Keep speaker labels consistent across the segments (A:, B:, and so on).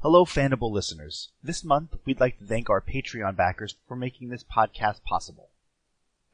A: Hello, Fanable listeners. This month, we'd like to thank our Patreon backers for making this podcast possible.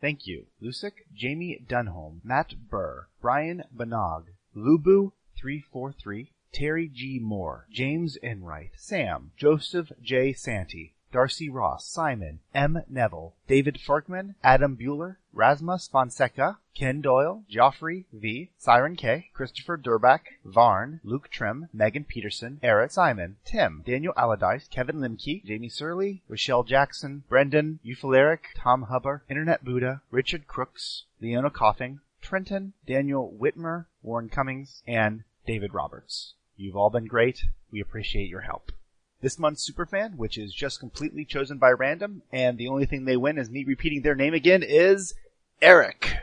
A: Thank you, Lucic, Jamie Dunholm, Matt Burr, Brian Banog, Lubu343, Terry G. Moore, James Enright, Sam, Joseph J. Santee, Darcy Ross, Simon, M. Neville, David Farkman, Adam Bueller, Rasmus Fonseca, Ken Doyle, Joffrey V, Siren K, Christopher Durback, Varn, Luke Trim, Megan Peterson, Eric Simon, Tim, Daniel Allardyce, Kevin Limke, Jamie Surley, Rochelle Jackson, Brendan, Euphileric, Tom Hubber, Internet Buddha, Richard Crooks, Leona Coughing, Trenton, Daniel Whitmer, Warren Cummings, and David Roberts. You've all been great. We appreciate your help. This month's Superfan, which is just completely chosen by random, and the only thing they win is me repeating their name again, is Eric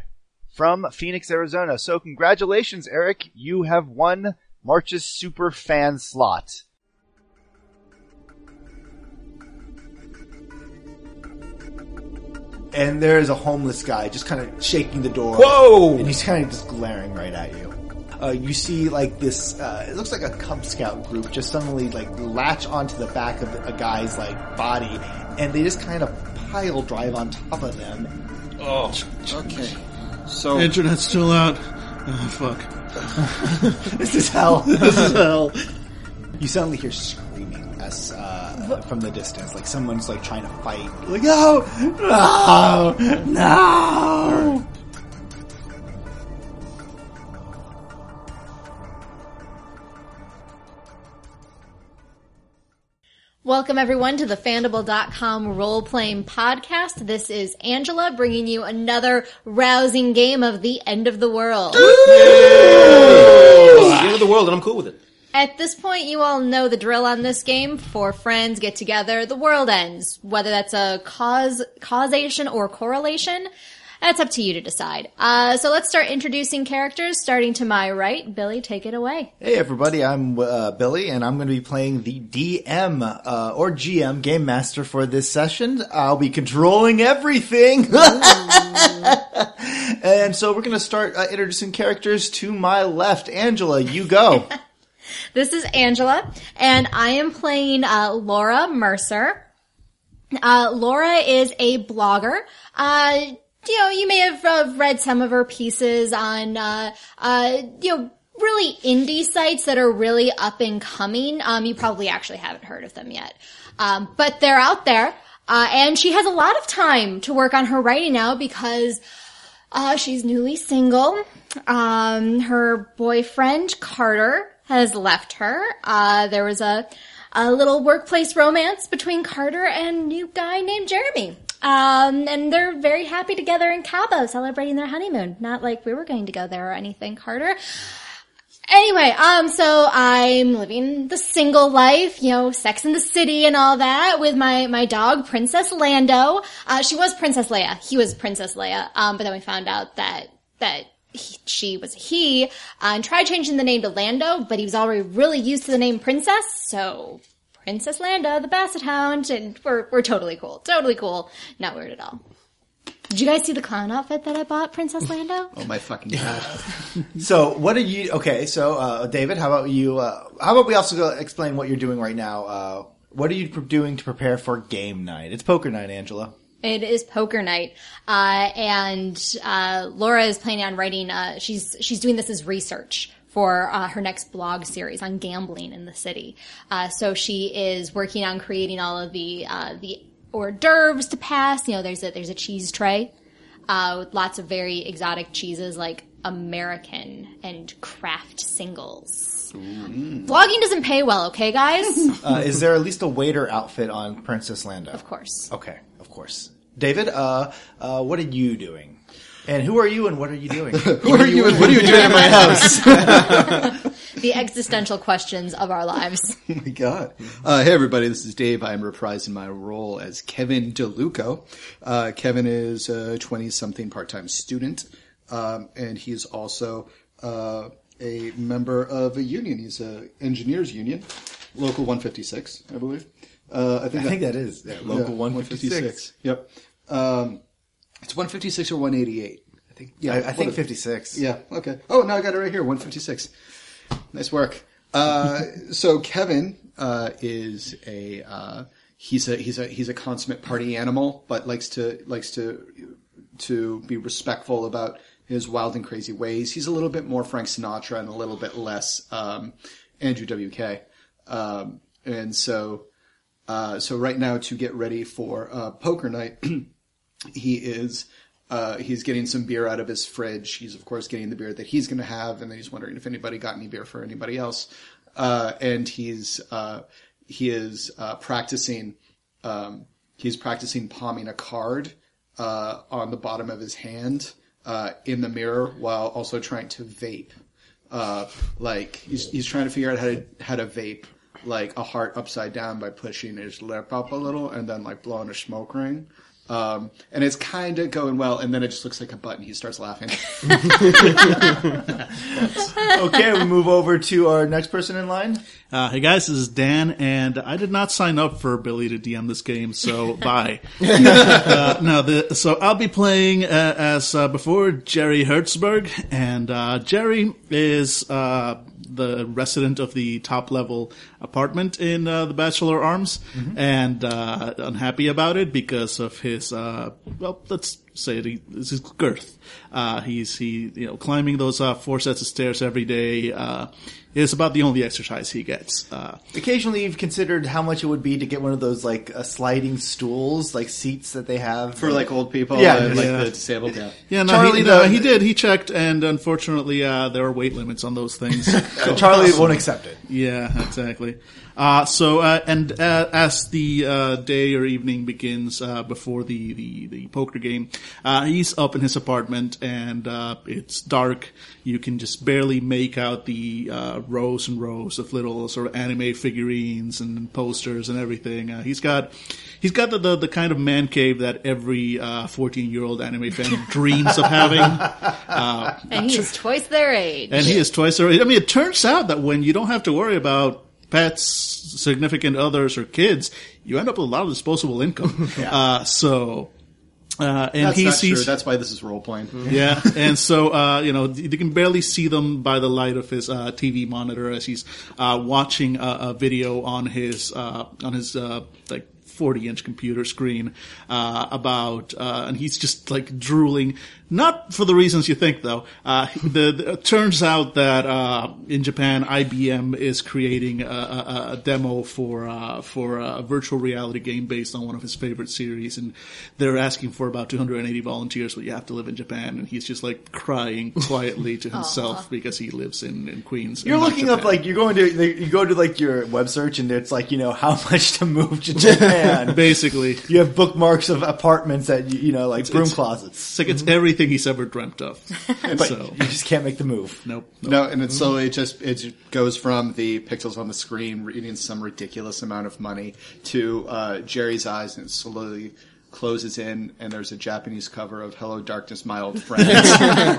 A: from Phoenix, Arizona. So, congratulations, Eric. You have won March's Superfan slot.
B: and there is a homeless guy just kind of shaking the door.
C: Whoa!
B: And he's kind of just glaring right at you. Uh, you see, like this. Uh, it looks like a Cub Scout group just suddenly like latch onto the back of a guy's like body, and they just kind of pile drive on top of them.
C: Oh,
D: Okay. So
E: Internet's still out. Oh, fuck.
B: This is hell. This is
E: Well,
B: You suddenly hear screaming as uh, from the distance, like someone's like trying to fight. Like no, no, no.
F: Welcome everyone to the Fandible.com role playing podcast. This is Angela bringing you another rousing game of the end of the world.
C: it's the end of the world, and I'm cool with it.
F: At this point, you all know the drill on this game. Four friends get together, the world ends. Whether that's a cause, causation or correlation, that's up to you to decide. Uh, so let's start introducing characters, starting to my right. Billy, take it away.
B: Hey everybody, I'm uh, Billy, and I'm going to be playing the DM uh, or GM game master for this session. I'll be controlling everything, and so we're going to start uh, introducing characters to my left. Angela, you go.
F: This is Angela, and I am playing uh, Laura Mercer. Uh, Laura is a blogger. Uh, you know, you may have uh, read some of her pieces on, uh, uh, you know, really indie sites that are really up and coming. Um, you probably actually haven't heard of them yet. Um, but they're out there. Uh, and she has a lot of time to work on her writing now because, uh, she's newly single. Um, her boyfriend Carter has left her. Uh, there was a a little workplace romance between Carter and a new guy named Jeremy. Um, and they're very happy together in Cabo celebrating their honeymoon. Not like we were going to go there or anything, Carter. Anyway, um, so I'm living the single life, you know, Sex in the City and all that with my my dog Princess Lando. Uh, she was Princess Leia. He was Princess Leia. Um, but then we found out that that he, she was a he, uh, and tried changing the name to Lando, but he was already really used to the name Princess, so Princess Lando, the Basset Hound, and we're we're totally cool, totally cool, not weird at all. Did you guys see the clown outfit that I bought, Princess Lando?
D: Oh my fucking god.
B: So, what are you? Okay, so uh, David, how about you? Uh, how about we also go explain what you're doing right now? Uh, what are you pr- doing to prepare for game night? It's poker night, Angela.
F: It is poker night, uh, and uh, Laura is planning on writing. Uh, she's she's doing this as research for uh, her next blog series on gambling in the city. Uh, so she is working on creating all of the uh, the hors d'oeuvres to pass. You know, there's a there's a cheese tray uh, with lots of very exotic cheeses like American and craft singles. Blogging doesn't pay well, okay, guys?
B: Uh, is there at least a waiter outfit on Princess Lando?
F: of course.
B: Okay, of course. David, uh, uh, what are you doing? And who are you and what are you doing? who are you and what are you doing in
D: Oh
B: my house?
F: The existential questions of our lives.
D: Oh my god. Uh, hey everybody, this is Dave. I'm reprising my role as Kevin DeLuco. Uh, Kevin is a 20 something part time student, um, and he's also uh, a member of a union. He's a engineers union, local 156, I believe. Uh, I think,
B: I think that is yeah, local
D: yeah,
B: 156.
D: Yep. Um, it's 156 or 188. I think. Yeah,
B: I, I
D: one
B: think
D: of-
B: 56.
D: Yeah. Okay. Oh, no, I got it right here. One fifty six. Nice work.
G: Uh, so Kevin uh, is a uh, he's a he's a he's a consummate party animal, but likes to likes to to be respectful about his wild and crazy ways. He's a little bit more Frank Sinatra and a little bit less um, Andrew WK. Um, and so uh, so right now to get ready for uh, poker night, he is uh, he's getting some beer out of his fridge. He's of course getting the beer that he's going to have, and then he's wondering if anybody got any beer for anybody else. Uh, and he's uh, he is uh, practicing um, he's practicing palming a card uh, on the bottom of his hand uh, in the mirror while also trying to vape. Uh, like he's he's trying to figure out how to how to vape like a heart upside down by pushing his lip up a little and then like blowing a smoke ring. Um, and it's kind of going well, and then it just looks like a button. He starts laughing.
B: Okay, we move over to our next person in line.
E: Uh, hey guys, this is Dan, and I did not sign up for Billy to DM this game, so bye. uh, no, the, so I'll be playing uh, as uh, before Jerry Hertzberg, and uh, Jerry is uh, the resident of the top level apartment in uh, the Bachelor Arms, and uh, unhappy about it because of his uh, well, let's say it, it's his girth. Uh, he's he you know climbing those uh, four sets of stairs every day. Uh, it's about the only exercise he gets. Uh,
B: Occasionally, you've considered how much it would be to get one of those like uh, sliding stools, like seats that they have
G: for like old people
B: Yeah,
G: and like
E: yeah.
G: the disabled. Yeah.
E: yeah, no,
B: Charlie,
E: he, no,
B: the-
E: he did. He checked, and unfortunately, uh, there are weight limits on those things.
B: Uh, Charlie won't accept it.
E: Yeah, exactly. Uh, so, uh, and uh, as the uh, day or evening begins uh, before the, the, the poker game, uh, he's up in his apartment and uh, it's dark. You can just barely make out the uh, rows and rows of little sort of anime figurines and posters and everything. Uh, he's got he's got the, the, the kind of man cave that every uh, 14 year old anime fan dreams of having.
F: And he's twice their age.
E: And he is twice their age. I mean, it turns out that when you don't have to worry about pets, significant others, or kids, you end up with a lot of disposable income. uh, so, uh, and
G: That's
E: he
G: not
E: sees. Mm-hmm.
G: true. That's why this is role playing.
E: yeah, and so uh, you know you can barely see them by the light of his uh, TV monitor as he's uh, watching a, a video on his uh, on his uh, like. 40 inch computer screen, uh, about, uh, and he's just like drooling. Not for the reasons you think though. Uh, the, the, it turns out that, uh, in Japan, IBM is creating a, a, a demo for, uh, for a virtual reality game based on one of his favorite series and they're asking for about 280 volunteers, but you have to live in Japan. And he's just like crying quietly to himself because he lives in, in Queens. and
B: You're
E: not
B: looking up
E: Japan.
B: like you're going to you go to like your web search and it's like you know how much to move to Japan.
E: basically.
B: you have bookmarks of apartments that you, you know like broom
E: it's-
B: closets,
E: It's like it's everything he's ever dreamt of.
B: Mm-hmm. but
E: so
B: you just can't make the move.
E: nope. nope.
G: No, and it's slowly it just it goes from the pixels on the screen reading some ridiculous amount of money to uh, Jerry's eyes, and it slowly closes in, and there's a Japanese cover of "Hello, Darkness, My Old Friend."
E: yeah,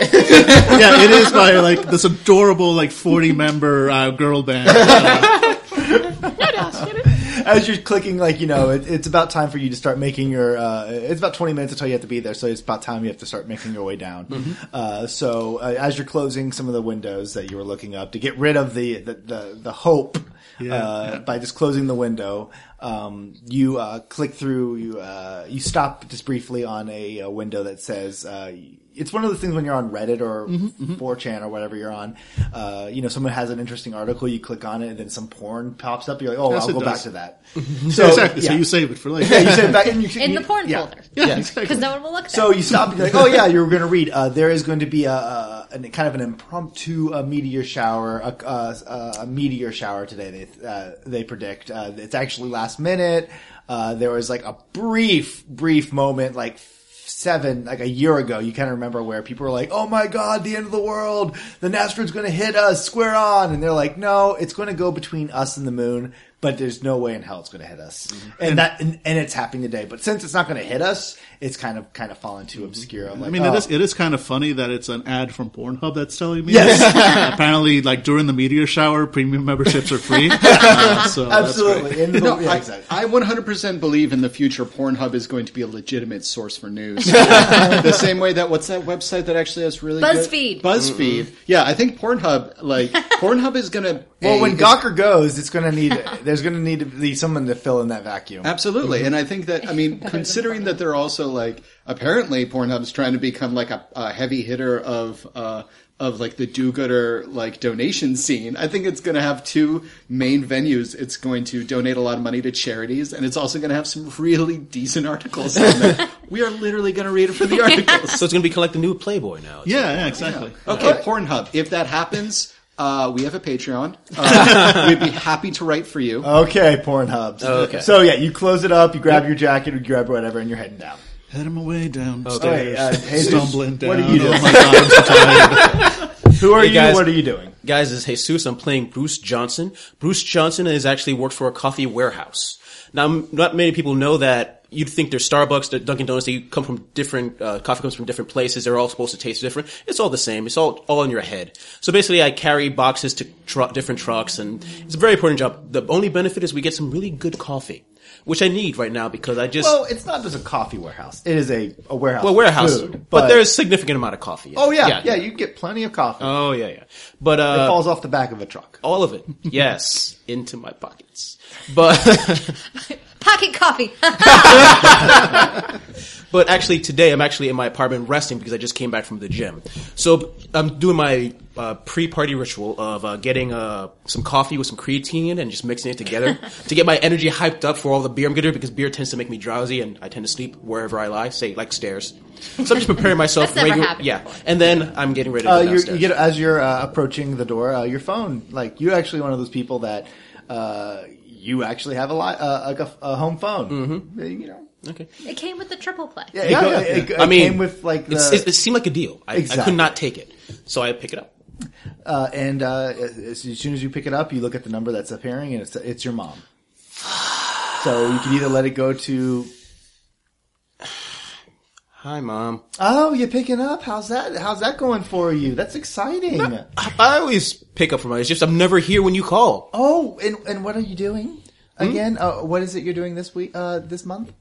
E: it is by like this adorable like 40 member uh, girl band.
B: Oh,
E: Uh,
B: As you're clicking, like you know, it, it's about time for you to start making your. Uh, it's about 20 minutes until you have to be there, so it's about time you have to start making your way down.
E: Mm-hmm.
B: Uh, so uh, as you're closing some of the windows that you were looking up to get rid of the the the, the hope
E: Yeah,
B: uh,
E: yeah.
B: by just closing the window. Um, you uh, click through. You uh, you stop just briefly on a, uh window that says. Uh, it's one of those things when you're on Reddit or
E: Mm-hmm,
B: 4chan or whatever you're on. Uh, you know, someone has an interesting article, you click on it, and then some porn pops up. You're like, oh,
E: Yes,
B: I'll
E: it
B: go back
E: does.
B: to that. Mm-hmm. so
E: exactly. So
B: yeah.
E: you save it for later.
B: Yeah, you send it back and you
F: in
B: you-
F: the porn
B: yeah.
F: folder.
E: Yeah, exactly.
F: Because no one will look at
B: So you stop and you're like, oh yeah, you were going to read. Uh, there is going to be a, a, an- kind of an impromptu uh, meteor shower, a, a, a meteor shower today. They uh, they predict uh, it's actually last minute. Uh, there was like a brief, brief moment, like seven, like a year ago. You kind of remember where people were like, oh my god, the end of the world, the asteroid's going to hit us square on, and they're like, no, it's going to go between us and the moon. but there's no way in hell it's going to hit us. Mm-hmm. And that, and, and it's happening today. But since it's not going to hit us, it's kind of, kind of fallen too obscure. I'm like,
E: I mean,
B: oh.
E: it is it is kind of funny that it's an ad from Pornhub that's telling me.
B: Yes.
E: this. Apparently, like during the meteor shower, premium memberships are free. Uh, so that's great.
B: Absolutely. And the-
G: No,
B: yeah,
G: I,
B: exactly.
G: I 100% believe in the future Pornhub is going to be a legitimate source for news. the same way that, what's that website that actually has really good-
F: BuzzFeed.
G: BuzzFeed. Yeah, I think Pornhub, like, Pornhub is going to.
B: Well, when Gawker goes, it's going to need there's going to need to be someone to fill in that vacuum.
G: Absolutely. And I think that, I mean, considering that they're also like, apparently Pornhub's trying to become like a, a heavy hitter of, uh, of like the do-gooder like donation scene. I think it's going to have two main venues. It's going to donate a lot of money to charities and it's also going to have some really decent articles on there. we are literally going to read it for the articles.
C: So it's going to be like the new Playboy now.
E: Yeah, yeah, exactly.
G: Okay, Pornhub. If that happens, uh, we have a Patreon. Uh, we'd be happy to write for
E: Oh,
G: you.
B: Okay, Pornhub.
C: Okay.
B: So yeah, you close it up, you grab your jacket, you grab whatever, and you're heading down.
E: Head him away
B: Okay,
E: downstairs,
B: uh, Jesus,
E: stumbling down.
B: what are you
E: Oh
B: doing?
E: my God, I'm so tired.
B: Who are
C: Hey,
B: you?
C: guys.
B: What are you doing?
C: Guys, this is Jesus. I'm playing Bruce Johnson. Bruce Johnson has actually worked for a coffee warehouse. Now, m- not many people know that. You'd think there's Starbucks, there's Dunkin' Donuts. They come from different. Uh, coffee comes from different places. They're all supposed to taste different. It's all the same. It's all all in your head. So basically, I carry boxes to tru different trucks, and it's a very important job. The only benefit is we get some really good coffee, which I need right now because I just
B: Well, it's not just a coffee warehouse. It is a, a warehouse.
C: well
B: of
C: warehouse.
B: food,
C: but, there's significant amount of coffee.
B: oh yeah, yeah, you get plenty of coffee.
C: oh yeah, yeah. But uh,
B: it falls off the back of a truck.
C: all of it. Yes, into my pockets. But
F: Pocket coffee.
C: but actually today I'm actually in my apartment resting because I just came back from the gym. So I'm doing my uh, pre-party ritual of uh, getting uh, some coffee with some creatine and just mixing it together to get my energy hyped up for all the beer I'm gonna do because beer tends to make me drowsy and I tend to sleep wherever I lie, say like stairs. So I'm just preparing myself.
F: That's never
C: regu-
F: happened
C: yeah, and then I'm getting ready to
B: Uh,
C: go
B: you're,
C: downstairs.
B: you get as you're uh, approaching the door, uh, your phone. Like you're actually one of those people that uh, you actually have a, li- uh, like a, a home phone. Mm-hmm. You know,
C: okay.
F: it came with the triple play.
B: it, go- it- it
C: I mean,
B: came with like the,
C: it's, it, it seemed like a deal. I, I
B: Exactly.
C: could not take it, so I pick it up.
B: uh, and uh, as, as soon as you pick it up, you look at the number that's appearing, and it's it's your mom. So you can either let it go to
C: Hi, mom.
B: oh you're picking up how's that how's that going for you that's exciting
C: I always pick up for my It's just I'm never here when you call.
B: oh and and what are you doing
C: Hmm?
B: again uh, what is it you're doing this week uh, this month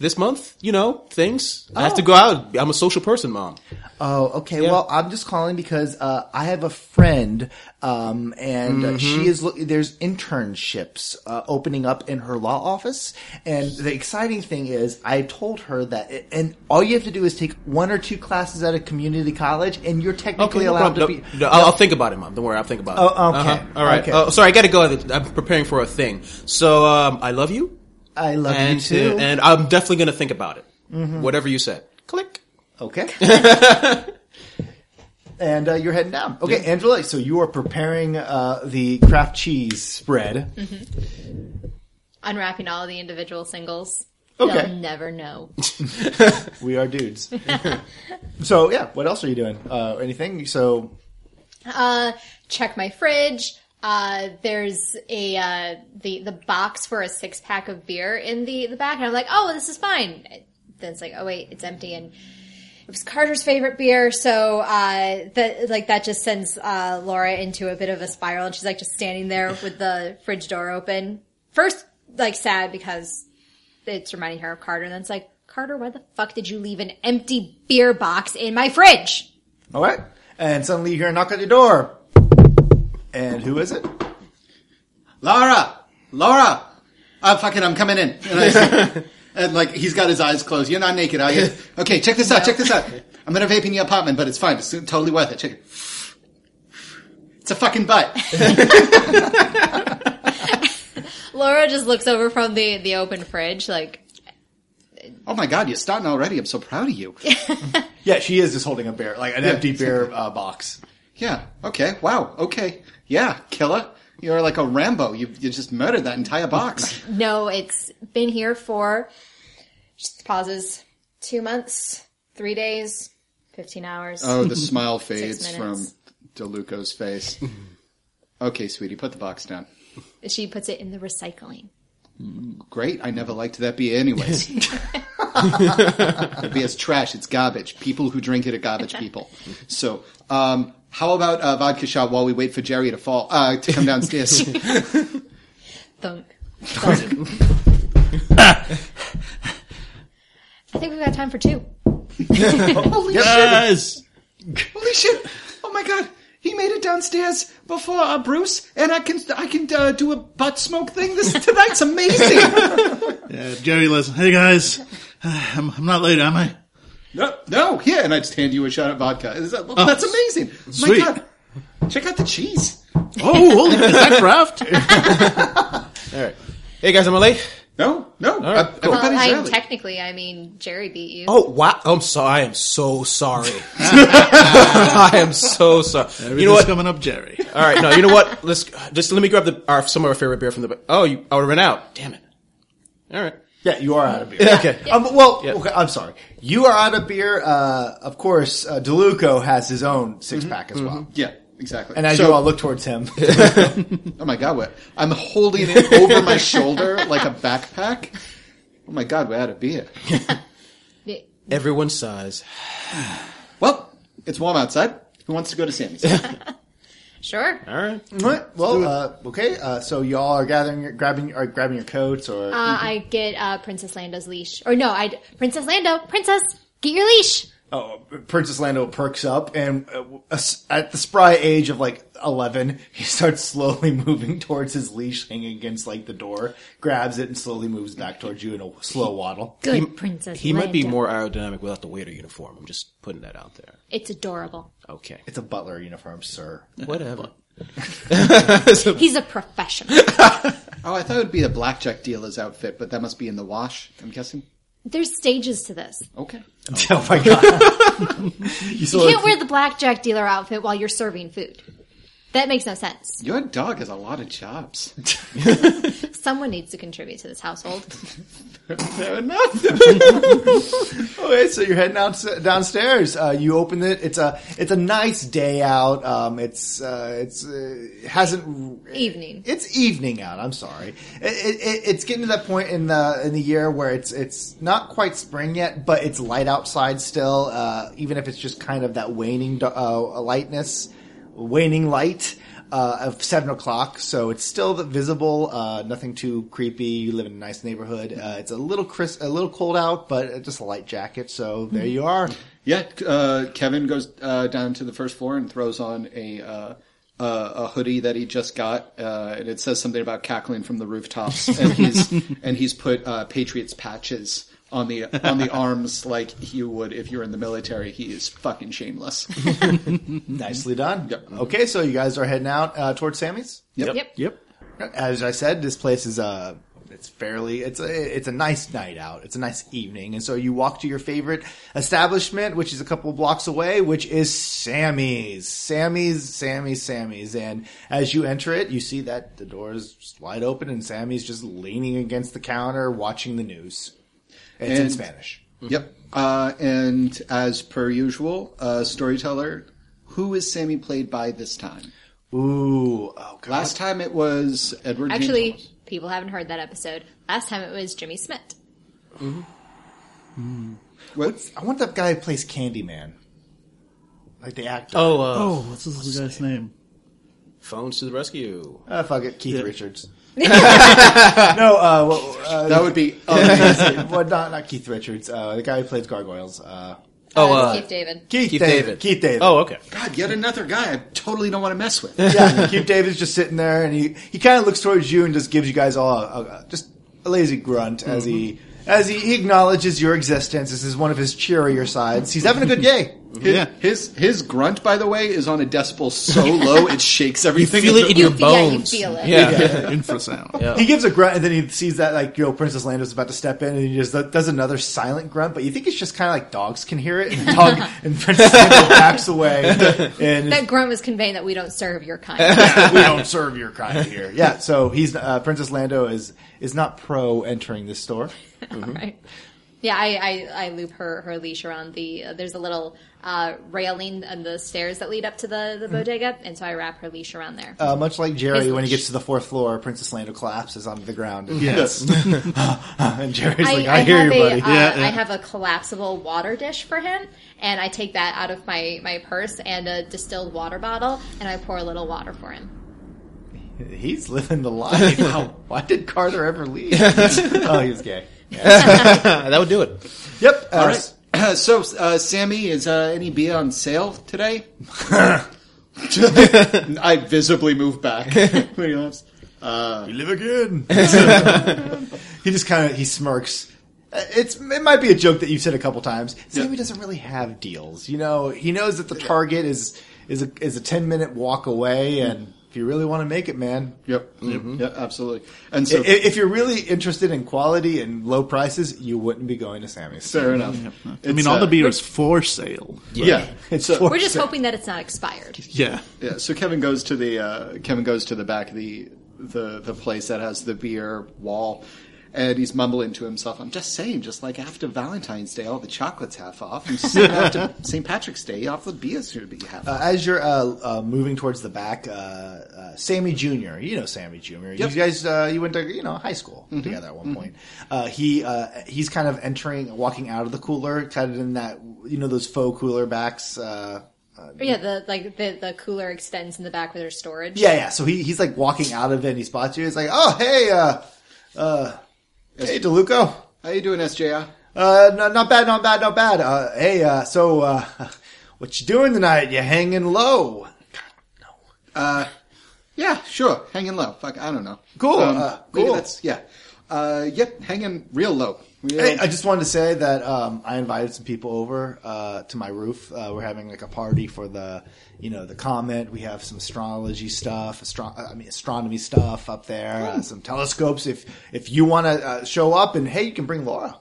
C: This month, you know, things. I have to go out. I'm a social person, mom.
B: Oh, okay. Well, I'm just calling because uh, I have a friend, um, and
C: Mm-hmm.
B: uh she is look. There's internships uh, opening up in her law office, and the exciting thing is, I told her that, and all you have to do is take one or two classes at a community college, and you're technically
C: no
B: allowed to
C: problem.
B: be.
C: No, no, I'll, I'll think about it, mom. Don't worry, I'll think about it.
B: Oh, okay.
C: Uh-huh. All right.
B: Okay.
C: Oh, sorry, I got to go. I'm preparing for a thing. So um, I love you,
B: I love
C: and uh,
B: you too.
C: and I'm definitely going to think about it. Whatever you said. Click.
B: okay. And uh, you're heading down. Okay, Angela. So you are preparing uh, the craft cheese spread.
F: Unwrapping all the individual singles.
B: Okay.
F: They'll never know.
B: We are dudes. so yeah, what else are you doing? Uh, anything? So
F: Uh, check my fridge. Uh, there's a, uh, the, the box for a six pack of beer in the, the back. And I'm like, oh, this is fine. Then it's like, oh wait, it's empty. And it was Carter's favorite beer. So, uh, that, like that just sends, uh, Laura into a bit of a spiral. And she's like just standing there with the fridge door open. First, like sad because it's reminding her of Carter. And then it's like, Carter, why the fuck did you leave an empty beer box in my fridge?
B: all right, and suddenly you hear a knock at your door, and who is it?
G: Laura, Laura, oh fucking, I'm coming in. And, I, and like he's got his eyes closed. You're not naked, are you? Okay, check this out. Check this out. I'm gonna vape in your apartment, but it's fine. It's totally worth it. Check it. It's a fucking butt.
F: Laura just looks over from the the open fridge, like
G: Oh my god, you're starting already. I'm so proud of you.
B: Yeah, she is just holding a beer, like an empty beer uh, box.
G: Yeah. Okay. Wow. Okay. Yeah, killer. You're like a Rambo. You you just murdered that entire box.
F: no, it's been here for. Just pauses. Two months, three days, fifteen hours.
C: Uh.
G: Oh, the smile fades from
F: minutes.
G: DeLuco's face. Okay, sweetie, put the box down.
F: She puts it in the recycling.
G: Great. I never liked that beer anyways. that beer's trash. It's garbage. People who drink it are garbage people. So, um, how about uh, vodka shot while we wait for Jerry to fall, uh, to come downstairs?
F: Thunk. Thunk. I think we've got time for two.
G: Holy
C: Yes.
G: shit. Holy shit. Oh my god. He made it downstairs before uh, Bruce, and I can I can uh, do a butt smoke thing. This tonight's amazing.
E: Uh, Jerry Leslie, hey guys, I'm, I'm not late, am I?
G: no, no, here, and I just hand you a shot of vodka. Is that-
C: Oh,
G: That's amazing.
E: sweet.
G: My god, check out the cheese.
E: Oh, holy, is that craft?
C: All right. Hey guys, am I late?
G: No, no,
C: right,
G: uh,
C: cool.
F: Well,
G: everybody's
F: I,
G: early.
F: technically, I mean, Jerry beat you.
C: Oh wow! I'm so I am so sorry. I am so sorry. You know
E: Everything's
C: what?
E: coming up, Jerry.
B: Oh.
C: All right, no. You know what? Let's just let me grab the our, some of our favorite beer from the. Oh, you, I would have run out. Damn it! All right.
B: Yeah, you are out of beer.
C: Okay.
B: Um, well, okay, I'm sorry. You are out of beer. Uh, of course, uh, DeLuco has his own six pack as well.
G: Yeah, exactly.
B: And as
G: So-
B: you all look towards him,
G: oh my god, what? I'm holding it over my shoulder like a backpack. Oh my god, we're out of beer.
F: Y-
C: Everyone sighs.
G: Well, it's warm outside. Who wants to go to Sammy's?
F: Sure.
C: All right.
B: Alright, well, uh, okay. Uh, so y'all are gathering, your- grabbing, are grabbing your coats, or
F: Uh, I get uh, Princess Lando's leash. Or no, I Princess Lando, Princess, get your leash.
B: oh, Princess Lando perks up, and uh, w- as- at the spry age of like eleven, he starts slowly moving towards his leash hanging against like the door, grabs it, and slowly moves back towards you in a slow waddle.
F: Good Princess.
C: He might be
F: Lando.
C: more aerodynamic without the waiter uniform. I'm just putting that out there.
F: It's adorable.
C: Okay.
B: It's a butler uniform, sir.
C: Whatever.
F: He's a professional.
G: oh, I thought it would be the blackjack dealer's outfit, but that must be in the wash, I'm guessing.
F: There's stages to this.
G: Okay.
B: Oh my god! you
F: You
B: saw
F: can't wear the blackjack dealer outfit while you're serving food. That makes no sense.
G: Your dog has a lot of jobs.
F: Someone needs to contribute to this household.
G: Fair enough.
B: Okay, so you're heading out downstairs. Uh, you open it. It's a it's a nice day out. Um, it's uh, it's uh, hasn't
F: Evening.
B: It's evening out. I'm sorry. It, it, it- it's getting to that point in the in the year where it's it's not quite spring yet, but it's light outside still. Uh, even if it's just kind of that waning uh, lightness, waning light uh, of seven o'clock. So it's still visible. Uh, nothing too creepy. You live in a nice neighborhood. Uh, it's a little crisp, a little cold out, but just a light jacket. So there you are.
G: yeah, uh, Kevin goes uh, down to the first floor and throws on a uh, uh, a hoodie that he just got, uh, and it says something about cackling from the rooftops. And he's and he's put uh, Patriots patches on the on the arms like you would if you're in the military. He is fucking shameless.
B: Nicely done. Okay, so you guys are heading out uh, towards Sammy's.
F: Yep.
E: Yep.
B: as I said, this place is uh it's fairly it's a it's a nice night out. It's a nice evening, and so you walk to your favorite establishment, which is a couple blocks away, which is Sammy's, Sammy's, Sammy's, Sammy's. And as you enter it, you see that the door is just wide open, and Sammy's just leaning against the counter, watching the news. It's in
G: And-
B: Spanish.
G: Yep. Uh, and as per usual, uh, storyteller, who is Sammy played by this time?
B: Ooh, oh god.
G: Last time it was Edward. James
F: Actually,
G: Olmos.
F: people haven't heard that episode. Last time it was Jimmy Smith.
G: What?
B: I want that guy who plays Candyman, like the actor.
C: Oh, uh,
E: Oh, what's this little guy's name?
C: phones to the rescue.
B: Ah, fuck it, Keith Richards. no, uh, well, uh,
G: that would be. oh
B: well, not not Keith Richards. Uh, the guy who plays Gargoyles. Uh,
C: Oh,
F: Uh,
C: uh,
F: Keith David.
B: Keith,
C: Keith
B: David.
C: David.
B: Keith David.
C: Oh, okay.
G: God, yet another guy I totally don't want to mess with.
B: yeah. Keith David's just sitting there, and he he kind of looks towards you and just gives you guys all a, a, just a lazy grunt as he
C: Mm-hmm.
B: as he acknowledges your existence. This is one of his cheerier sides. He's having a good day.
C: Mm-hmm.
G: His,
E: Yeah.
G: his his grunt, by the way, is on a decibel so low it shakes everything.
C: Feel it in your
F: You- yeah, you
C: bones.
F: feel it.
C: Yeah.
E: Infrasound.
B: He gives a grunt, and then he sees that like you know Princess Lando's about to step in, and he just does another silent grunt. But you think it's just kind of like dogs can hear it, and the dog and Princess Lando backs away, and
F: That grunt was conveying that we don't serve your kind.
B: Yeah, we don't serve your kind here. Yeah, so he's uh, Princess Lando is is not pro entering this store.
F: All right. Yeah, I, I, I loop her, her leash around the. Uh, there's a little uh, railing and the stairs that lead up to the, the bodega, and so I wrap her leash around there.
B: Uh, much like Jerry,
F: His
B: when he
F: leash.
B: gets to the fourth floor, Princess Lando collapses onto the ground. And,
E: Yes.
B: and Jerry's
F: I,
B: like,
F: I
B: I, hear
F: have
B: you,
F: a,
B: buddy.
F: uh,
E: Yeah, yeah.
F: I have a collapsible water dish for him, and I take that out of my, my purse and a distilled water bottle, and I pour a little water for him.
B: He's living the life. Wow. Why did Carter ever leave? oh, he's gay.
C: that would do it.
B: Yep. Uh,
G: All right. so, uh, Sammy, is uh, any beer on sale today? I visibly move back. when he laughs.
H: You live again.
B: He just kind of he smirks. Uh, It's it might be a joke that you've said a couple times. Sammy doesn't really have deals. You know, he knows that the target is is a, is a ten minute walk away, and if you really want to make it, man,
G: Yep.
E: Mm-hmm.
G: Yep. Absolutely. And
B: i-
G: so,
B: i- if you're really interested in quality and low prices, you wouldn't be going to Sammy's.
G: fair enough. uh,
E: I mean, all
B: uh,
E: the beer is for sale.
G: Yeah. It's so,
F: We're just hoping that it's not expired.
E: Yeah.
G: Yeah, so Kevin goes to the uh, Kevin goes to the back of the the the place that has the beer wall, and he's mumbling to himself. I'm just saying, just like after Valentine's Day, all the chocolates half off, and just saying after St. Patrick's Day, all the beers should be half
B: Uh,
G: off.
B: as you're uh, uh, moving towards the back, uh, uh, Sammy Junior, you know Sammy Junior. You guys, uh, you went to you know high school together at one point. Uh, he uh, he's kind of entering, walking out of the cooler, kind of in that you know those faux cooler backs. Uh,
F: Yeah, the like the, the cooler extends in the back with her storage.
B: yeah, yeah. So he he's like walking out of it, and he spots you. He's like, oh hey, uh, uh, hey Deluco.
G: How you doing, SJR?
B: Uh, no, not bad, not bad, not bad. Uh, hey, uh, so, uh, what you doing tonight? You hanging low?
G: Yeah, sure, hanging low. Fuck, I don't know. Um,
B: Cool, uh,
G: maybe
B: cool.
G: That's, yeah. Uh, yep, hanging real low. Real-
B: Hey, I just wanted to say that um, I invited some people over uh, to my roof. Uh, we're having like a party for the, you know, the comet. We have some astrology stuff, astro- uh, I mean, astronomy stuff up there, uh, some telescopes. If if you want to uh, show up, and hey, you can bring Laura.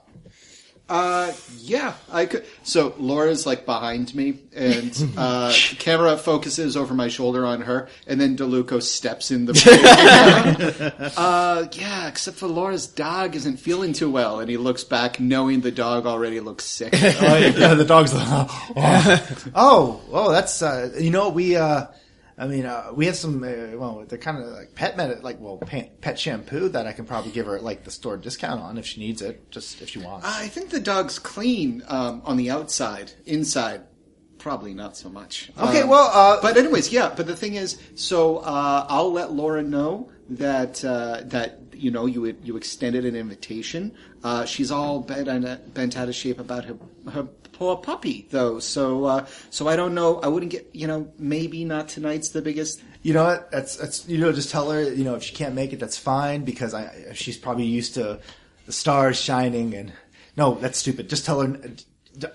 G: Uh, yeah, I could. So Laura's like behind me, and uh, camera focuses over my shoulder on her, and then Deluco steps in the. uh, yeah, except for Laura's dog isn't feeling too well, and he looks back, knowing the dog already looks sick.
B: oh, yeah, the dog's like, oh, oh, oh, that's, uh, you know, we, uh, I mean, uh, we have some, uh, well, they're kind of like pet med, like, well, pan- pet shampoo that I can probably give her, like, the store discount on if she needs it, just if she wants.
G: I think the dog's clean um, on the outside. Inside, probably not so much.
B: Okay,
G: Um,
B: well, uh,
G: but anyways, yeah. But the thing is, so uh, I'll let Laura know that uh, that you know you you extended an invitation. Uh, she's all bent and uh, bent out of shape about her her poor puppy though. So uh, so I don't know. I wouldn't get you know maybe not tonight's the biggest.
B: you know what? That's that's you know just tell her you know if she can't make it, that's fine because I she's probably used to the stars shining and no, that's stupid. Just tell her.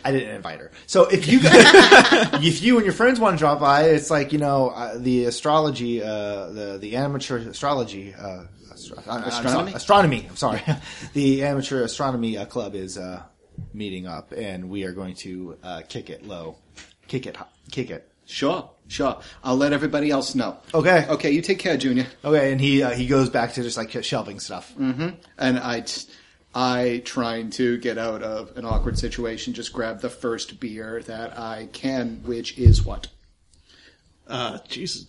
B: I didn't invite her. So if you if you and your friends want to drop by, it's like you know uh, the astrology, uh, the the amateur astrology, uh, astro- I'm- I'm
G: Astronomy?
B: sorry, astronomy. I'm sorry, the amateur astronomy uh, club is uh, meeting up, and we are going to uh, kick it low, kick it, hot, kick it.
G: Sure, sure. I'll let everybody else know.
B: Okay.
G: okay. You take care, Junior.
B: Okay, and he uh, he goes back to just like shelving stuff.
G: Mm-hmm. and I, t- I trying to get out of an awkward situation, just grab the first beer that I can, which is what
E: Uh, Jesus.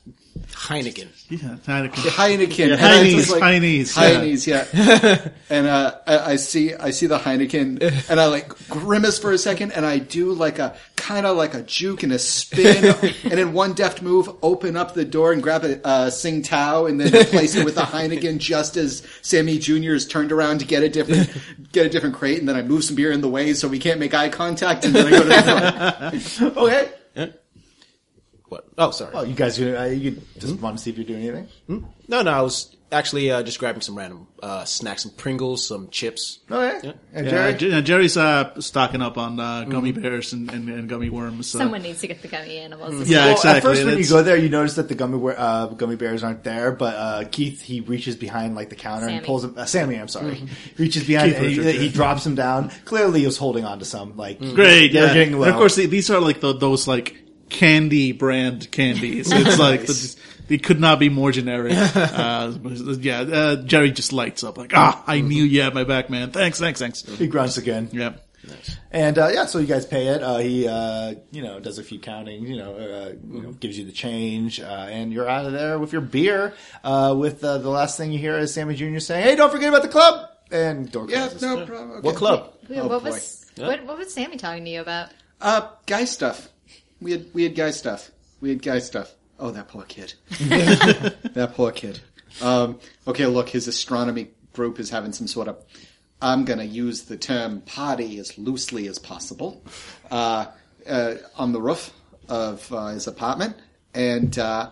C: Heineken.
E: Yeah. Heineken.
G: Heineken.
E: Yeah,
G: And I
E: Heine's,
G: just
E: Heine's, yeah.
G: Heine's, yeah. and uh, I, I see, I see the Heineken, and I like grimace for a second, and I do like a kind of like a juke and a spin, and in one deft move, open up the door and grab a uh, Sing Tao, and then replace it with a Heineken, just as Sammy Junior is turned around to get a different get a different crate, and then I move some beer in the way so we can't make eye contact, and then I go to the front.
B: Okay.
C: What? Oh, sorry.
B: Oh, you guys, uh, you just want to see if you're doing anything?
C: No, no, I was actually uh, just grabbing some random uh, snacks, some Pringles, some chips.
B: Okay. And
E: Yeah,
B: Jerry, Mm.
E: Jer- yeah, Jerry's uh, stocking up on uh, gummy bears and, and, and gummy worms. So.
F: Someone needs to get the gummy animals.
E: Yeah,
B: Well,
E: exactly.
B: At first, when you
E: That's-
B: go there, you notice that the gummy wea- uh, gummy bears aren't there, but uh, Keith he reaches behind like the counter and
F: Sammy.
B: pulls them. Uh, Sammy, I'm sorry, reaches behind
E: Keith
B: and he,
E: Richards,
B: he
E: yeah.
B: drops them down. Clearly, he was holding on to some. Like
E: Mm. Great,
B: they're
E: yeah.
B: getting low.
E: And of course, the, these are like the, those like candy brand candies. It's like the, they could not be more generic. Uh, yeah,
C: Mm-hmm.
E: uh, Jerry just lights up like, ah, I knew you had my back, man. Thanks, thanks, thanks.
B: he grunts again.
E: Yep.
B: And uh, yeah, so you guys pay it. Uh, he, uh, you know, does a few counting. You know, uh, you know gives you the change, uh, and you're out of there with your beer. Uh, with uh, the last thing you hear is Sammy Jr. saying, "Hey, don't forget about the club." And door
G: Yeah,
B: closes.
G: no problem. Okay.
C: What club?
G: Oh,
F: what
G: boy.
F: was what, what was Sammy talking to you about?
G: Uh, guy stuff. We had we had guy stuff. We had guy stuff. Oh, that poor kid. that poor kid. Um, okay, look, his astronomy group is having some sort of. I'm gonna use the term party as loosely as possible. Uh, uh, on the roof of uh, his apartment, and uh,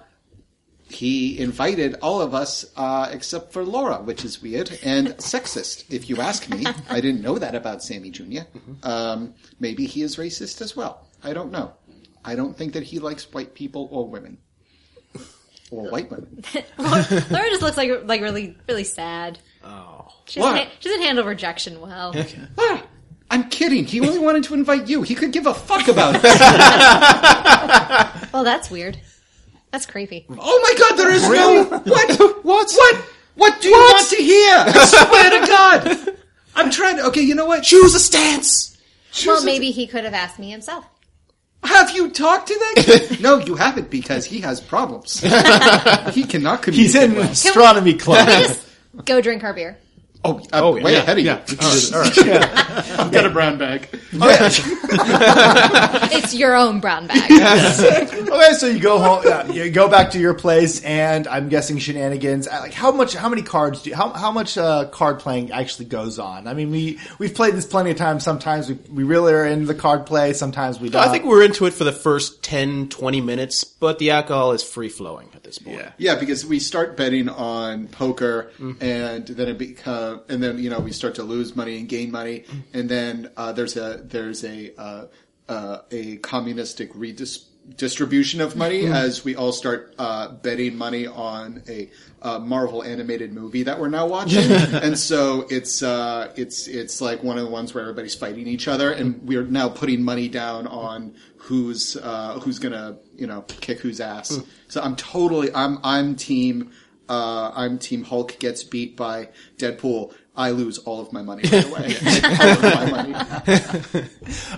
G: he invited all of us uh, except for Laura, which is weird and sexist, if you ask me. I didn't know that about Sammy junior Um, maybe he is racist as well. I don't know. I don't think that he likes white people or women. Or white women.
F: Laura, Laura just looks like like really really sad. Oh, she doesn't,
G: Laura.
F: ha- she doesn't handle rejection well.
G: Ah, I'm kidding. He only wanted to invite you. He could give a fuck about us.
F: Well, that's weird. That's creepy.
G: oh my god, there is no. What? What? What? What do you want to hear? I swear to God. I'm trying to. Okay, you know what?
C: Choose a stance.
F: Well, maybe he could have asked me himself.
G: Have you talked to that kid? no, you haven't because he has problems. he cannot communicate.
B: He's in
G: well.
B: astronomy club.
F: Just go drink her beer.
G: Oh, I'm way ahead of you. I've got a brown bag.
F: It's your own brown bag.
B: okay, so you go home, yeah, you go back to your place, and I'm guessing shenanigans. I- Like how much, how many cards do how how much uh, card playing actually goes on? I mean, we we've played this plenty of times. Sometimes we we really are into the card play. Sometimes we don't.
C: I think we're into it for the first 10, 20 minutes, but the alcohol is free flowing at this point.
E: Yeah.
G: Yeah, because we start betting on poker,
B: Mm-hmm.
G: and then it become, and then you know we start to lose money and gain money,
B: Mm-hmm.
G: and then uh, there's a there's a uh, uh, a communistic redistribution of money
B: Mm-hmm.
G: as we all start uh, betting money on a uh, Marvel animated movie that we're now watching, and so it's uh, it's it's like one of the ones where everybody's fighting each other, and we're now putting money down on who's uh, who's gonna you know kick whose ass. So I'm totally I'm I'm team uh, I'm team Hulk gets beat by Deadpool. I lose all of my money right away. all of my money.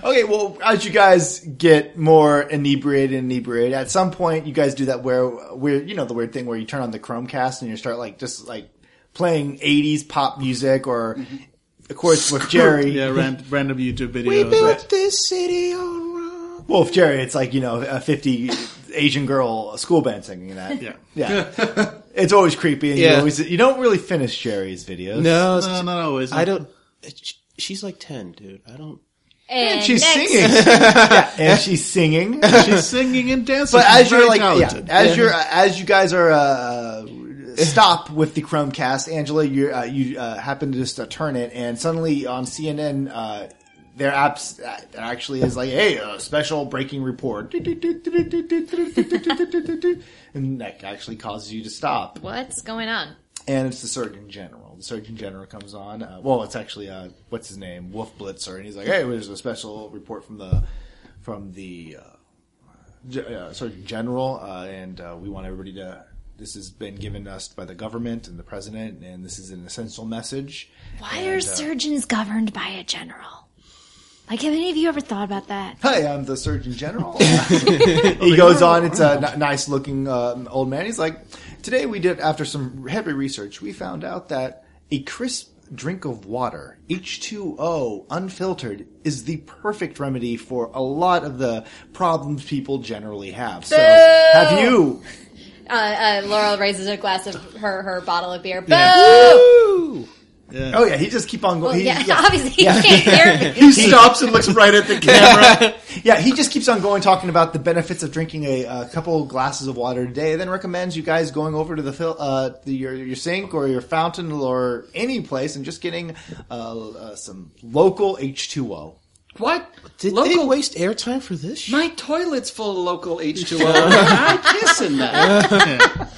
B: Okay, well, as you guys get more inebriated and inebriated, at some point you guys do that where where you know the weird thing where you turn on the Chromecast and you start like just like playing '80s pop music or. Of course, with Jerry,
E: Yeah, ran- random YouTube videos.
C: this city on rock.
B: Well, if Jerry, it's like, you know, a 50 Asian girl school band singing that.
E: Yeah.
B: Yeah. it's always creepy and you
C: Yeah.
B: always, you don't really finish Jerry's videos.
C: No, it's-
E: No, not always.
C: I don't. sh- She's like 10, dude. I don't.
F: And
B: She's
F: next.
B: singing. yeah, and she's singing.
E: She's singing and dancing.
B: But
E: She's
B: as you're
E: very
B: like, yeah,
E: talented.
B: as you're, as you guys are, uh, stop with the Chromecast, Angela, you, uh, you, uh, happen to just uh, turn it and suddenly on CNN, uh, their apps uh, there actually is like, hey, uh, special breaking report. and that actually causes you to stop.
F: What's going on?
B: and it's the Surgeon General. The Surgeon General comes on. Uh, well, it's actually uh, what's his name, Wolf Blitzer, and he's like, "Hey, there's a special report from the from the uh, G- uh, Surgeon General, uh, and uh, we want everybody to. This has been given us by the government and the president, and this is an essential message.
I: Why are
B: uh,
I: surgeons governed by a general? Like, have any of you ever thought about that?
B: Hi, I'm the Surgeon General. he goes on. It's a n- nice looking um, old man. He's like, today we did after some heavy research, we found out that a crisp drink of water, H2O, unfiltered, is the perfect remedy for a lot of the problems people generally have. So, have you?
F: Uh, uh, Laurel raises a glass of her, her bottle of beer. Boo!
B: Oh yeah, he just keep on going.
F: Well,
B: he,
F: yeah,
B: yeah.
F: obviously he can't hear me.
G: He stops and looks right at the camera.
B: Yeah, he just keeps on going talking about the benefits of drinking a, a couple glasses of water a day, and then recommends you guys going over to the, fil- uh, the your, your sink or your fountain or any place and just getting uh, uh, some local H2O.
G: what?
C: Did they
G: local
C: waste airtime for this? shit?
G: My toilet's full of local H2O. I'm not kissing that.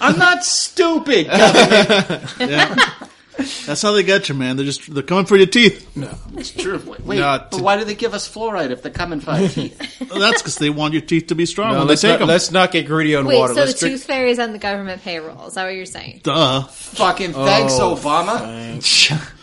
G: I'm not stupid.
E: That's how they get you, man. They're just they're coming for your teeth.
G: True. Wait,
C: No,
G: but
C: to-
G: why do they give us fluoride if they're coming for our teeth?
E: Well, that's because they want your teeth to be strong
C: No,
E: when they
C: let's,
E: take
C: not,
E: them.
C: let's not get greedy on
F: Wait,
C: water.
F: so
C: let's
F: the
C: drink-
F: tooth fairy's on the government payroll. Is that what you're saying?
E: Duh.
G: Fucking thanks, Obama.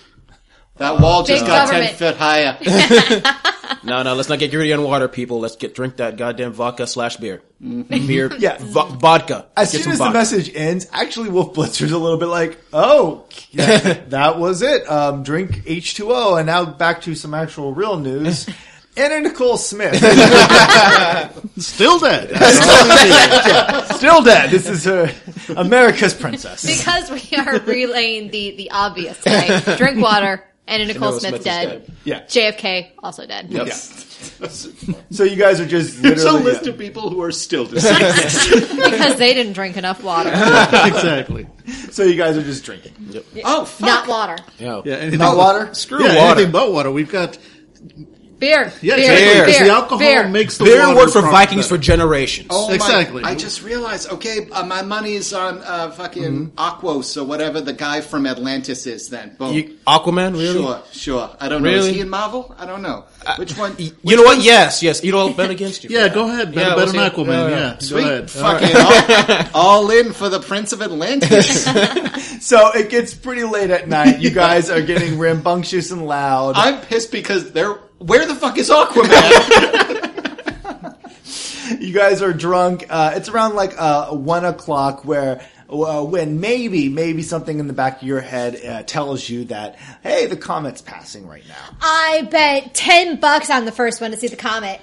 G: That wall just
F: Big
G: got
F: government.
G: ten foot higher.
C: No, no, let's not get greedy on water, people. Let's get drink that goddamn vodka slash beer. Beer, yeah, vo- vodka.
B: As soon
C: Get some
B: as the
C: vodka.
B: message ends, actually Wolf Blitzer's a little bit like, oh, yeah, that was it. Um, drink H2O. And now back to some actual real news. Anna Nicole Smith.
E: Still dead.
B: Still dead. This is her America's princess.
F: Because we are relaying the, the obvious way. Drink water. And Nicole
C: Smith
F: Smith
C: is
F: dead.
C: dead.
B: Yeah.
F: JFK also dead.
C: Yep.
B: So you guys are just
G: There's a
B: literally
G: list of people who are still deceased.
F: Because they didn't drink enough water.
E: exactly.
B: so you guys are just drinking.
G: oh, fuck.
F: Not water.
C: Yeah.
E: Yeah, anything
B: Not
E: but-
B: water.
C: Screw
E: Yeah,
C: water.
E: anything but water. We've got
F: Beer.
E: yeah,
F: beer.
E: exactly, 'cause
F: Beer.
E: the alcohol
F: beer.
E: makes the
C: Beer
E: water
C: worked for
E: proper
C: Vikings
E: better.
C: for generations.
G: Oh my-
E: Exactly.
G: I just realized. Okay, uh, my money's on uh, fucking Aquos or whatever the guy from Atlantis is. Then boom.
C: You- Aquaman, really?
G: Sure, sure. I don't know. Is
C: Really?
G: he in Marvel? I don't know. Which one?
C: You know what? Yes, yes. You know, I'll bet against you.
E: Yeah, go ahead. Better,
C: Yeah,
E: better
C: we'll
E: than
C: see.
E: Aquaman.
C: Yeah,
E: Yeah,
C: yeah.
E: go ahead.
G: Fucking all, all in for the Prince of Atlantis.
B: So it gets pretty late at night. You guys are getting rambunctious and loud.
G: I'm pissed because they're. Where the fuck is Aquaman?
B: you guys are drunk. Uh, it's around like uh, one o'clock where. Uh, when maybe, maybe something in the back of your head uh, tells you that, hey, the comet's passing right now.
F: I bet 10 bucks on the first one to see the comet.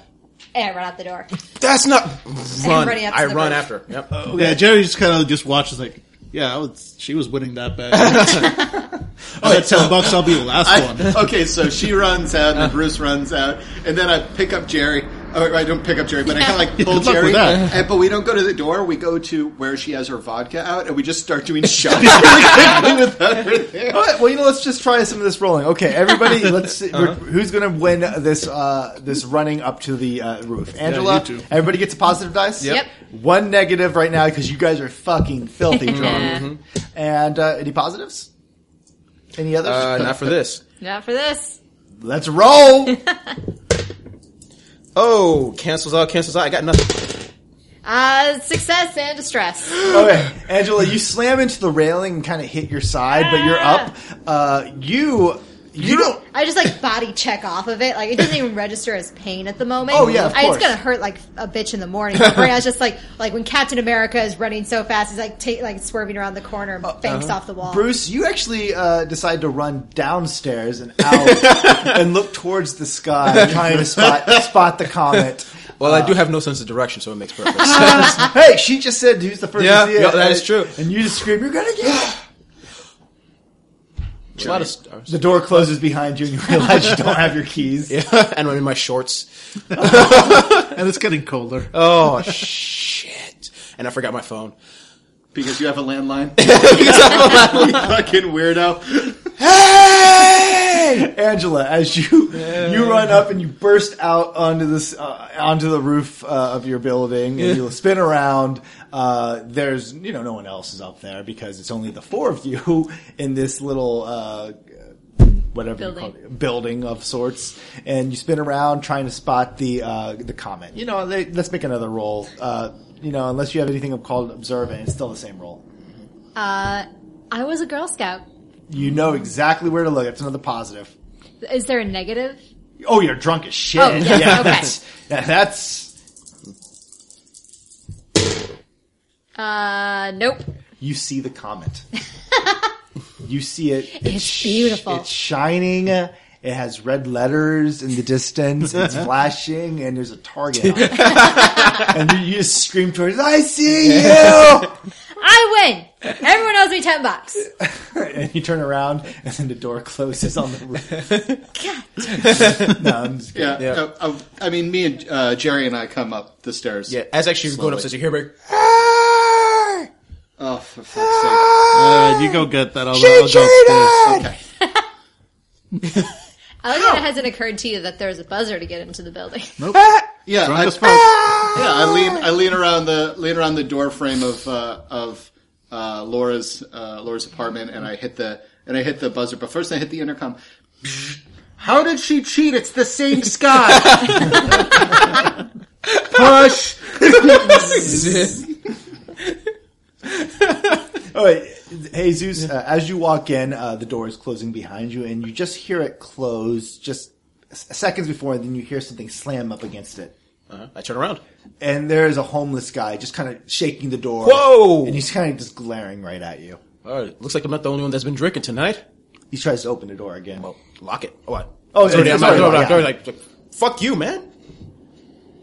F: And I run out the door.
C: That's not run.
F: running up to
C: I
F: the
C: run
F: bridge.
C: after. Yep.
E: Yeah, Jerry just kind of just watches like, yeah, I was, she was winning that bet. oh, that ten bucks, I'll be the last one.
G: I, okay, so she runs out and Bruce runs out, and then I pick up Jerry. Oh, I don't pick up Jerry, but I kind of like pull
E: Good luck with
G: Jerry.
E: that.
G: And, but we don't go to the door. We go to where she has her vodka out, and we just start doing shots really quickly without her there.
B: All right, well, you know, let's just try some of this rolling. Okay, everybody, let's see, who's going to win this uh, this running up to the uh, roof. Angela,
E: you two.
B: everybody gets a positive dice.
F: Yep.
B: One negative right now because you guys are fucking filthy drunk. and uh, any positives? Any others?
C: Uh, not for this.
F: Not for this.
B: let's roll.
C: Oh, cancels out, cancels out. I got nothing.
F: Uh, success and distress.
B: Okay, Angela, you slam into the railing and kind of hit your side, but you're up. Uh, you you don't.
F: I just like body check off of it. Like it doesn't even register as pain at the moment.
B: Oh, yeah, of
F: I,
B: course.
F: it's gonna hurt like a bitch in the morning. But right now, it's just like like when Captain America is running so fast, he's like ta- like swerving around the corner and banks off the wall.
B: Bruce, you actually uh, decide to run downstairs and out and look towards the sky, trying to spot spot the comet.
C: Well, I do have no sense of direction, so it makes perfect sense.
B: hey, she just said who's the first
C: Yeah,
B: to see it.
C: yeah, that
B: and-
C: is true.
B: And you just scream, "You're gonna get!" it."
C: It's a lot of uh, stars.
B: The door closes behind you, and you realize you don't have your keys.
C: and I'm in my shorts.
E: And it's getting colder.
C: Oh, shit. And I forgot my phone.
G: Because you have a landline. You fucking weirdo.
B: Hey, Angela! As you you run up and you burst out onto this uh, onto the roof uh, of your building, and you spin around. Uh, there's you know no one else is up there because it's only the four of you in this little. Uh, Whatever you call
F: Building.
B: it, building of sorts, and you spin around trying to spot the uh, the comet. You know, they, let's make another roll. Uh, you know, unless you have anything called observe, and it's still the same roll.
F: Uh, I was a Girl Scout.
B: You know exactly where to look. It's another positive.
F: Is there a negative?
B: Oh, you're drunk as shit.
F: Oh, yeah, okay.
B: that's, yeah, that's
F: Uh, nope.
B: you see the comet. you see it.
F: It's beautiful.
B: It's shining. It has red letters in the distance. It's flashing, and there's a target. on it. and you, you just scream towards. I see you.
F: I win. Everyone owes me ten bucks.
B: and you turn around, and then the door closes on the roof.
F: God.
B: No, I'm just kidding.
G: Yeah, uh, uh, I mean, me and uh, Jerry and I come up the stairs.
C: Yeah, as actually going upstairs, you hear me.
G: Oh, for fuck's sake.
E: Uh, you go get that. I'll, I'll go upstairs.
F: I like that Oh, it hasn't occurred to you that there's a buzzer to get into the building.
G: Yeah,
E: Drunk
G: I,
E: as fuck.
G: Yeah, I lean I lean around the lean around the door frame of uh, of uh, Laura's uh, Laura's apartment and I hit the and I hit the buzzer, but first I hit the intercom. How did she cheat? It's the same sky. Push.
B: All right, hey Zeus. Uh, as you walk in, uh, the door is closing behind you, and you just hear it close just s- seconds before, and then you hear something slam up against it.
C: Uh-huh. I turn around.
B: And there is a homeless guy just kind of shaking the door.
C: Whoa!
B: And he's kind of just glaring right at you.
C: All right, looks like I'm not the only one that's been drinking tonight.
B: He tries to open the door again.
C: Well, lock it. What?
B: Oh,
C: sorry,
B: yeah,
C: I'm
B: sorry,
C: sorry,
B: yeah.
C: sorry, like, like, fuck you, man.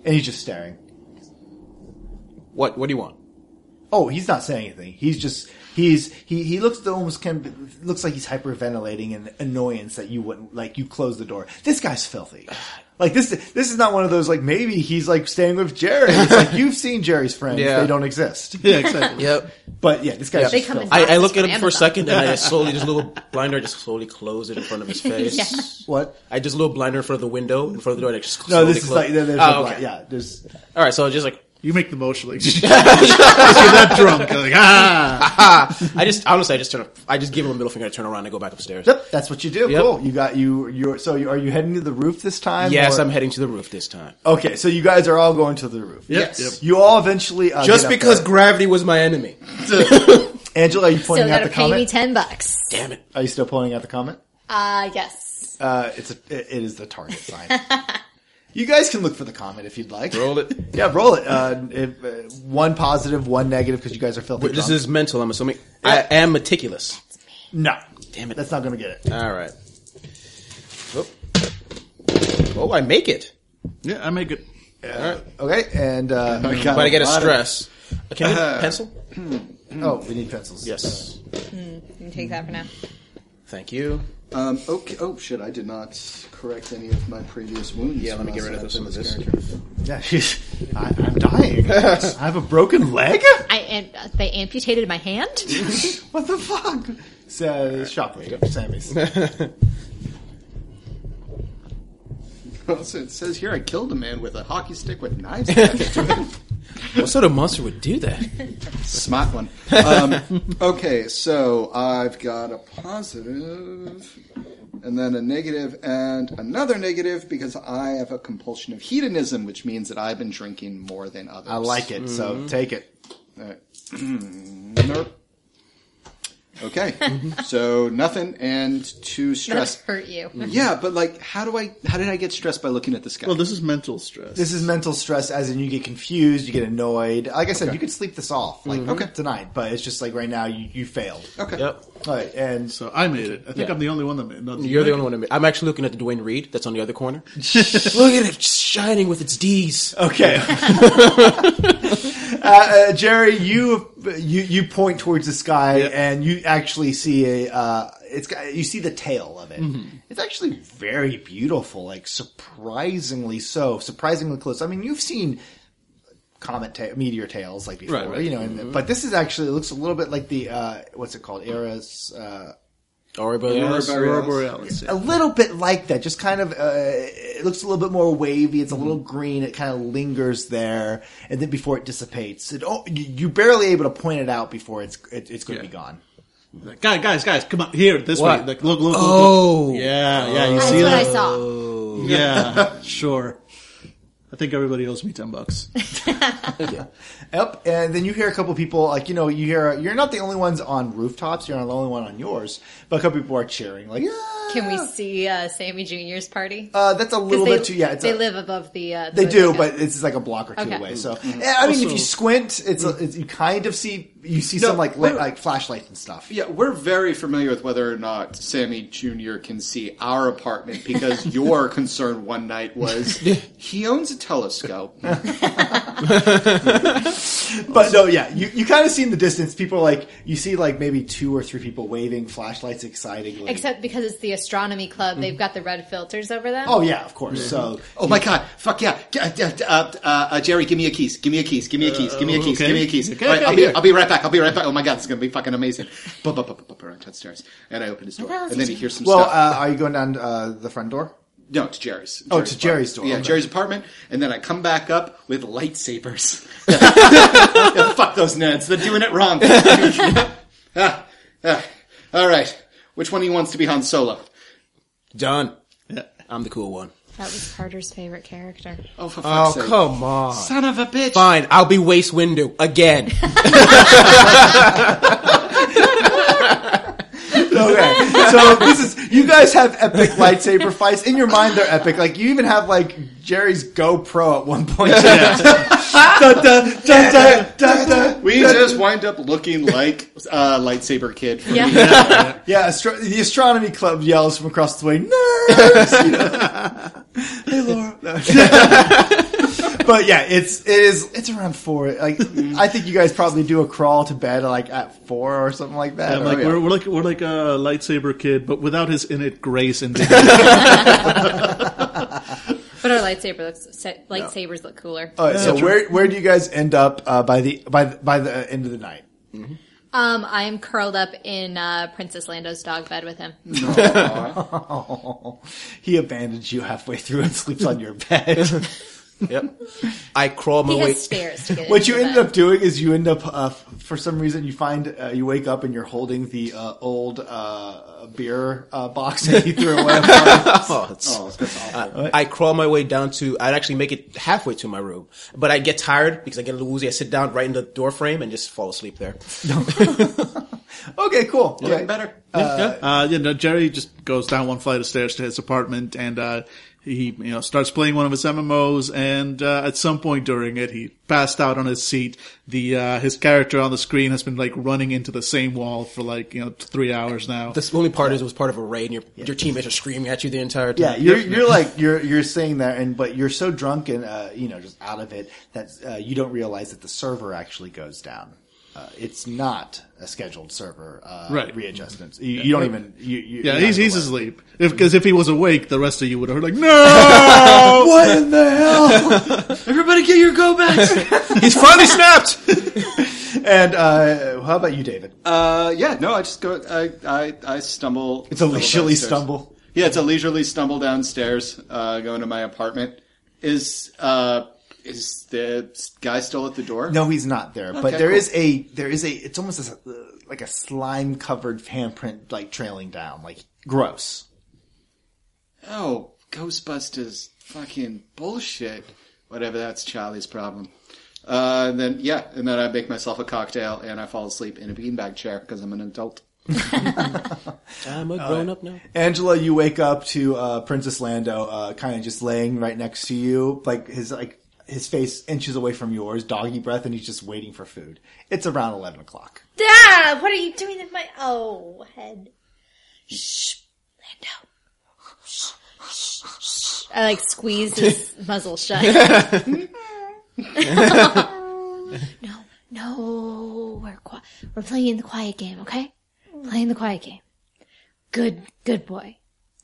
B: And he's just staring.
C: What? What do you want?
B: Oh, he's not saying anything. He's just he's he he looks to almost kind of, looks like he's hyperventilating in annoyance that you wouldn't like you close the door. This guy's filthy. Like this this is not one of those like maybe he's like staying with Jerry. It's like you've seen Jerry's friends,
C: Yeah.
B: they don't exist.
E: Yeah, exactly.
C: Yep.
B: But yeah, this guy's
F: They
B: just
F: come in
B: filthy.
C: I, I
F: Boxes
C: look at
F: from
C: him for a
F: Amazon.
C: second, and I just slowly just a little blinder. I just slowly close it in front of his face.
B: what?
C: I just a little blinder in front of the window, in front of the door. And I just
B: No,
C: slowly
B: this is
C: close-
B: like there- there's
C: Oh,
B: no
C: okay.
B: yeah, there's
C: All right, so I just like
E: You make the motion like, because you're that drunk. You're like, ah.
C: I just honestly I just turn I just give him a middle finger. I turn around and I go back upstairs.
B: Yep, that's what you do.
C: Yep.
B: Cool. You got you you so you, are you heading to the roof this time?
C: Yes,
B: or-
C: I'm heading to the roof this time.
B: Okay, so you guys are all going to the roof.
C: Yes.
B: You all eventually uh,
C: Just
B: get up
C: because
B: there.
C: gravity was my enemy.
B: Angela, are you
F: Still
B: pointing out
F: gotta
B: the
F: pay me
B: comment?
F: ten bucks.
C: Damn it.
B: are you still pointing out the comment?
F: Uh, yes.
B: Uh, it's a, it it is the target sign. you guys can look for the comment if you'd like.
C: Roll it.
B: Yeah, roll it. Uh, if, uh, one positive, one negative, because you guys are filthy.
C: This
B: drunk.
C: is mental, I'm assuming. I am meticulous.
B: no.
C: Damn it.
B: That's not going to get it.
C: All right. Oh. Oh, I make it.
E: Yeah, I make it.
B: Okay, and uh,
C: But I Uh-huh. get a stress. Can you get a pencil?
B: Oh, we need pencils.
C: Yes.
F: You can take that for now.
C: Thank you.
D: Um, okay. Oh shit! I did not correct any of my previous wounds.
C: Yeah, let me
D: from
C: get rid of
D: last
C: this one.
D: episode's
C: This.
D: character.
B: Yeah, she's- I, I'm dying. I have a broken leg.
F: I am, uh, they amputated my hand.
B: What the fuck? So, shockwave, Sammy's.
J: Also, it says here I killed a man with a hockey stick with knives. attached to it.
C: What sort of monster would do that?
D: Smart one. Um, okay, so I've got a positive, and then a negative, and another negative because I have a compulsion of hedonism, which means that I've been drinking more than others.
B: I like it,
C: Mm-hmm.
B: so take it.
D: Nope. Okay, so nothing and two
F: That
D: stress.
F: hurt you.
B: Mm.
D: Yeah, but like, how do I? How did I get stressed by looking at this guy?
E: Well, this is mental stress.
B: This is mental stress, as in you get confused, you get annoyed. Like I said, you could sleep this off, like okay tonight, but it's just like right now you, you failed.
D: okay.
C: Yep.
B: All right, and
E: so I made it. I think
C: Yeah.
E: I'm the only one that made it.
C: You're the only one. that made- I'm actually looking at the Dwayne Reed that's on the other corner. Look at it just shining with its D's.
B: Okay. uh, uh, Jerry, you, you you point towards the sky and you actually see a uh, it's got- you see the tail of it.
C: Mm-hmm.
B: It's actually very beautiful, like surprisingly so, surprisingly close. I mean, you've seen comet ta- meteor tails like before,
C: Right, right. Mm-hmm.
B: you know, and, but this is actually it looks a little bit like the uh, what's it called? Eras uh,
C: Aurora Borealis.
E: Aurora Borealis. yeah.
B: a little bit like that. Just kind of, uh, it looks a little bit more wavy. It's a little green. It kind of lingers there, and then before it dissipates, it oh, you- you're barely able to point it out before it's it, it's going to
E: Yeah.
B: be gone.
E: Like, guys, guys, guys, come on here this
C: What?
E: way. Like, look, look, look.
C: Oh.
E: look. yeah, yeah. You
F: That's
E: see
F: what I
E: that?
F: saw.
E: Yeah, sure. I think everybody owes me ten bucks.
B: Yep. And then you hear a couple people, like you know, you hear you're not the only ones on rooftops. You're not the only one on yours, but a couple people are cheering. Like, yeah.
F: Can we see uh, Sammy Junior's party?
B: Uh, that's a little
F: they,
B: bit too. Yeah, it's
F: they
B: a,
F: live above the. Uh,
B: They
F: the
B: do,
F: bodega.
B: but it's like a block or two
F: Okay.
B: away. So, yeah, I mean, if
E: Also-
B: you squint, it's, a, it's you kind of see you see
D: No,
B: some like li-
D: we're-
B: like flashlights and stuff.
J: Yeah, we're very familiar with whether or not Sammy Jr. can see our apartment because your concern one night was he owns a telescope.
B: But no, yeah, you, you kind of see in the distance people like you see like maybe two or three people waving flashlights excitingly.
F: Except because it's the astronomy club, they've got the red filters over them.
B: Mm-hmm. oh yeah, of course. So
J: Oh my god! Fuck yeah! G- uh, d- uh, uh, uh, Jerry, give me a keys. Give me a keys. Give me a keys. Give me a keys.
E: okay.
J: Give me a keys.
E: Okay,
J: All right,
E: okay,
J: I'll, be,
E: here.
J: I'll be right back. I'll be right back. Oh my god, this is gonna be fucking amazing. Bump, bump, bump, bump, bump, right downstairs, and I open his door,
F: Well,
J: and then he hears some
B: well,
J: stuff.
B: uh, are you going down uh, the front door?
J: no, to Jerry's.
B: Oh, to Jerry's
J: apartment.
B: door,
J: Yeah,
B: okay.
J: Jerry's apartment, and then I come back up with lightsabers. Yeah, fuck those nerds. They're doing it wrong. Ah, ah. All right, which one of you wants to be Han Solo?
C: Done. I'm the cool one.
K: That was Carter's favorite character.
J: Oh, for fuck's
C: Oh,
J: sake.
C: come on.
J: Son of a bitch.
C: Fine, I'll be waste window again.
L: Okay.
B: so this is you guys have epic lightsaber fights in your mind. They're epic. Like you even have like Jerry's GoPro at one point.
G: We just wind up looking like uh, lightsaber kid. From
F: Yeah.
B: Yeah, astro- the astronomy club yells from across the way, "Nerds!" You know? hey, Laura. No. but yeah, it's it is it's around four. Like
E: Mm-hmm.
B: I think you guys probably do a crawl to bed like at four or something like that.
E: Yeah,
B: or-
E: like
B: yeah.
E: we're, we're like we're like a lightsaber kid, but without his innate grace and
F: But our lightsaber looks, lightsabers look cooler.
B: All right, so where where do you guys end up uh, by the by the, by the end of the night?
F: Um, I am curled up in uh, Princess Lando's dog bed with him.
B: he abandons you halfway through and sleeps on your bed.
C: Yep. I crawl my
F: He
C: way.
F: has stairs to get
B: What
F: into
B: you
F: the
B: ended
F: bed.
B: up doing is you end up, uh, f- for some reason, you find uh, you wake up and you're holding the uh, old uh, beer uh, box that you threw away.
C: Oh, it's- I, I crawl my way down to. I'd actually make it halfway to my room, but I get tired because I get a little woozy. I sit down right in the door frame and just fall asleep there.
B: okay, cool. Okay.
G: better.
E: uh, you know, Jerry just goes down one flight of stairs to his apartment, and uh, he you know starts playing one of his MMOs. And uh, at some point during it, he passed out on his seat. The uh, his character on the screen has been like running into the same wall for like you know three hours now.
C: The only part is it was part of a raid, and your your teammates are screaming at you the entire
B: Yeah,
C: time.
B: you're you're like you're you're saying that, and but you're so drunk and uh, you know just out of it that uh, you don't realize that the server actually goes down. Uh, it's not a scheduled server uh,
E: Right.
B: readjustments. You, you don't even. You, you,
E: yeah,
B: you're
E: he's
B: not
E: he's
B: aware.
E: asleep. Because if, he was awake, the rest of you would have heard like no.
B: What in the hell?
G: Everybody, get your go back.
C: He's finally snapped.
B: and uh, how about you, David?
G: uh, yeah, no, I just go. I I, I stumble.
B: It's a
G: stumble
B: leisurely
G: downstairs.
B: stumble.
G: Yeah, it's a leisurely stumble downstairs, uh, going to my apartment. Is uh, is the guy still at the door?
B: No, he's not there. but
G: Okay,
B: there
G: cool.
B: is a there is a it's almost as, uh, like a slime covered handprint like trailing down, like gross.
G: Oh, Ghostbusters, fucking bullshit. Whatever, that's Charlie's problem. Uh, and then yeah, and then I make myself a cocktail and I fall asleep in a beanbag chair because I'm an adult.
C: I'm a grown up now.
B: Angela, you wake up to uh, Princess Lando, uh, kind of just laying right next to you, like his like his face inches away from yours, doggy breath, and he's just waiting for food. It's around eleven o'clock.
F: Dad, what are you doing in my oh head? Shh, Lando. Shh, shh, shh. I like squeeze his muzzle shut.
M: No, no, we're qui- we're playing the quiet game, okay? Playing the quiet game. Good, good boy.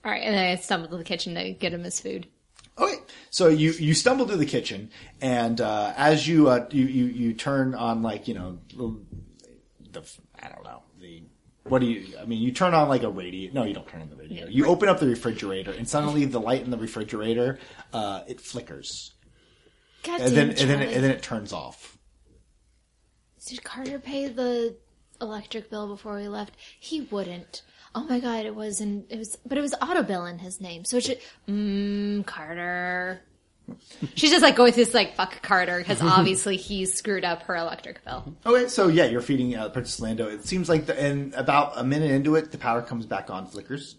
F: All right, and then I stumble to the kitchen to get him his food.
B: Okay, so you you stumble to the kitchen, and uh, as you, uh, you you you turn on like you know the, the I don't know the what do you I mean you turn on like a radio? No, you don't turn on the radio. You open up the refrigerator, and suddenly the light in the refrigerator uh, it flickers,
M: God
B: and
M: damn
B: then
M: it,
B: and then
M: Charlie.
B: and then it turns off.
M: Did Carter pay the electric bill before we left? He wouldn't. Oh my god, it was in it was, but it was auto bill in his name. So it should. Mmm, Carter.
F: mm, She's just like going through this like fuck Carter because obviously he's screwed up her electric bill.
B: Okay, so yeah, you're feeding uh, Princess Lando. It seems like the, and about a minute into it, the power comes back on, flickers.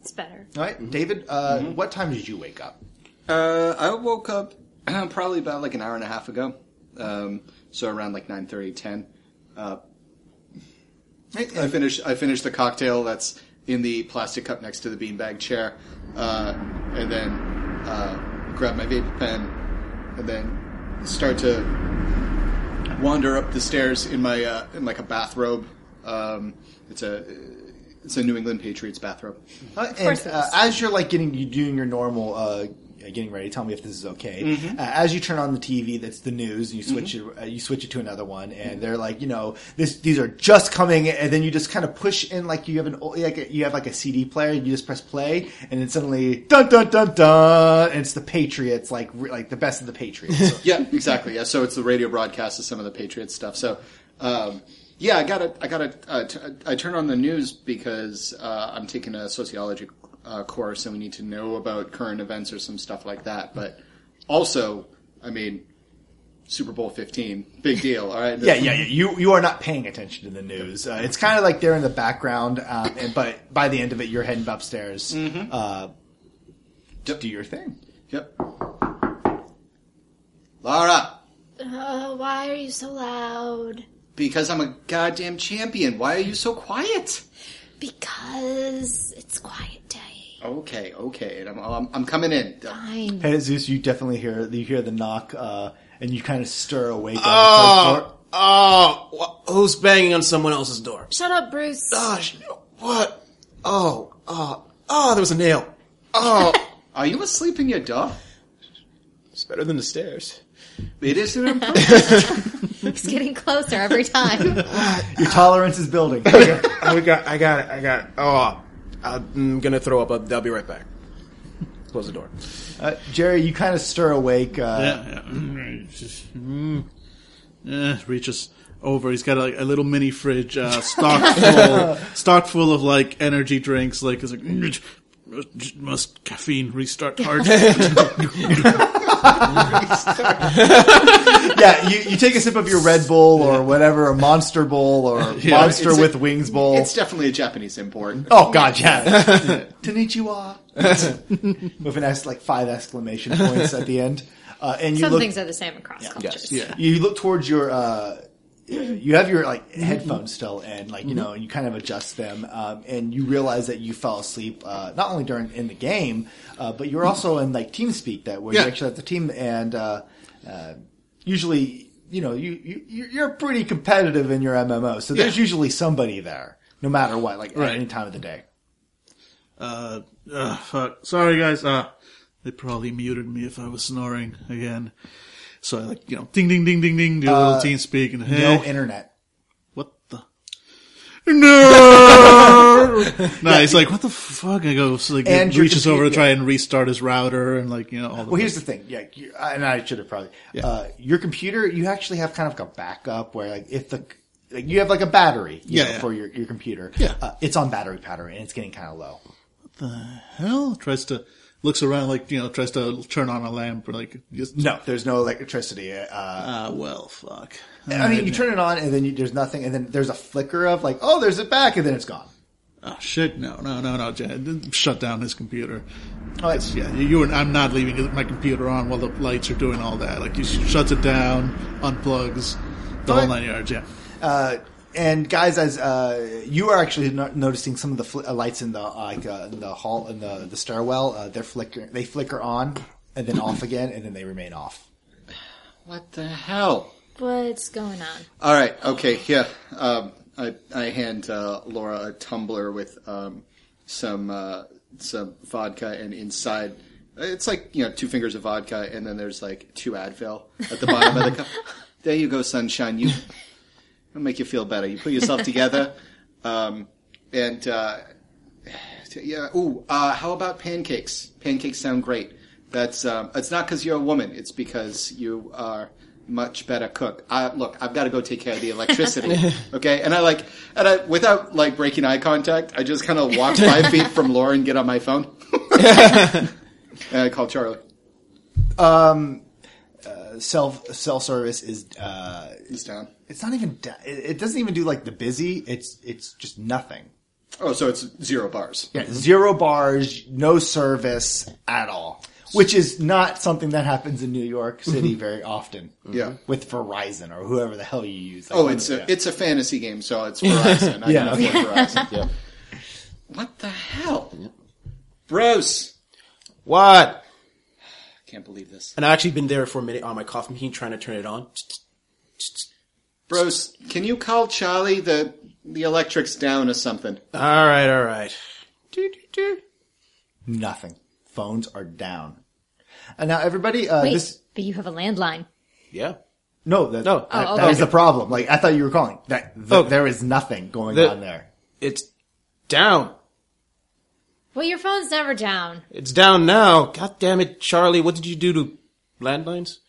M: It's better.
B: All right, David, uh, what time did you wake up?
G: Uh, I woke up probably about like an hour and a half ago, um, so around like 9.30, 10. Uh, I finished I finished the cocktail that's in the plastic cup next to the beanbag chair, uh, and then uh, grab my vape pen, and then start to wander up the stairs in my uh, in like a bathrobe. Um, it's a it's a New England Patriots bathrobe.
B: Uh,
F: course
B: and
F: it
B: uh,
F: is.
B: as you're like getting you doing your normal uh, getting ready, tell me if this is okay. Uh, as you turn on the TV, that's the news, and you switch it, uh, you switch it to another one, and they're like, you know, this these are just coming, and then you just kind of push in like you have an old- like you have like a CD player, and you just press play, and then suddenly dun dun dun dun, and it's the Patriots, like re- like the best of the Patriots.
G: yeah, exactly. Yeah, so it's the radio broadcast of some of the Patriots stuff. So, um, yeah, I got to I got to uh, t- I turn on the news because uh, I'm taking a sociology uh, course and we need to know about current events or some stuff like that. But also, I mean, Super Bowl 15. Big deal, all right?
B: Yeah, yeah, yeah. You you are not paying attention to the news. Uh, it's kind of like they're in the background, um, and but by the end of it, you're heading upstairs.
G: Mm-hmm.
B: Uh, Do your thing.
G: Yep. Laura,
K: Uh, why are you so loud?
G: because I'm a goddamn champion, why are you so quiet?
K: Because it's quiet day.
G: Okay, okay. And I'm, I'm, I'm coming in.
K: Fine.
B: Hey, Zeus, you definitely hear you hear the knock, uh, and you kind of stir awake. uh, on the first
C: Oh,
B: floor.
C: oh, wh- who's banging on someone else's door?
K: Shut up, Bruce.
C: Gosh, what? Oh, oh, oh, there was a nail. Oh,
G: Are you asleep in your duff?
C: it's better than the stairs.
G: It is an improvement.
K: It's getting closer every time.
B: Your tolerance is building.
C: I got, I got it, I got it. Oh, I'm gonna throw up. I'll be right back. Close the door.
B: uh, Jerry, you kind of stir awake. Uh,
E: Yeah, yeah. mm, Eh, reaches over. He's got like a little mini fridge uh, stocked full, stocked full of like energy drinks. Like it's like "Mm, must- must caffeine restart hard.
B: yeah, you, you take a sip of your Red Bull or whatever, a Monster Bowl or Monster
G: it's a-
B: with Wings Bowl.
G: It's definitely a Japanese import.
B: Oh god, yeah. Konnichiwa. With an S, like five exclamation points at the end. Uh, and you
F: Some
B: look,
F: things are the same across cultures.
B: you look towards your, uh, you have your like headphones still, and like you
E: Mm-hmm.
B: know, you kind of adjust them, um, and you realize that you fell asleep uh, not only during in the game, uh, but you're also in like TeamSpeak that where
E: Yeah.
B: you actually have the team, and uh, uh, usually you know you, you you- you're pretty competitive in your MMO, so there's
E: Yeah.
B: usually somebody there, no matter what, like
E: Right.
B: at any time of the day.
E: uh, uh, fuck. Sorry, guys. Uh, they probably muted me if I was snoring again. So I like you know, ding ding ding ding ding, do a little teen speak and hey,
B: No internet.
E: what the. No, no. He's like, "What the fuck?" I go, so like,
B: And your
E: reaches
B: computer-
E: over to
B: yeah.
E: try and restart his router, and like, you know, all the
B: Well, here's the thing. Yeah, you, and I should have probably. Uh, your computer, you actually have kind of like a backup where, like, if the like you have like a battery, you
E: Yeah,
B: know,
E: yeah.
B: for your, your computer.
E: Yeah.
B: uh, it's on battery power and it's getting kind of low.
E: hell? Tries to looks around like you know, tries to turn on a lamp or like just
B: No, there's no electricity. Uh,
E: Ah, well, fuck.
B: I mean, you turn it on and then you, there's nothing, and then there's a flicker of like, oh, there's it back, and then it's gone.
E: Oh shit! No, no, no, no. Jan- Shut down his computer.
B: Oh,
E: It's- yeah, you and I'm not leaving my computer on while the lights are doing all that. Like, you shuts it down, unplugs, the whole nine yards. Yeah.
B: Uh, and guys, as uh, you are actually no- noticing some of the fl- uh, lights in the uh, like uh, in the hall in the the stairwell, uh, they're flicker, they flicker on and then off again, and then they remain off.
G: What the hell?
K: What's going on?
B: Uh,
G: All right, okay, yeah. Um, I, I hand uh, Laura a tumbler with um, some uh, some vodka, and inside it's like you know two fingers of vodka, and then there's like two Advil at the bottom of the cup. There you go, sunshine. You it'll make you feel better. You put yourself together, um, and uh, yeah. Ooh, uh, how about pancakes? Pancakes sound great. That's um, it's not because you're a woman. It's because you are much better cook. I, look, I've got to go take care of the electricity. okay, and I like and I without like breaking eye contact, I just kind of walk five feet from Laura and get on my phone. and I call Charlie.
B: Self self service is uh,
G: He's down.
B: It's not even. da- It it doesn't even do like the busy. It's it's just nothing.
G: Oh, so it's zero bars.
B: Yeah, zero bars, no service at all, which is not something that happens in New York City very often.
G: Yeah.
B: with Verizon or whoever the hell you use. Like,
G: Oh, it's a
B: yeah.
G: it's a fantasy game, so it's Verizon. I
B: Yeah.
G: yeah, Verizon. What the hell, Bruce?
C: What?
G: I can't believe this.
C: And I've actually been there for a minute on my coffee machine trying to turn it on.
G: Bruce, can you call Charlie? The the electric's down or something.
C: All right, all right.
B: nothing. Phones are down. And now everybody, uh,
F: Wait,
B: this
F: but you have a landline.
C: Yeah.
B: no, that,
C: No.
B: that,
F: Oh,
B: that
F: okay.
B: is the problem. Like I thought you were calling that. th-
C: Oh.
B: There is nothing going
C: The-
B: on there.
C: It's down.
F: Well, your phone's never down.
C: It's down now. God damn it, Charlie. What did you do to landlines?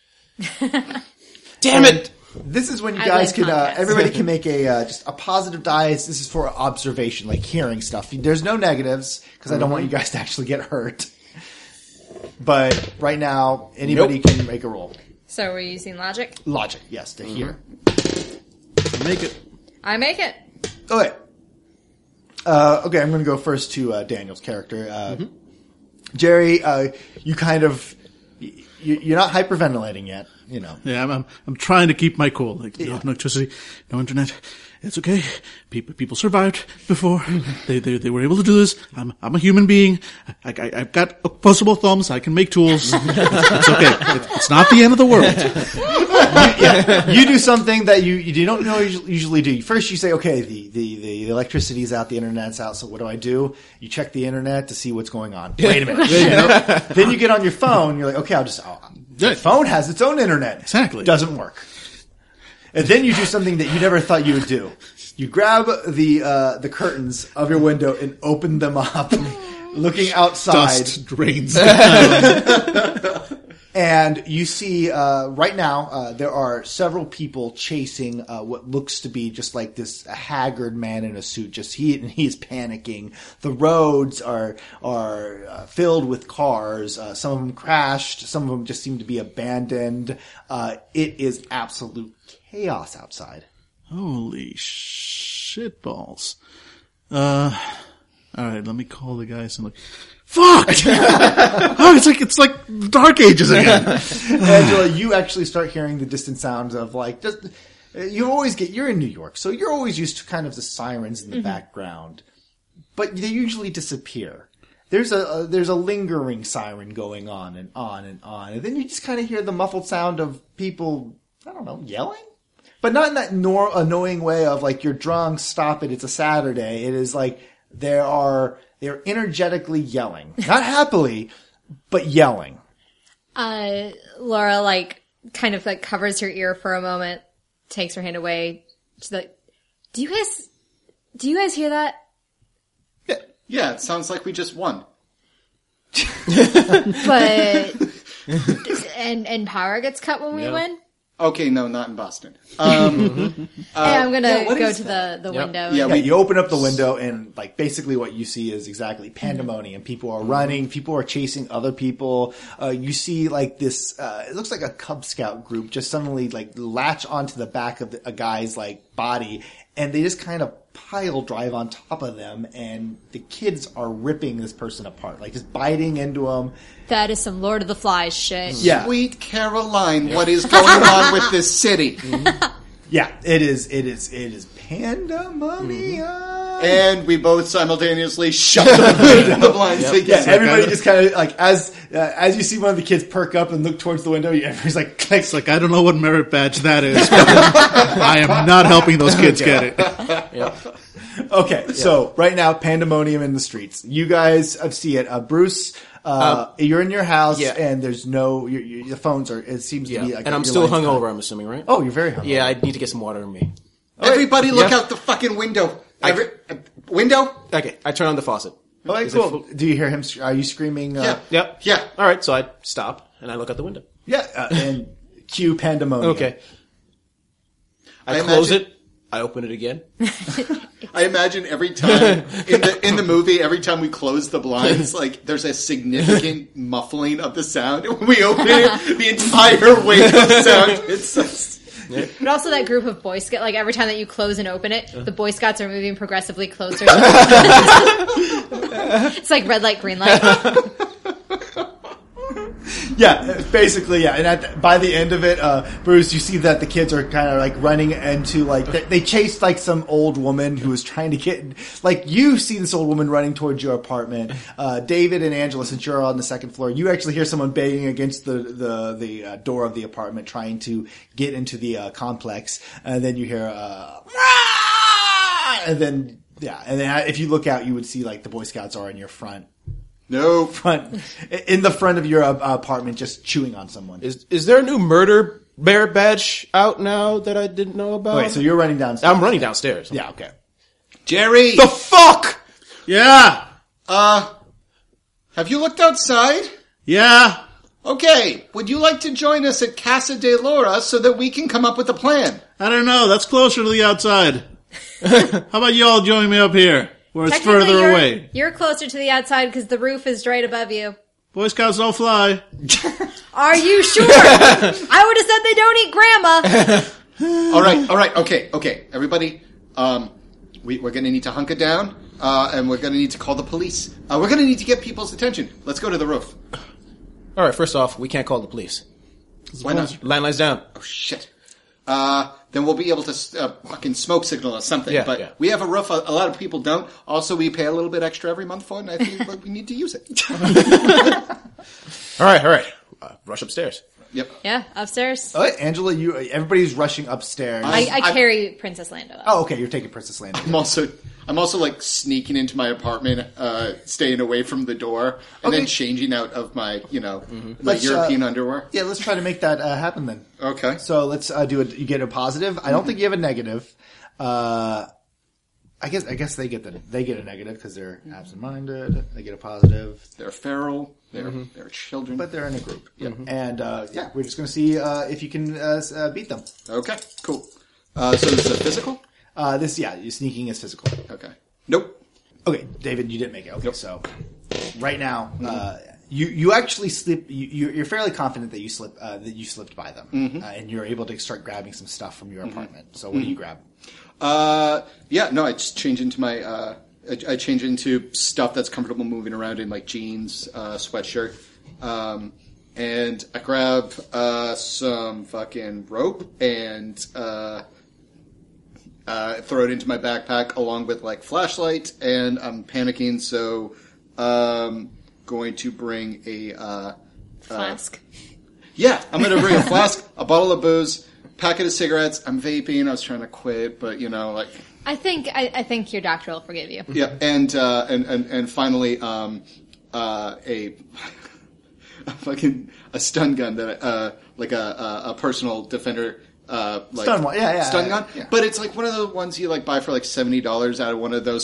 C: damn it.
B: This is when you
F: I
B: guys
F: like
B: can. Uh,
F: contrast.
B: everybody can make a uh, just a positive dice. This is for observation, like hearing stuff. There's no negatives because I don't want you guys to actually get hurt. But right now, anybody can make a roll.
F: So we're using logic.
B: Logic, yes, to hear.
E: Make it.
F: I make it.
B: Okay. Uh, okay, I'm going to go first to uh, Daniel's character. Uh, Jerry, uh, you kind of y- you, you're not hyperventilating yet. You know,
E: Yeah, I'm, I'm, I'm trying to keep my cool. Like, no electricity, no internet. It's okay. People, people survived before. they, they, they were able to do this. I'm, I'm a human being. I, I, I've got opposable thumbs. I can make tools. it's okay. It- it's not the end of the world.
B: you do something that you, you don't know you usually do. First, you say, okay, the, the, the electricity's out, the internet's out, so what do I do? You check the internet to see what's going on. Wait a minute. shit. then you get on your phone, you're like, okay, I'll just, oh, the phone has its own internet.
E: Exactly.
B: Doesn't work. And then you do something that you never thought you would do. You grab the, uh, the curtains of your window and open them up, looking outside
E: Dust drains.
B: and you see uh, right now uh, there are several people chasing uh, what looks to be just like this haggard man in a suit. Just he and he's panicking. The roads are are uh, filled with cars. Uh, some of them crashed. Some of them just seem to be abandoned. Uh, it is absolute chaos outside.
E: Holy shit balls. Uh, alright, let me call the guys and like, fuck! oh, it's like, it's like Dark Ages again.
B: Angela, you actually start hearing the distant sounds of like just you always get you're in New York, so you're always used to kind of the sirens in the background, but they usually disappear. There's a, a there's a lingering siren going on and on and on, and then you just kind of hear the muffled sound of people I don't know yelling, but not in that nor- annoying way of like you're drunk, stop it, it's a Saturday. It is like there are they're energetically yelling, not happily, but yelling.
F: Uh, Laura like kind of like covers her ear for a moment, takes her hand away. She's like, "Do you guys, do you guys hear that?"
J: Yeah, yeah, it sounds like we just won.
F: But and and power gets cut when we win.
J: Okay, no, not in Boston. Um,
E: Uh,
F: and I'm gonna
J: yeah, what
F: go
J: is
F: to the the window.
J: yeah,
B: Yeah,
J: we,
B: you open up the window and like basically what you see is exactly pandemonium. People are running, people are chasing other people. Uh, you see like this, uh, it looks like a Cub Scout group just suddenly like latch onto the back of the, a guy's like body and they just kind of pile drive on top of them and the kids are ripping this person apart, like just biting into him.
F: That is some Lord of the Flies shit.
B: Yeah.
J: sweet Caroline, what is going on with this city?
B: Mm-hmm. Yeah. It is, it is, it is pandemonium. Mm-hmm.
J: And we both simultaneously shut the, the blinds
B: Yeah,
J: together.
B: everybody just kind of like as uh, as you see one of the kids perk up and look towards the window, everybody's like, clicks,
E: It's like, I don't know what merit badge that is. but I am not helping those kids get it.
B: Okay, so right now, pandemonium in the streets. You guys uh, see it. Uh, Bruce, uh, you're in your house,
C: Um, yeah.
B: and there's no your, your, the phones are. It seems to be like
C: and I'm
B: your
C: still
B: line's
C: hungover,
B: cut.
C: I'm assuming, right?
B: Oh, you're very hungover.
C: Yeah, I need to get some water in me.
J: Everybody look out the fucking window. Every, uh, window?
C: Okay, I turn on the faucet.
B: Okay,
C: Is it
B: cool.
C: full-
B: Do you hear him? sc- Are you screaming? Uh,
J: Yeah.
C: Yep.
J: Yeah.
C: All right, so I stop and I look out the window.
B: yeah, uh, and cue pandemonium.
C: Okay. Oh,
J: I
C: I, close
J: imagine-
C: it. I open it again.
J: I imagine every time in the in the movie, every time we close the blinds, like there's a significant muffling of the sound. When we open it, the entire weight of sound. It's just,
F: But also that group of Boy Scouts, like every time that you close and open it, the Boy Scouts are moving progressively closer. to it's like red light, green light.
B: Yeah, basically, yeah. And at the, by the end of it, uh, Bruce, you see that the kids are kind of like running into like they, they chased like some old woman who was trying to get like you see this old woman running towards your apartment. Uh, David and Angela, since you're on the second floor, you actually hear someone banging against the the the uh, door of the apartment trying to get into the uh, complex, and then you hear uh, "Ah!" and then yeah, and then uh, if you look out, you would see like the Boy Scouts are in your front
J: no.
B: front in the front of your uh, apartment just chewing on someone.
C: Is is there a new murder bear badge out now that I didn't know about?
B: Wait, so you're running downstairs.
C: I'm running downstairs.
B: yeah, okay.
J: Jerry,
C: The fuck?
E: Yeah!
J: uh, have you looked outside?
E: Yeah!
J: Okay, would you like to join us at Casa de Laura so that we can come up with a plan?
E: I don't know. That's closer to the outside. How about y'all join me up here? Where it's
F: Technically,
E: further
F: you're,
E: away.
F: You're closer to the outside because the roof is right above you.
E: Boy Scouts don't fly.
F: Are you sure? I would have said they don't eat grandma.
G: all right, all right, okay, okay, everybody. Um, we, we're gonna need to hunker down, uh, and we're gonna need to call the police. Uh, we're gonna need to get people's attention. Let's go to the roof.
C: All right, first off, we can't call the police.
G: Why not?
C: Line lies down.
G: Oh shit. Uh, then we'll be able to uh, fucking smoke signal or something.
C: Yeah,
G: but
C: yeah.
G: we have a roof. A, a lot of people don't. Also, we pay a little bit extra every month for it, and I think that we need to use it.
C: All right, all right. Uh, rush upstairs.
G: yep.
F: yeah, upstairs.
B: Uh, Angela, you everybody's rushing upstairs.
F: I, I
G: I-
F: carry Princess Lando. Up.
B: oh, okay, you're taking Princess Landing.
G: I'm also I'm also like sneaking into my apartment, uh, staying away from the door, and then
B: Okay.
G: changing out of my you know my
B: Let's, uh,
G: European underwear.
B: Yeah, let's try to make that uh, happen then.
G: Okay.
B: So let's uh, do it. You get a positive. I don't think you have a negative. Uh, I guess I guess they get the they get a negative because they're
E: Mm-hmm.
B: absent-minded. They get a positive,
G: They're feral. They're they're
B: Mm-hmm.
G: children.
B: but they're in a group. Yeah.
E: Mm-hmm.
B: And uh, yeah, we're just gonna see uh, if you can uh, s- uh, beat them.
G: okay. Cool. Uh, so this is a physical.
B: Uh, this yeah, you sneaking is physical.
G: Okay. Nope.
B: Okay, David, you didn't make it. Okay, so right now, uh, you you actually slip. You, you- you're fairly confident that you slip uh, that you slipped by them,
G: Mm-hmm.
B: uh, and you're able to start grabbing some stuff from your apartment. So what do you grab?
G: Uh, yeah. No, I just change into my. Uh, I, I change into stuff that's comfortable moving around in like jeans, uh, sweatshirt, um, and I grab uh, some fucking rope and. Uh, uh, throw it into my backpack along with like flashlight, and I'm panicking, so um, going to bring a uh,
F: Flask.
G: yeah, I'm gonna bring a flask, a bottle of booze, packet of cigarettes. I'm vaping. I was trying to quit, but you know, like
F: I think I, I think your doctor will forgive you.
G: yeah, and uh, and and and finally, um, uh, a, a fucking a stun gun that uh, like a, a a personal defender. Uh, like
B: Stun one, yeah, yeah,
G: stun
B: yeah,
G: gun.
B: yeah.
G: But it's like one of the ones you like buy for like seventy dollars out of one of those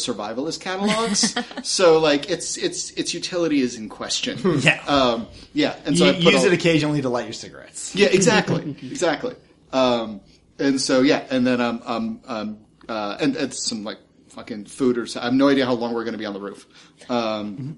G: survivalist catalogs. so like its its its utility is in question.
B: Yeah.
G: um, yeah. And so
B: you
G: I put
B: use
G: all-
B: it occasionally to light your cigarettes.
G: yeah, exactly, exactly. Um, and so yeah, and then um um um uh, and it's some like fucking food or so. I have no idea how long we're going to be on the roof. Um,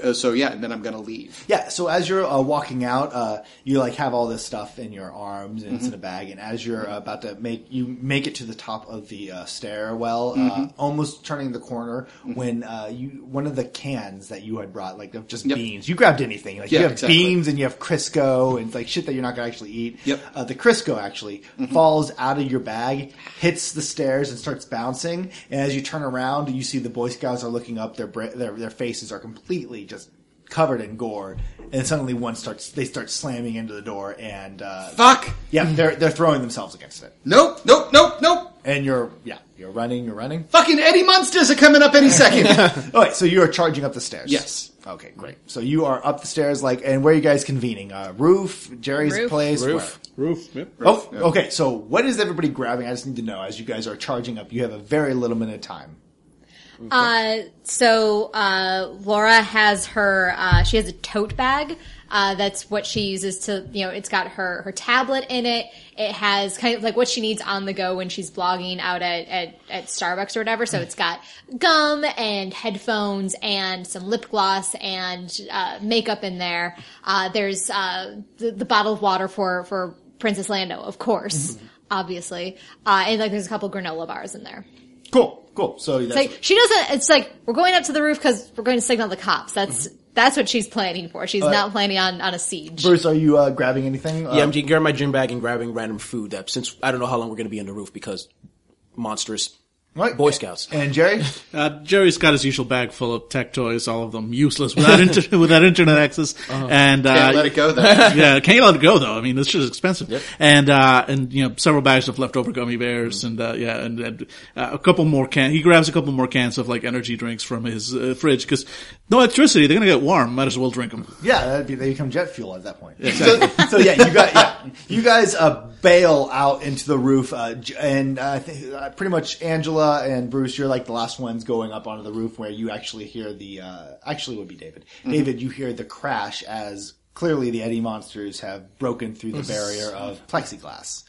G: uh, so yeah, and then I'm going to leave.
B: Yeah. So as you're uh, walking out, uh, you like have all this stuff in your arms and
G: Mm-hmm.
B: it's in a bag. And as you're uh, about to make you make it to the top of the uh, stairwell,
G: Mm-hmm.
B: uh, almost turning the corner when uh, you one of the cans that you had brought, like of just
G: Yep.
B: beans. You grabbed anything. Like you
G: Yeah,
B: have
G: exactly.
B: beans and you have Crisco and like shit that you're not gonna actually eat.
G: Yep.
B: Uh, the Crisco actually
G: Mm-hmm.
B: falls out of your bag, hits the stairs, and starts bouncing. And as you turn around, you see the Boy Scouts are looking up. Their bra- their their faces are completely just covered in gore. And suddenly, one starts they start slamming into the door, and uh,
G: Fuck!
B: yeah, they're they're throwing themselves against it.
G: Nope, nope, nope, nope.
B: And you're yeah, you're running, you're running.
G: Fucking Eddie Monsters are coming up any second.
B: All right, so you are charging up the stairs.
G: Yes.
B: Okay, great. So you are up the stairs, like, and where are you guys convening? Uh, roof, Jerry's
F: Roof.
B: place,
C: Roof.
B: where?
E: Roof. Yep.
B: Oh, okay. So, what is everybody grabbing? I just need to know. As you guys are charging up, you have a very little minute of time.
F: Uh, so uh, Laura has her uh, she has a tote bag. Uh, that's what she uses to you know it's got her her tablet in it. It has kind of like what she needs on the go when she's blogging out at at, at Starbucks or whatever. So it's got gum and headphones and some lip gloss and uh, makeup in there. Uh, there's uh, the, the bottle of water for for Princess Lando, of course. Obviously, uh, and like there's a couple granola bars in there.
B: Cool, cool. So that's
F: It's like she doesn't. It's like we're going up to the roof because we're going to signal the cops. That's that's what she's planning for. She's not planning on on a siege.
B: Bruce, are you uh, grabbing anything?
C: Yeah, I'm grabbing my gym bag and grabbing random food that since I don't know how long we're going to be on the roof because monstrous
B: right.
C: Boy Scouts.
B: And Jerry,
E: Uh, Jerry's got his usual bag full of tech toys, all of them useless without inter- without internet access, and uh,
G: Can't let it go though.
E: yeah, can't let it go though. I mean, this shit is expensive, and uh, and you know, several bags of leftover gummy bears, and uh, yeah, and, and uh, a couple more can. He grabs a couple more cans of like energy drinks from his uh, fridge because no electricity, they're gonna get warm. Might as well drink them.
B: yeah, that'd be, they become jet fuel at that point. So, so yeah, you got yeah, you guys uh, bail out into the roof, uh, J- and uh, I think uh, pretty much Angela and Bruce, you're like the last ones going up onto the roof where you actually hear the uh, actually it would be David. David, you hear the crash as clearly the Eddie monsters have broken through the barrier of plexiglass.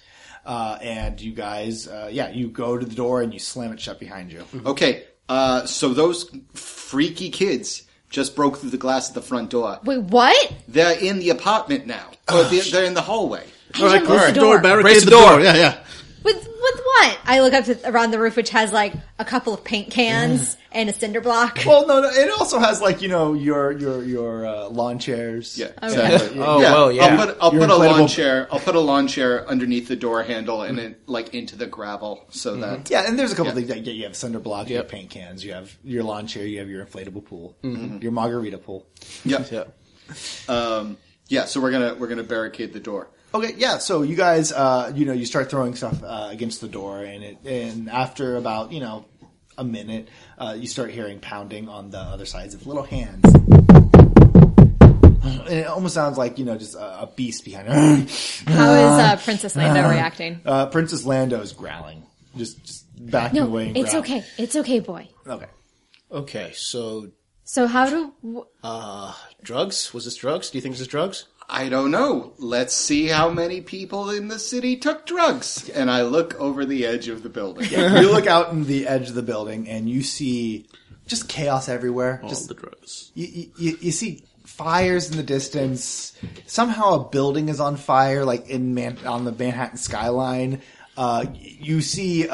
B: Uh, and you guys, uh, yeah, you go to Mm-hmm. the door and you slam it shut behind you.
G: okay, uh, so those freaky kids just broke through the glass at the front door.
F: Wait, what?
G: They're in the apartment now. Or they're, they're in the hallway.
F: All right, close the door.
E: barricade
G: Brace
E: the,
G: the
E: door.
G: door.
E: Yeah, yeah.
F: With with what? I look up to, around the roof, which has like a couple of paint cans and a cinder block.
B: Well, no, no, it also has like you know your your your uh, lawn chairs.
G: Yeah,
F: Okay.
G: exactly.
C: Oh, well, yeah.
G: I'll put, I'll
B: Your
G: put a lawn
B: inflatable-
G: chair. I'll put a lawn chair underneath the door handle and then like into the gravel so
C: Mm-hmm.
G: that
B: Yeah, and there's a couple things. Like, yeah, you have cinder block, you have paint cans, you have your lawn chair, you have your inflatable pool, your margarita pool.
G: yeah. Um, yeah. So we're gonna we're gonna barricade the door.
B: Okay, yeah. So you guys, uh, you know, you start throwing stuff uh, against the door, and it, and after about you know a minute, uh, you start hearing pounding on the other sides of little hands. And it almost sounds like you know just a, a beast behind.
F: How is uh, Princess Lando reacting?
B: uh, Princess Lando's growling, just, just backing
K: No,
B: away. And
K: it's
B: growl.
K: okay. It's okay, boy.
B: Okay.
C: Okay, so
K: So how do
C: drugs? Was this drugs? Do you think this is drugs?
G: I don't know. Let's see how many people in the city took drugs. And I look over the edge of the building.
B: you look out in the edge of the building and you see just chaos everywhere.
E: All
B: just
E: the drugs.
B: you, you, you see fires in the distance. Somehow a building is on fire, like in Man- on the Manhattan skyline. Uh, you see a,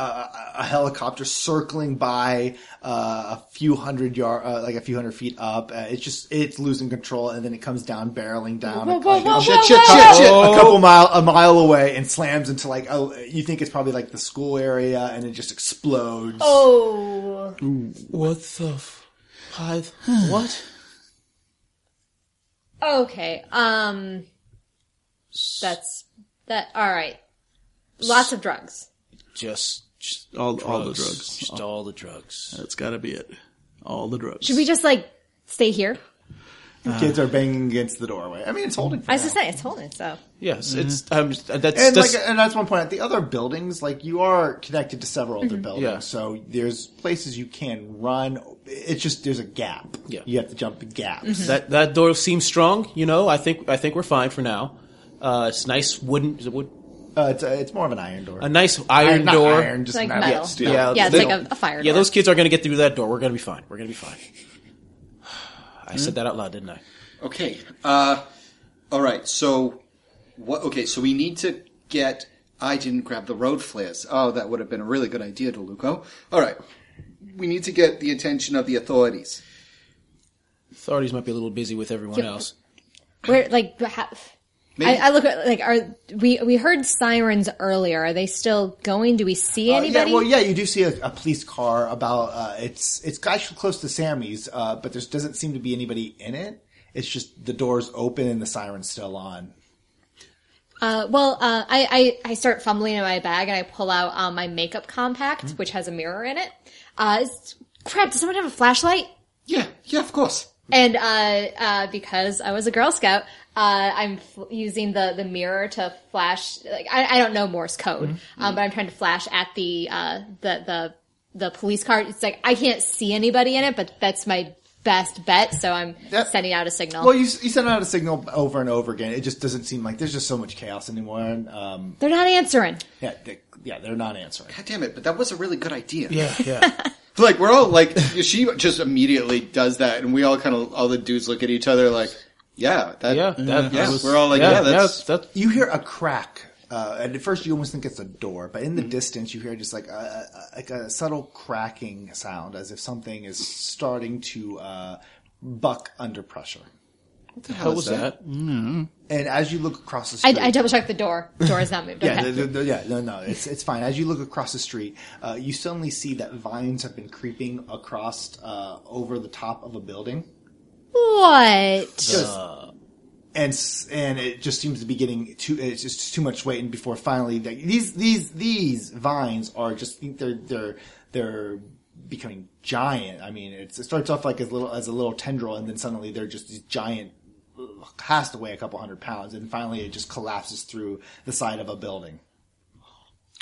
B: a helicopter circling by uh, a few hundred yard, uh, like a few hundred feet up. Uh, it's just it's losing control, and then it comes down, barreling down.
F: Whoa, whoa, whoa,
G: shit,
F: whoa,
G: shit,
F: whoa.
G: shit, shit.
B: a
C: Oh.
B: couple mile a mile away and slams into like a, you think it's probably like the school area and it just explodes.
F: Oh,
C: What the f- I,
B: Hmm.
C: What?
F: okay. Um, that's that. All right. Lots of drugs.
C: Just, just
E: All- all the drugs.
C: Just all the drugs.
E: That's got to be it. All the drugs.
F: Should we just like stay here?
B: Kids are banging against the doorway. I mean, it's holding. For
F: I was
B: now.
F: just saying it's holding. So
C: Yes, it's. I'm just, that's
B: Mm-hmm. and
C: that's.
B: like, uh, and that's one point. The other buildings, like you are connected to several
F: Mm-hmm.
B: other buildings,
C: Yeah.
B: so there's places you can run. It's just there's a gap.
C: Yeah.
B: you have to jump the gaps.
C: that that door seems strong. You know, I think I think we're fine for now. Uh, it's nice wooden, is it wood,
B: Uh, it's, uh, it's more of an iron door.
C: a nice iron
B: Uh, not
C: door.
B: iron,
F: it's
B: just
F: Mm-hmm. like
B: metal.
F: metal.
G: steel. Yeah,
F: Yeah, it's
C: they-
F: like a, a fire.
C: yeah,
F: door.
C: those kids are going to get through that door. We're going to be fine. We're going to be fine. I
B: Hmm?
C: said that out loud, didn't I?
G: Okay. Uh, all right. So what? Okay. So we need to get. I didn't grab the road flares. Oh, that would have been a really good idea, DeLuco. All right. We need to get the attention of the authorities.
C: Authorities might be a little busy with everyone
F: Yeah.
C: else.
F: Where like the ha- I, I look at like are we we heard sirens earlier? Are they still going? Do we see
B: Uh,
F: anybody?
B: Yeah, well, yeah, you do see a, a police car about. Uh, it's it's actually close to Sammy's, uh, but there doesn't seem to be anybody in it. It's just the doors open and the siren's still on.
F: Uh, well, uh, I, I I start fumbling in my bag and I pull out um, my makeup compact,
B: Mm-hmm.
F: which has a mirror in it. Uh, it's- crap! Does someone have a flashlight?
G: Yeah. Yeah. Of course.
F: And uh, uh, because I was a Girl Scout, uh, I'm f- using the, the mirror to flash. Like I, I don't know Morse code,
B: Mm-hmm.
F: um, but I'm trying to flash at the uh, the the the police car. It's like I can't see anybody in it, but that's my best bet. So I'm
B: That-
F: sending out a signal.
B: Well, you, you send out a signal over and over again. It just doesn't seem like there's just so much chaos anymore. And, um,
F: They're not answering.
B: yeah, they, yeah, they're not answering.
G: God damn it! But that was a really good idea.
C: Yeah, yeah.
G: Like we're all like, she just immediately does that, and we all kind of all the dudes look at each other like, yeah, that,
C: Yeah, that
G: Mm-hmm. yeah.
C: was-
G: we're all like, yeah, that's
C: that-
B: You hear a crack. Uh, and at first, you almost think it's a door, but in the distance, you hear just like a, a, a- like a subtle cracking sound, as if something is starting to uh, buck under pressure.
G: what the
C: What was that? Mm,
B: And as you look across the
F: I,
B: street,
F: I double check the door. Door is not moved.
B: yeah,
F: Okay.
B: th- th- yeah, no, no, it's it's fine. As you look across the street, uh, you suddenly see that vines have been creeping across uh, over the top of a building.
F: What?
B: just and s- and it just seems to be getting too it's just too much weight and before finally they, these these these vines are just think they're they're they're becoming giant i mean it's, it starts off like as little as a little tendril and then suddenly they're just these giant has to weigh a couple hundred pounds and finally it just collapses through the side of a building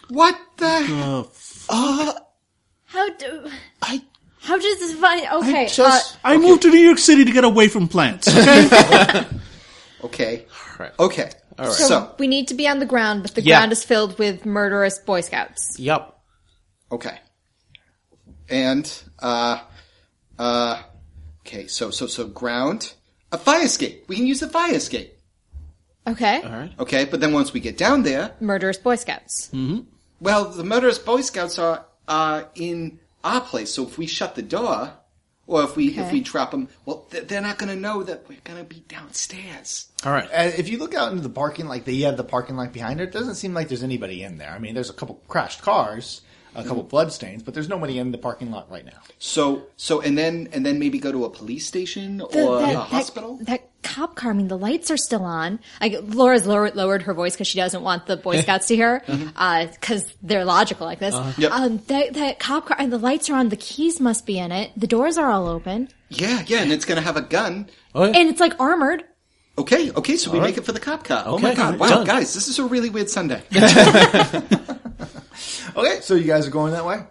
G: What the?
F: How do?
E: I-
F: How does this vine? Okay. uh,
E: Just, I moved to New York City to get away from plants. Okay?
G: Okay. Okay. All
F: uh,
G: right.
F: so,
G: So
F: we need to be on the ground, but the
C: Yeah.
F: ground is filled with murderous Boy Scouts.
C: Yup.
G: okay. And uh, uh, Okay, so so so ground. A fire escape. We can use the fire escape.
F: Okay.
C: right.
G: Okay, but then once we get down there,
F: Murderous Boy Scouts.
G: well, the murderous Boy Scouts are are in our place. So if we shut the door, or if we if
F: Okay.
G: we trap them, well, th- they're not going to know that we're going to be downstairs.
C: All right.
B: And if you look out into the parking, like they have the parking lot behind her, it doesn't seem like there's anybody in there. I mean, there's a couple crashed cars, a couple bloodstains, but there's nobody in the parking lot right now.
G: So so and then and then maybe go to a police station
F: The-
G: or
F: that,
G: a
F: that-
G: hospital.
F: That, cop car. I mean, the lights are still on. I, Laura's lower, lowered her voice because she doesn't want the Boy Scouts to hear because they're logical like this.
G: Yep.
F: Um, that, that cop car and the lights are on. The keys must be in it. The doors are all open,
G: yeah, yeah, and it's going to have a gun.
F: and it's like armored.
G: Okay, okay, so we make it for the cop car. Oh my
C: Okay,
G: god, wow,
C: done.
G: guys, this is a really weird Sunday.
B: Okay, so you guys are going that way.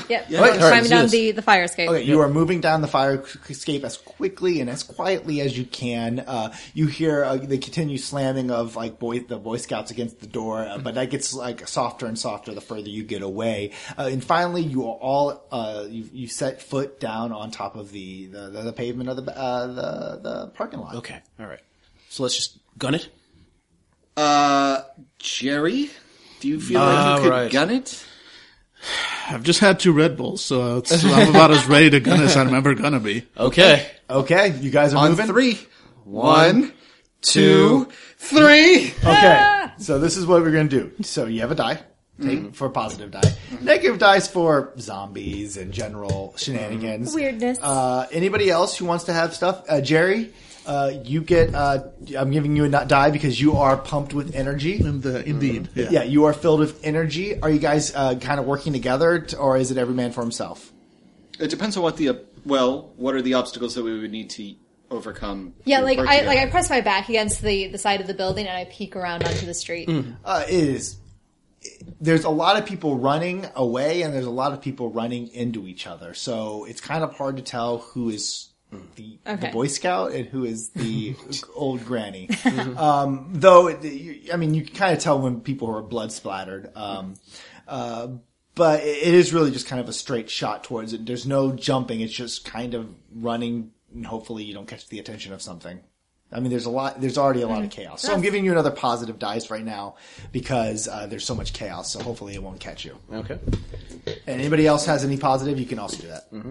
B: All right, all right,
F: climbing
B: let's do
F: down
B: this.
F: the, the fire escape.
B: Okay, you are moving down the fire escape as quickly and as quietly as you can. Uh, you hear uh, the continued slamming of like boy the Boy Scouts against the door, uh, but that gets like softer and softer the further you get away. Uh, and finally, you are all uh, you you set foot down on top of the the, the, the pavement of the uh, the the parking lot.
C: Okay. All right. So let's just gun it.
G: Uh, Jerry, do you feel like you could
C: Alright.
G: gun it?
E: I've just had two Red Bulls, so it's, I'm about as ready to gun as I'm ever gonna be.
C: Okay.
B: Okay, you guys are
G: On
B: moving.
G: three. One, two, three.
B: Okay, so this is what we're gonna do. So you have a die. Take for positive die. Negative dice for zombies and general shenanigans.
F: Weirdness.
B: Uh, anybody else who wants to have stuff? Uh, Jerry, uh, you get, uh, I'm giving you a not die because you are pumped with energy.
E: And, uh, indeed. Yeah.
B: Yeah, you are filled with energy. Are you guys, uh, kind of working together t- or is it every man for himself?
G: It depends on what the, uh, well, what are the obstacles that we would need to overcome?
F: yeah,
G: to
F: like
G: work
F: I
G: together?
F: like I press my back against the, the side of the building and I peek around onto the street.
B: Uh, it is, there's a lot of people running away and there's a lot of people running into each other. So it's kind of hard to tell who is the, the
F: Okay.
B: Boy Scout and who is the old granny. um, though, it, you, I mean, you can kind of tell when people are blood splattered. Um, uh, but it it is really just kind of a straight shot towards it. There's no jumping. It's just kind of running and hopefully you don't catch the attention of something. I mean, there's a lot, there's already a lot
F: Mm-hmm.
B: of chaos. So I'm giving you another positive dice right now because, uh, there's so much chaos. So hopefully it won't catch you.
C: Okay.
B: And anybody else has any positive, you can also do that.
E: Mm-hmm.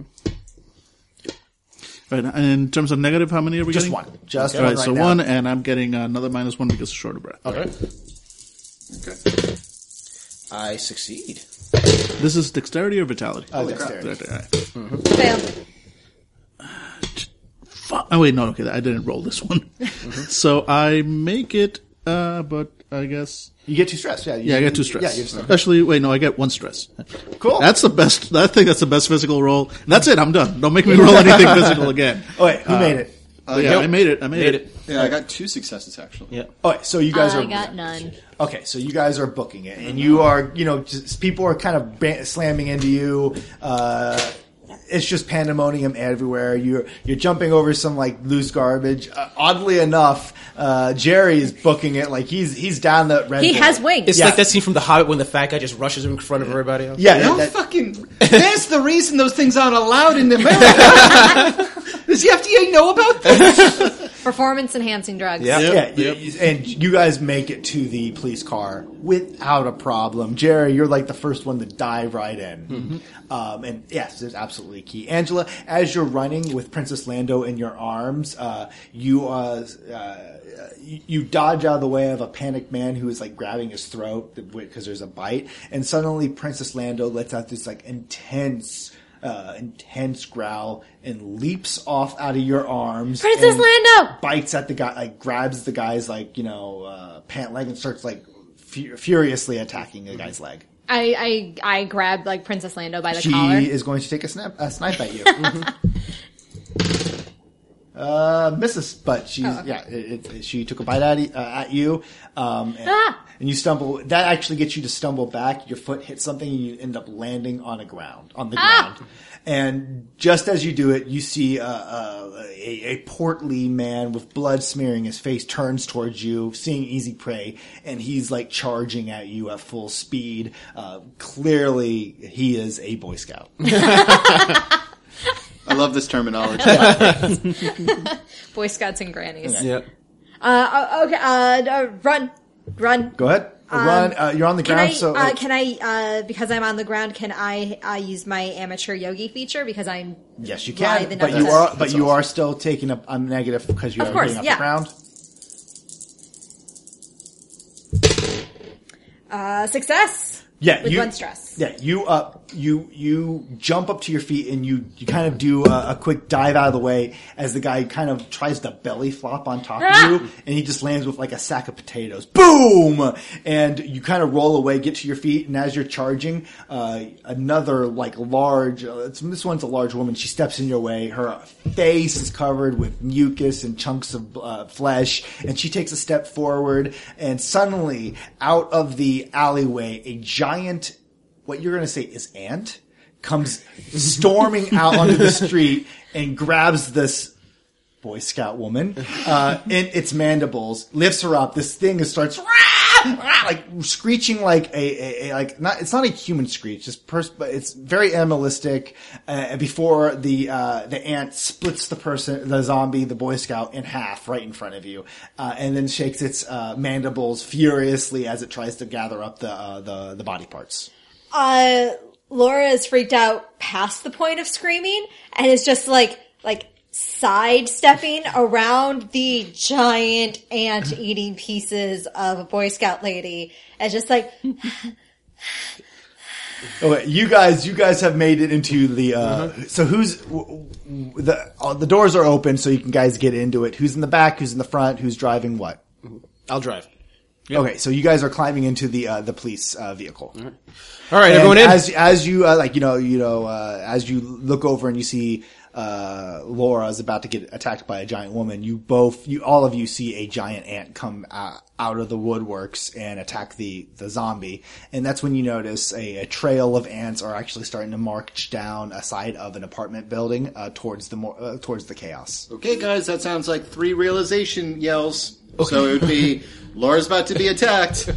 E: Right. And in terms of negative, how many are we
B: Just
E: getting?
B: one. Just
E: All
B: one
E: right,
B: right
E: so
B: now.
E: one, and I'm getting another minus one because of short of breath.
C: All right.
B: I succeed.
E: This is dexterity or vitality?
B: Uh, dexterity.
E: Dexterity, all right.
F: Fail.
E: Fuck. Oh wait, no, okay, I didn't roll this one.
B: Mm-hmm.
E: so I make it, uh, but I guess
B: You get too stressed. Yeah. You,
E: yeah, I get two stress.
B: Yeah. You're stressed.
E: Actually, wait, no, I get one stress.
B: Cool.
E: That's the best. I think that's the best physical roll. That's it. I'm done. Don't make me roll anything physical again.
B: Oh, wait, who
E: Uh,
B: made it?
E: But yeah,
C: nope.
E: I made it. I made,
C: Made
E: it.
C: it.
G: yeah, I got two successes actually.
C: Yeah.
B: Oh, wait, so you guys
F: I
B: are
F: got none.
B: okay. So you guys are booking it, and you are you know just, people are kind of ba- slamming into you. Uh, it's just pandemonium everywhere. You're you're jumping over some like loose garbage. Uh, oddly enough, uh, Jerry is booking it like he's he's down the red.
F: He
B: Bull.
F: has wings.
C: It's
B: Yeah.
C: like that scene from The Hobbit when the fat guy just rushes in front of everybody else.
B: Yeah,
G: No
B: that-
G: fucking. That's the reason those things aren't allowed in America. Does the FDA know about this?
F: Performance enhancing drugs.
B: yeah,
E: Yep,
B: you- and you guys make it to the police car without a problem. Jerry, you're like the first one to dive right in. Um, and yes, it's absolutely key. Angela, as you're running with Princess Lando in your arms, uh, you uh, uh, you you dodge out of the way of a panicked man who is like grabbing his throat because there's a bite, and suddenly Princess Lando lets out this like intense. Uh, intense growl and leaps off out of your arms.
F: Princess
B: and-
F: Lando!
B: bites at the guy, like grabs the guy's like you know uh, pant leg and starts like fu- furiously attacking the guy's leg.
F: I, I I grabbed like Princess Lando by the
B: She
F: collar.
B: is going to take a snap a snipe at you. Uh, misses, but she's
F: Oh,
B: yeah. It, it, she took a bite at, y- uh, at you, um, and,
F: Ah!
B: and you stumble. That actually gets you to stumble back. Your foot hits something, and you end up landing on a ground on the
F: Ah!
B: ground. And just as you do it, you see uh, uh, a, a portly man with blood smearing his face turns towards you, seeing easy prey, and he's like charging at you at full speed. Uh, clearly, he is a Boy Scout.
J: love this terminology.
F: Boy Scouts and Grannies.
C: Yeah.
F: Uh, oh, okay, uh, uh, run, run.
B: Go ahead. Run. Uh, you're on the
F: Um, Can
B: ground,
F: I,
B: so
F: uh, can I, uh, because I'm on the ground, can I uh, use my amateur yogi feature? Because I'm.
B: yes, you
F: Why
B: can.
F: the
B: But
F: numbers?
B: you are, but
J: That's
B: you
J: awesome.
B: are still taking up a negative because you
F: Of
B: are
F: course,
B: hitting up
F: yeah.
B: the ground.
F: Uh, success!
B: Yeah,
F: With
B: you,
F: one stress.
B: Yeah, you up, you you jump up to your feet and you you kind of do a, a quick dive out of the way as the guy kind of tries to belly flop on top
F: Ah!
B: of you, and he just lands with like a sack of potatoes. Boom! And you kind of roll away, get to your feet, and as you're charging, uh, another like large. Uh, it's, this one's a large woman. She steps in your way. Her face is covered with mucus and chunks of uh, flesh, and she takes a step forward, and suddenly out of the alleyway, a giant what you're going to say is ant comes storming out onto the street and grabs this Boy Scout woman uh, in its mandibles, lifts her up. This thing is starts "Rah! Rah!" like screeching like a, a, a like not it's not a human screech. This person, but it's very animalistic. Uh, before the uh, the ant splits the person, the zombie, the Boy Scout in half right in front of you, uh, and then shakes its uh, mandibles furiously as it tries to gather up the uh, the the body parts.
F: uh, Laura is freaked out past the point of screaming and is just like, like sidestepping around the giant ant eating pieces of a Boy Scout lady and just like,
B: Okay, you guys, you guys have made it into the. Uh,
C: Mm-hmm.
B: So who's w- w- the? Uh, the doors are open, so you can guys get into it. Who's in the back? Who's in the front? Who's driving what?
C: I'll drive.
B: Okay, so you guys are climbing into the uh, the police uh, vehicle.
C: All right,
B: And
C: everyone in.
B: As as you uh, like, you know, you know, uh, as you look over and you see uh, Laura is about to get attacked by a giant woman. You both, you all of you see a giant ant come uh, out of the woodworks and attack the the zombie. And that's when you notice a, a trail of ants are actually starting to march down a side of an apartment building uh, towards the more, uh, towards the chaos.
J: okay, guys, that sounds like three realization yells. So it would be Laura's about to be attacked.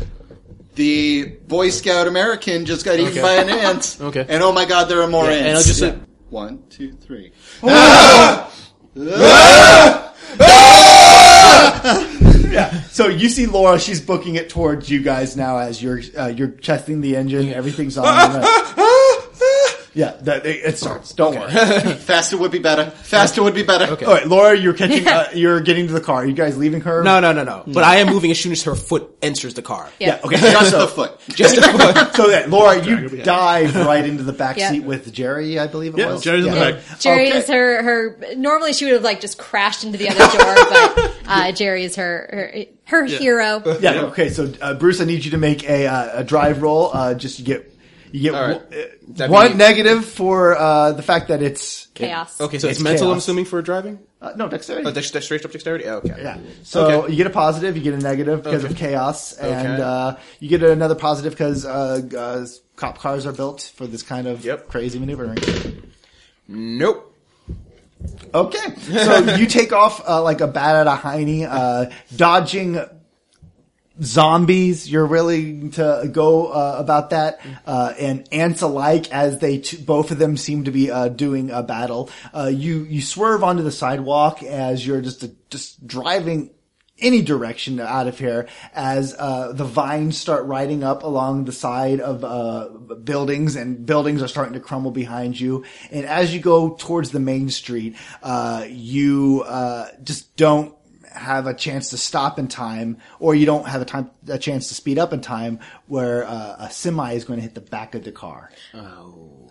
J: The Boy Scout American just got eaten by an ant.
C: Okay.
J: And oh my God, there are more ants.
C: and I'll just say-
J: one, two, three.
B: So you see Laura, she's booking it towards you guys now as you're uh, you're testing the engine. Everything's on. yeah, that, it, it starts. Don't worry.
J: Faster would be better. Faster would be better. Okay.
B: All right, Laura, you're catching. Uh, you're getting to the car. Are you guys leaving her?
C: No, no, no, no. But I am moving as soon as her foot enters the car.
B: Yeah. Okay.
J: Just
B: so,
J: the foot.
C: Just
B: so yeah, Laura, you dive right into the back
F: Yeah.
B: seat with Jerry. I believe it
E: Yeah,
B: was.
E: Jerry's in the back.
F: Jerry
B: Okay.
F: is her, her, normally she would have like just crashed into the other door, but, uh, Jerry is her, her, her hero.
B: Yeah. Okay. So uh, Bruce, I need you to make a, uh, a drive roll. Uh, just you get you get
C: right.
B: w- uh,
C: That'd
B: one
C: be-
B: negative for uh, the fact that it's
F: Chaos.
C: Okay, so it's,
B: It's
C: mental, I'm
B: chaos.
C: assuming, for driving?
B: uh, no dexterity.
C: Oh, dex- dexterity, dexterity? Oh, okay.
B: Yeah. So
C: Okay.
B: you get a positive, you get a negative because of chaos, and
C: Okay.
B: uh, you get another positive because uh, uh, cop cars are built for this kind of
C: Yep.
B: crazy maneuvering.
C: Nope.
B: Okay, so you take off uh, like a bat at a hiney, uh, dodging zombies. You're willing to go uh, about that, uh, and ants alike, as they t- both of them seem to be uh, doing a battle. Uh, you you swerve onto the sidewalk as you're just just driving any direction out of here as uh, the vines start riding up along the side of uh, buildings and buildings are starting to crumble behind you and as you go towards the main street uh, you uh, just don't have a chance to stop in time or you don't have a time a chance to speed up in time where uh, a semi is going to hit the back of the car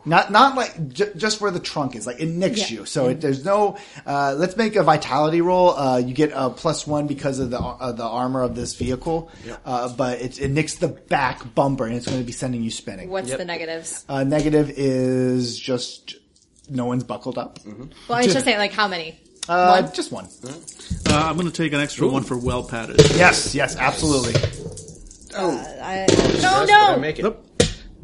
B: not not like j- just where the trunk is. Like it nicks you. So it, there's no. Uh, let's make a vitality roll. Uh, you get a plus one because of the uh, the armor of this vehicle. Uh, but it, it nicks the back bumper and it's going to be sending you spinning.
F: What's the negatives?
B: Uh, negative is just no one's buckled up.
F: Well, I was just saying like how many?
B: Uh, Just one.
E: Uh, I'm going to take an extra one for well padded.
B: Yes. Yes. Absolutely.
F: I, no, no!
C: I make it.
E: Nope.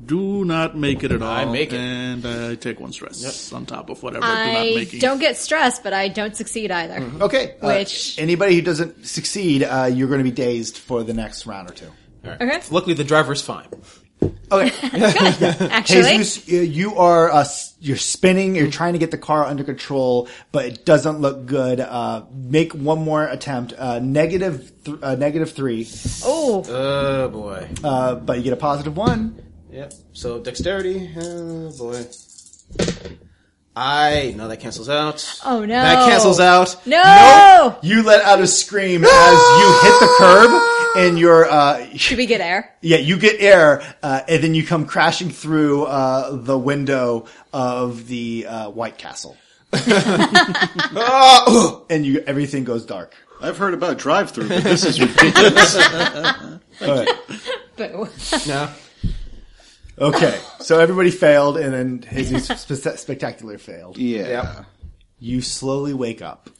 E: Do not make it at all.
C: I make it.
E: And I take one stress on top of whatever do not
F: I
E: making.
F: don't get stressed, but I don't succeed either.
B: Okay. Uh,
F: Which-
B: anybody who doesn't succeed, uh, you're going to be dazed for the next round or two.
F: Okay.
C: Luckily, the driver's fine.
B: Okay.
F: Actually,
B: Jesus, uh, you are uh, s- you're spinning. You're trying to get the car under control, but it doesn't look good. Uh, make one more attempt. Uh, negative, th- uh, negative three,
F: oh,
C: Oh boy.
B: uh, but you get a positive one.
C: Yep. So dexterity. Oh boy. I no that cancels out.
F: Oh, no.
C: That cancels out.
F: no,
B: Nope. You let out a scream as you hit the curb, and your uh,
F: should we get air?
B: yeah, you get air, uh, and then you come crashing through uh, the window of the uh, White Castle, and you everything goes dark.
J: I've heard about drive-through, but this is
F: Boo.
C: No.
B: Okay, so everybody failed, and then Hazy spe- spectacular failed.
G: Yeah.
B: You slowly wake up,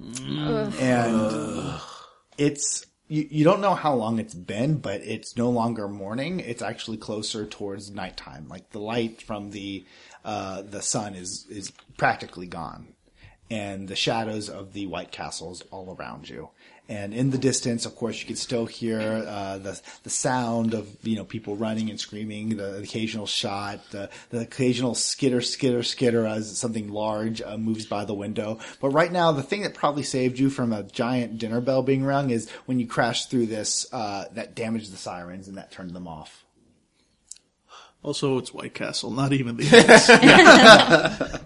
B: and it's you, you don't know how long it's been, but it's no longer morning. It's actually closer towards nighttime. Like the light from the uh, the sun is is practically gone, and the shadows of the White Castles all around you. And in the distance, of course, you can still hear uh, the the sound of you know people running and screaming, the occasional shot, the, the occasional skitter, skitter, skitter as something large uh, moves by the window. But right now, the thing that probably saved you from a giant dinner bell being rung is when you crashed through this uh, that damaged the sirens and that turned them off.
E: Also, it's White Castle, not even the.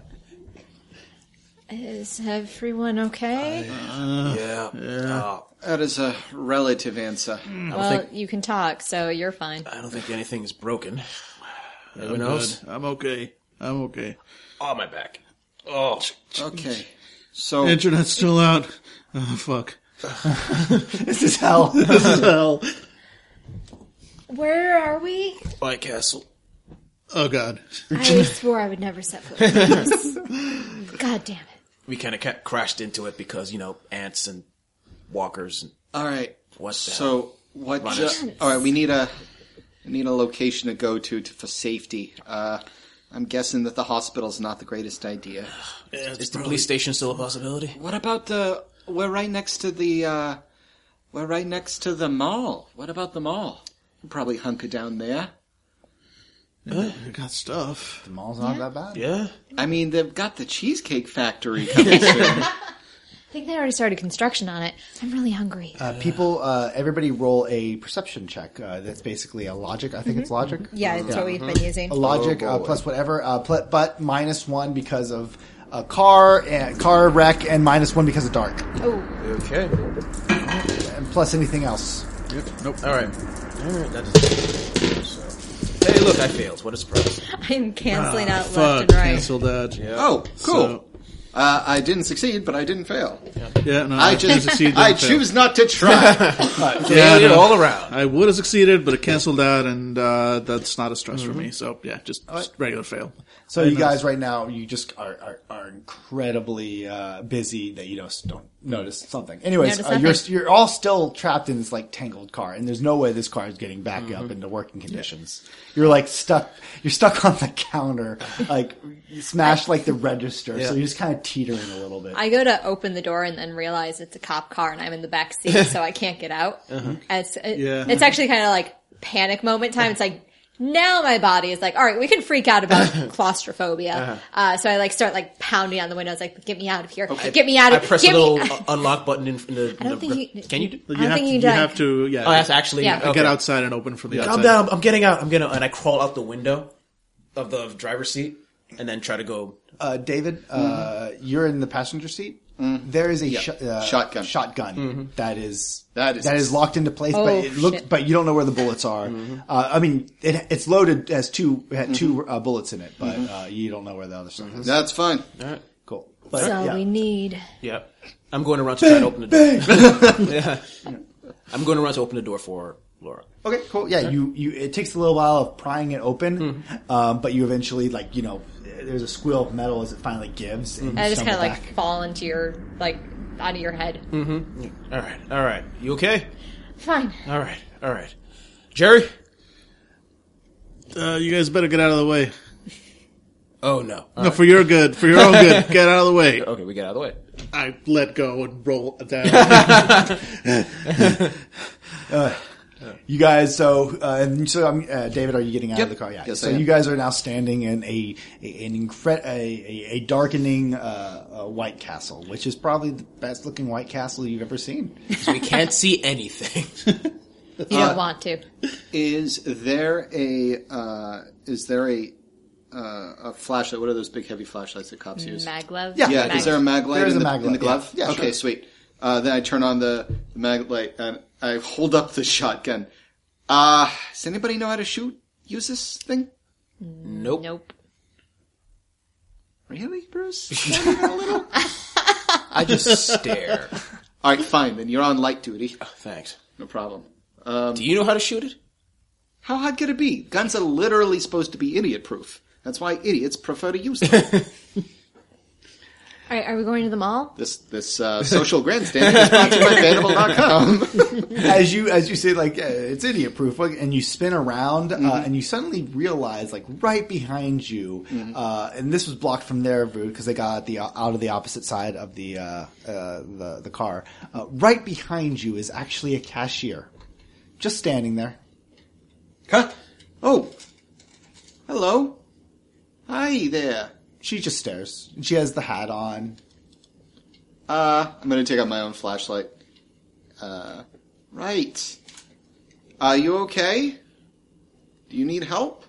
K: Is everyone okay?
C: Yeah. Oh,
G: That is a relative answer.
F: Well, you can talk, so you're fine.
C: I don't think anything's broken. Everyone else?
E: Good. I'm okay. I'm okay.
C: Oh my back. Oh.
G: Okay. So
E: Internet's still out. Oh fuck.
B: This is hell.
E: Hell.
K: Where are we?
C: White Castle.
E: Oh god.
K: I swore I would never set foot in this. God damn it.
C: We kind of ca- crashed into it because you know ants and walkers and
G: all right.
C: what. the hell.
G: So what? Uh, all right. We need a we need a location to go to, to for safety. Uh, I'm guessing that the hospital's not the greatest idea.
C: is the police station still a possibility?
G: What about the? We're right next to the. Uh, we're right next to the mall. What about the mall? We'll probably hunker down there.
E: I got stuff.
B: the mall's not that bad.
C: Yeah.
G: I mean, they've got the Cheesecake Factory coming soon.
K: I think they already started construction on it. I'm really hungry.
B: Uh, people, uh, everybody, roll a perception check. Uh, that's basically a logic. I think it's logic.
F: Yeah, that's what we've been using.
B: a logic uh, plus whatever uh, pl- but minus one because of a car and car wreck and minus one because of dark
C: Okay.
B: and plus anything else
C: Yep. Nope. All right. All right. That is. So. Hey, look! I failed. What a surprise!
F: I'm canceling out left
E: Fuck.
F: and right.
E: Cancel that. Yeah.
G: oh, cool.
E: So-
G: Uh, I didn't succeed, but I didn't fail.
E: Yeah. No.
G: I
E: could've
G: just
E: succeeded
G: I
E: and failed.
G: choose not to try.
E: Yeah,
C: Failure
E: no.
C: all around.
E: I would have succeeded, but it canceled out, and uh, that's not a stress for me. So yeah, just, just regular fail.
B: so you guys right now you just are are, are incredibly uh, busy that you don't don't notice something anyways
F: Notice
B: uh, you're
F: nothing.
B: you're all still trapped in this like tangled car and there's no way this car is getting back up into working conditions you're like stuck you're stuck on the counter like you smashed like the register so you're just kind of teetering a little bit
F: I go to open the door and then realize it's a cop car and I'm in the back seat, so I can't get out.
C: Uh-huh.
F: It's, it-
E: Yeah.
F: it's actually kind of like panic moment time. It's like now my body is like, all right, we can freak out about claustrophobia.
C: Uh-huh.
F: uh so I like start like pounding on the windows, like get me out of here, get me out
C: I
F: of.
C: press a
F: get
C: little
F: me,
C: uh, unlock button in, in the.
F: I don't
C: the-
F: think you
C: Can you do?
E: You
F: I don't
E: have
F: think
E: to.
F: you
E: You
F: can
E: have to. Yeah.
C: Oh, that's actually.
F: Yeah.
E: get
C: okay.
E: outside and open from the outside.
C: Calm down. I'm getting out. I'm gonna and I crawl out the window of the driver's seat and then try to go.
B: uh, David, uh, you're in the passenger seat. There is a sh- uh,
G: Mm-hmm. Shotgun.
B: Shotgun that is
G: That is-
B: that is locked into place, but
F: Mm-hmm. Oh,
B: it look,
F: shit.
B: but you don't know where the bullets are.
G: Mm-hmm.
B: Uh, I mean, it, it's loaded as two it had two uh, bullets in it, but
G: Mm-hmm.
B: uh, you don't know where the other stuff is.
G: That's fine.
B: Cool.
C: uh,
B: But,
K: so
B: yeah.
K: we need.
C: Yeah. I'm going around to try to open the door. yeah. I'm going around to open the door for Laura.
B: Okay, cool. Yeah, you, you, it takes a little while of prying it open,
G: Mm-hmm.
B: um, but you eventually, like, you know, there's a squeal of metal as it finally gives. And you
F: I just kind
B: stumble
F: of like
B: back.
F: fall into your like out of your head.
C: Mm-hmm. All right. All right. You okay?
K: Fine.
C: All right. All right. Jerry?
E: Uh, you guys better get out of the way.
C: Oh no. All
E: No,
C: right.
E: for your good, for your own good, get out of the way.
C: Okay, we get out of the way.
E: I let go and roll down.
B: You guys, so uh, and so, um, uh, David, are you getting out
G: Yep.
B: of the car? Yeah.
G: Yes,
B: so
G: I am.
B: you guys are now standing in a a an incre- a, a, a darkening uh, uh, White Castle, which is probably the best looking White Castle you've ever seen.
C: we can't see anything.
F: You
C: Uh,
F: don't want to.
G: Is there a uh, is there a uh, a flashlight? What are those big heavy flashlights that cops use?
F: Maglev.
G: yeah,
F: Mag-
G: is there a mag light
B: There is
G: in,
B: a
G: the,
B: mag
G: in the
B: light,
G: glove?
B: yeah. Yeah,
G: okay,
B: sure.
G: sweet. Uh, then I turn on the, the mag light and I hold up the shotgun. Uh, does anybody know how to shoot? Use this thing?
C: Nope.
F: Nope.
G: Really, Bruce?
C: I just stare.
G: All right, fine. Then you're on light duty.
C: Thanks.
G: No problem.
C: Do you know how to shoot it?
G: How hard could it be? Guns are literally supposed to be idiot proof. That's why idiots prefer to use them.
K: All right, are we going to the mall?
G: this this uh, social grandstand is sponsored by Vanable.com.
B: as you as you say, like uh, it's idiot proof, like, and you spin around, uh,
G: Mm-hmm.
B: and you suddenly realize, like right behind you,
G: Mm-hmm.
B: uh, and this was blocked from their route because they got the uh, out of the opposite side of the uh, uh, the the car. Uh, right behind you is actually a cashier, just standing there.
G: Huh? Oh. Hello. Hi there.
B: She just stares. And she has the hat on.
G: Uh, I'm gonna take out my own flashlight. Uh, right. Are you okay? Do you need help?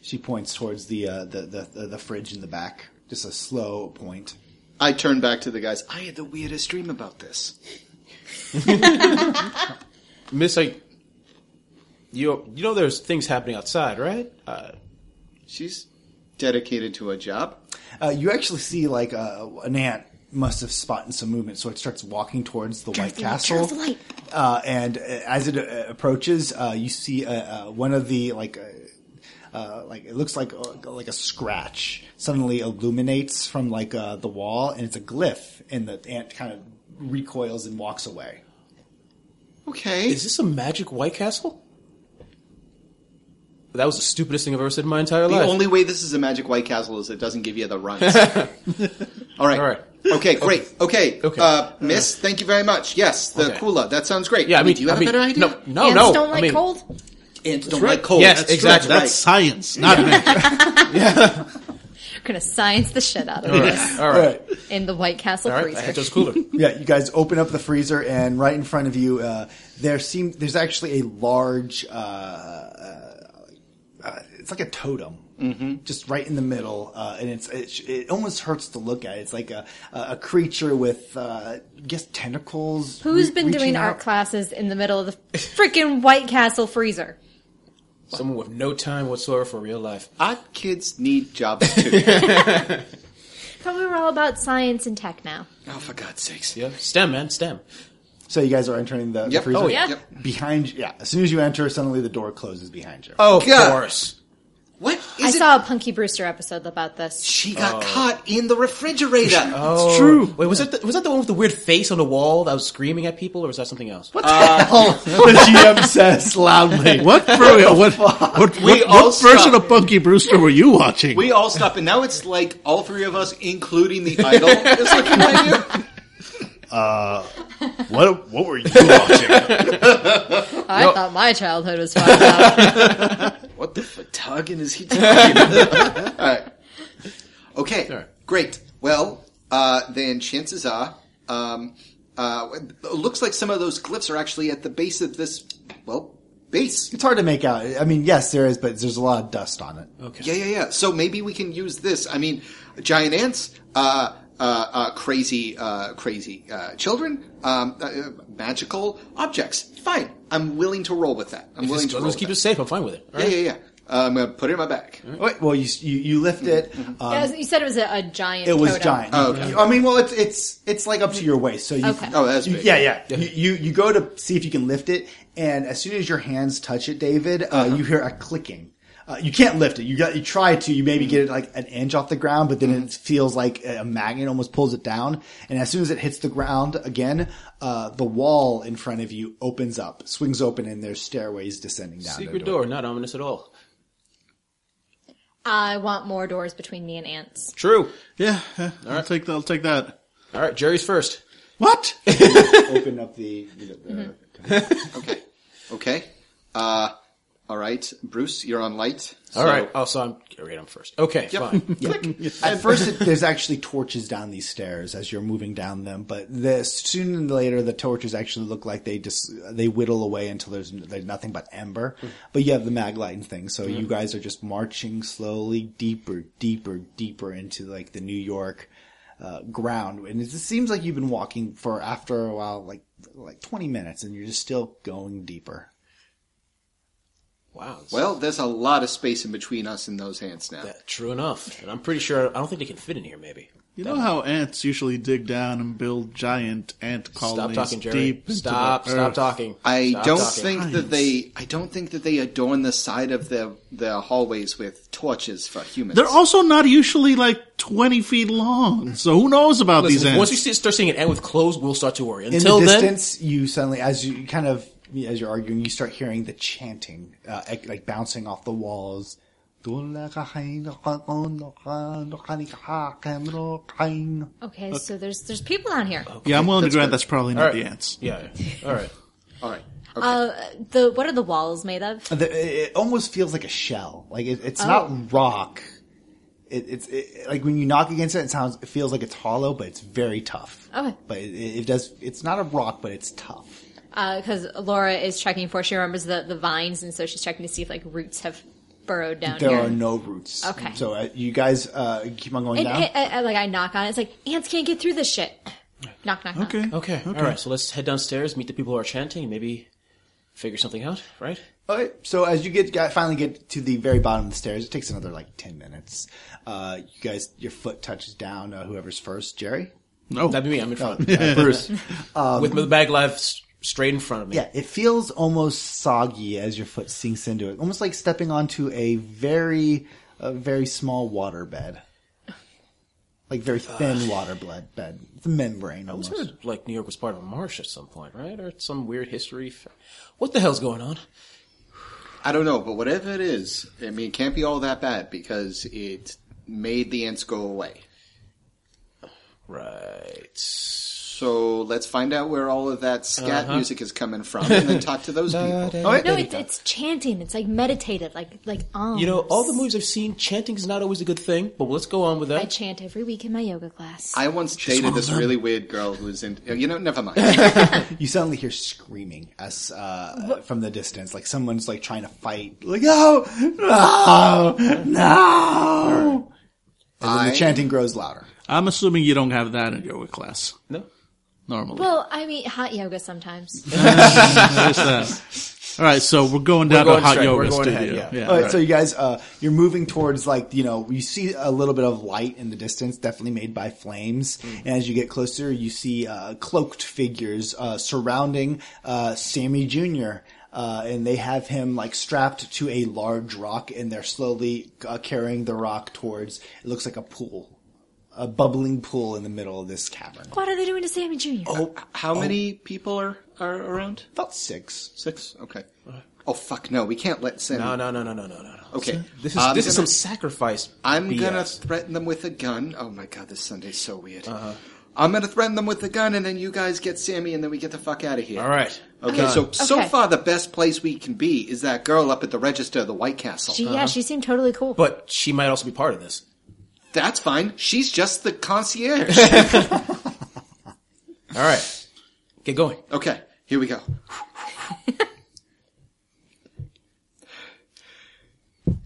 B: She points towards the uh, the, the the the fridge in the back. Just a slow point.
G: I turn back to the guys. I had the weirdest dream about this.
C: Miss, I. You, you know there's things happening outside, right? Uh,
G: She's dedicated to a job.
B: Uh, you actually see like uh, an ant must have spotted some movement, so it starts walking towards the White Castle. Uh, and uh, as it uh, approaches, uh, you see uh, uh, one of the like. Uh, uh, like it looks like uh, like a scratch suddenly illuminates from like uh, the wall, and it's a glyph, and the ant kind of recoils and walks away.
G: Okay.
C: is this a magic White Castle? That was the stupidest thing I've ever said in my entire
G: the
C: life.
G: only way this is a magic white castle is it doesn't give you the runs. All right.
C: All right.
G: Okay, great. Okay.
C: Okay.
G: Uh, miss, thank you very much. Yes, the
C: Okay.
G: cooler. That sounds great.
C: yeah, I mean,
G: do you have
C: I mean,
G: a better idea?
C: No, no,
F: Ants
C: no.
F: don't
C: I
F: like
C: mean,
F: cold.
G: Ants don't like cold.
C: Yes,
G: That's true.
C: exactly.
G: That's
E: That's science, not magic.
F: We're gonna science the shit out of
C: All
F: this
C: right, all right,
F: in the White Castle
C: all right. I
F: freezer.
C: had those cooler.
B: Yeah, you guys open up the freezer, and right in front of you, uh, there seem there's actually a large. Uh, uh, uh, it's like a totem, mm-hmm. just right in the middle, uh, and it's it, it almost hurts to look at. It's like a a a creature with, uh, I guess, tentacles.
F: Who's
B: re-
F: been
B: reaching
F: doing
B: out.
F: art classes in the middle of the freaking White Castle freezer?
C: Someone with no time whatsoever for real life.
G: Odd kids need jobs too.
K: Thought we were all about science and tech now.
G: oh, for God's sakes.
C: Yeah, STEM, man, STEM.
B: So you guys are entering the, the
G: Yep.
B: freezer.
G: Oh, yeah.
B: Behind, yeah. As soon as you enter, suddenly the door closes behind you.
C: Oh,
G: God.
C: of course.
G: What
F: I
G: is it?
F: saw a Punky Brewster episode about this.
G: She got
C: Oh.
G: caught in the refrigerator.
C: It's true. Wait, was that the, was that the one with the weird face on the wall that was screaming at people, or was that something else? What?
B: the GM says loudly.
E: What, bro, what, what, what,
G: We
E: what,
G: all
E: version
G: suck.
E: of Punky Brewster were you watching?
G: We all stopped, and now it's like all three of us, including the idol, is looking at you.
E: what, what were you watching?
F: I thought my childhood was fucked up.
G: What the fatagin is he talking about? all right. Okay, great. Well, uh, then chances are, um, uh, it looks like some of those glyphs are actually at the base of this, well, base.
B: It's hard to make out. I mean, yes, there is, but there's a lot of dust on it.
G: Yeah, yeah, yeah. So maybe we can use this. I mean, giant ants, uh, uh, uh, crazy, uh, crazy uh, children, um, uh, uh, magical objects. Fine, I'm willing to roll with that. I'm willing
C: Just,
G: to roll.
C: let's
G: With
C: keep
G: that.
C: it safe. I'm fine with it. All
G: yeah,
C: right.
G: yeah, yeah. Uh, I'm gonna put it in my bag.
B: Wait, well, you you, you lift it.
G: Mm-hmm.
B: Uh,
F: Yeah, you said it was a, a giant.
B: it was
F: totem.
B: giant. You- I mean, well, it's it's it's like up to your waist, so you.
F: Okay.
G: Oh, that's
B: you-
G: big.
B: yeah, yeah. You, you you go to see if you can lift it, and as soon as your hands touch it, David, uh,
G: Uh-huh.
B: you hear a clicking. Uh, you can't lift it. You got you try to. You
G: Mm-hmm.
B: maybe get it like an inch off the ground, but then it feels like a magnet almost pulls it down. And as soon as it hits the ground again, uh, the wall in front of you opens up, swings open, and there's stairways descending down.
C: Secret
B: into it.
C: door, not ominous at all.
F: I want more doors between me and ants.
C: True.
E: yeah, yeah I'll take that. I'll take that.
C: All right, Jerry's first.
E: What?
B: Open up the. the- the-
G: okay. Okay. Uh, all right, Bruce, you're on light.
C: All right. Oh, so I'm. All right, I'm first. Okay, fine.
B: At first, it, there's actually torches down these stairs as you're moving down them, but the, sooner and later, the torches actually look like they just they whittle away until there's there's nothing but ember. But you have the mag light and thing, so you guys are just marching slowly deeper, deeper, deeper into like the New York uh, ground, and it just seems like you've been walking for after a while, like like 20 minutes, and you're just still going deeper.
C: Wow.
G: Well, there's a lot of space in between us and those ants now.
C: that, true enough. And I'm pretty sure. I don't think they can fit in here. Maybe.
E: You know how ants usually dig down and build giant ant colonies
C: Stop talking, Jerry.
E: deep into
C: Stop.
E: the
C: Stop
E: earth.
C: talking.
G: I
C: Stop
G: don't
C: talking.
G: think that they. I don't think that they adorn the side of the the hallways with torches for humans.
E: They're also not usually like 20 feet long, so who knows about
C: Listen,
E: these ants?
C: once we see- start seeing an ant with clothes, we'll start to worry.
B: in
C: Until
B: the
C: then,
B: distance, you suddenly, as you kind of, as you're arguing, you start hearing the chanting, uh, ec- like bouncing off the walls.
K: Okay, so there's there's people out here.
B: Oh.
E: yeah, I'm willing to grant that's probably not
C: All right.
E: the ants.
C: yeah. yeah. All right.
G: All right.
K: Uh, the what are the walls made of?
B: The- It it almost feels like a shell. Like it, it's
K: Oh.
B: not rock. It, it's it, like when you knock against it, it sounds. It feels like it's hollow, but it's very tough.
K: Okay.
B: But it, it does. It's not a rock, but it's tough.
F: Uh,
K: Because Laura is checking for she remembers the the vines, and so she's checking to see if like roots have burrowed down
B: There
K: here.
B: are no roots.
K: Okay.
B: So uh, you guys uh, keep on going
K: and,
B: down.
K: and- and- and, like I knock on it, it's like ants can't get through this shit. Knock knock knock.
E: Okay.
C: Okay. All right. So let's head downstairs, meet the people who are chanting, and maybe figure something out. Right.
B: All right. So as you get got- finally get to the very bottom of the stairs, it takes another like ten minutes. Uh, you guys, your foot touches down. Uh, whoever's first, Jerry.
E: No.
C: That'd be me. I'm in front.
E: Bruce. Um,
C: with the bag life s- straight in front of me.
B: Yeah, it feels almost soggy as your foot sinks into it, almost like stepping onto a very, a very small water bed, like very thin water blood bed. It's a membrane almost.
C: Sort of Like New York was part of a marsh at some point, right? Or some weird history. F- what the hell's going on?
G: I don't know, but whatever it is, I mean, it can't be all that bad because it made the ants go away.
C: Right.
G: So let's find out where all of that scat
C: Uh-huh.
G: music is coming from, and then talk to those people.
K: No, it's, it's chanting. It's like meditative, like like um.
C: You know, all the movies I've seen, chanting is not always a good thing. But let's go on with
K: I
C: that.
K: chant every week in my yoga class.
G: I once dated this really weird girl who was in. oh, You know, never mind.
B: You suddenly hear screaming as uh, from the distance, like someone's like trying to fight. Like no, no, no. And then
G: I-
B: the chanting grows louder.
E: I'm assuming you don't have that in yoga class
C: no.
E: normally.
K: well, I mean hot yoga sometimes.
E: Just that. All right, so we're going down
C: going
E: to hot
C: straight.
E: yoga
C: We're going
E: studio.
C: ahead, yeah.
E: yeah.
B: All right, so you guys, uh, you're moving towards like you know you see a little bit of light in the distance, definitely made by flames. And as you get closer, you see uh, cloaked figures uh, surrounding uh, Sammy Jr. Uh, and they have him like strapped to a large rock, and they're slowly uh, carrying the rock towards. It looks like a pool, a bubbling pool in the middle of this cavern.
K: what are they doing to Sammy Jr.?
G: Oh, how many people are, are around?
B: About six.
G: Six. Okay. Oh fuck no, we can't let Sammy.
C: No, no, no, no, no, no, no.
G: Okay. Uh,
C: This is
G: I'm
C: this is some
G: gonna-
C: sacrifice.
G: I'm
C: BS.
G: gonna threaten them with a gun. Oh my god, this Sunday's so weird.
C: Uh-huh.
G: I'm gonna threaten them with a gun, and then you guys get Sammy, and then we get the fuck out of here.
C: All right.
G: Okay. So so
K: Okay.
G: far, the best place we can be is that girl up at the register of the White Castle.
K: She, Yeah, she seemed totally cool.
C: uh-huh. But she might also be part of this.
G: That's fine. She's just the concierge.
C: All right. Get going.
G: okay. Here we go.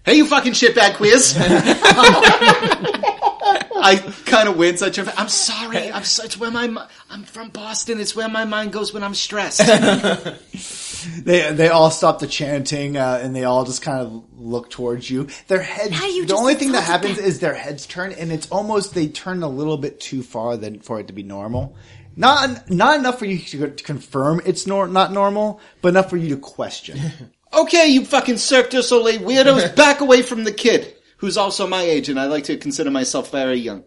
G: Hey, you fucking shitbag quiz! I kind of wince. I turn. I'm sorry. I'm. So, it's where my. mi- I'm from Boston. It's where my mind goes when I'm stressed.
B: They they all stop the chanting uh, and they all just kind of look towards you. Their heads.
K: Now you
B: the
K: just
B: only thing that
K: insulted
B: happens is their heads turn, and it's almost they turn a little bit too far than for it to be normal. Not not enough for you to to confirm it's nor, not normal, but enough for you to question.
G: okay, you fucking Cirque du Soleil weirdos, back away from the kid, who's also my age, and I like to consider myself very young.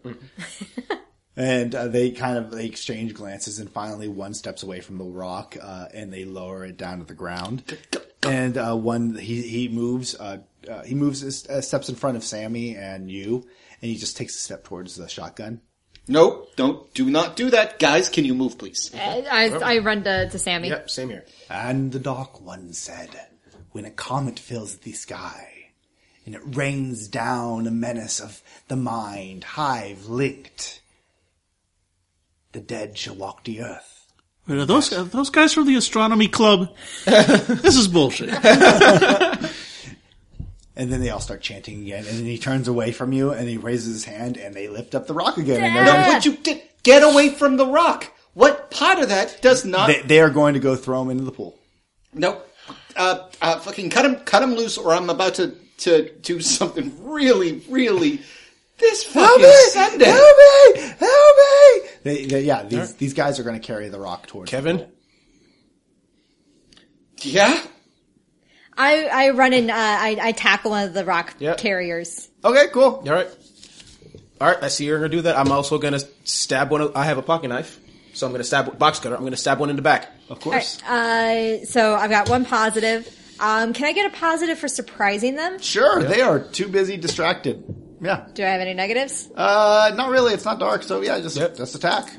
B: and uh, they kind of they exchange glances, and finally one steps away from the rock uh, and they lower it down to the ground. And uh, one he he moves uh, uh, he moves his, uh, steps in front of Sammy and you, and he just takes a step towards the shotgun.
J: Nope, don't do not do that, guys. Can you move, please?
K: Uh, I, I, I run to, to Sammy.
C: Yep, same here.
B: And the Dark One said, When a comet fills the sky, and it rains down a menace of the mind, hive linked, the dead shall walk the earth.
E: Wait, are those are those guys from the astronomy club? this is bullshit.
B: And then they all start chanting again, and then he turns away from you, and he raises his hand, and they lift up the rock again. And they're
J: No, would you di- get away from the rock? What part of that does not?
B: They, they are going to go throw him into the pool.
J: nope. Uh, uh, fucking cut him, cut him loose, or I'm about to to do something really, really. This fucking Sunday.
B: Help me! Help me! They, they, yeah, these, these guys are going to carry the rock towards
C: Kevin,
J: Yeah.
F: I, I run and uh, I, I tackle one of the rock
C: Yep.
F: carriers.
B: Okay, cool.
C: you all right? All right, I see you're gonna do that. I'm also gonna stab one. Of, I have a pocket knife, so I'm gonna stab box cutter. I'm gonna stab one in the back.
B: Of course.
F: Uh, so I've got one positive. Um, can I get a positive for surprising them?
B: Sure, they are too busy distracted. Yeah.
F: Do I have any negatives?
B: Uh, not really. It's not dark, so yeah, just
C: Yep.
B: just attack.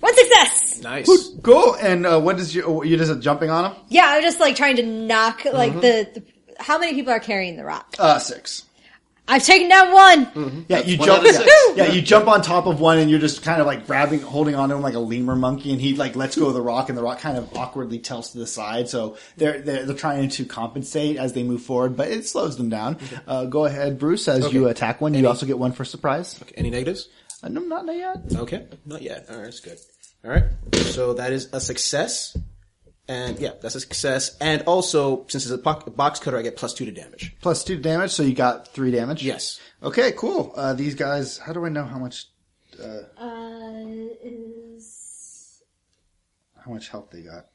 F: One success.
C: Nice.
B: Go and uh, what is your? You just jumping on him?
F: Yeah, I'm just like trying to knock like the, the. How many people are carrying the rock?
B: Uh, six.
F: I've taken down one.
B: Yeah, you
J: one
B: jump.
J: out of
B: Yeah,
J: six.
B: yeah, you jump on top of one, and you're just kind of like grabbing, holding onto him like a lemur monkey, and he like lets go of the rock, and the rock kind of awkwardly tells to the side. So they're they're, they're trying to compensate as they move forward, but it slows them down. Uh, go ahead, Bruce, as you attack one. You also get one for surprise.
C: Any negatives?
B: Uh, no, not yet.
C: Okay, not yet. All right, that's good. All right, so that is a success, and yeah, that's a success. And also, since it's a poc- box cutter, I get plus two to damage.
B: Plus two damage, so you got three damage.
C: Yes.
B: Okay, cool. Uh, these guys. How do I know how much
K: Uh, is
B: how much health they got?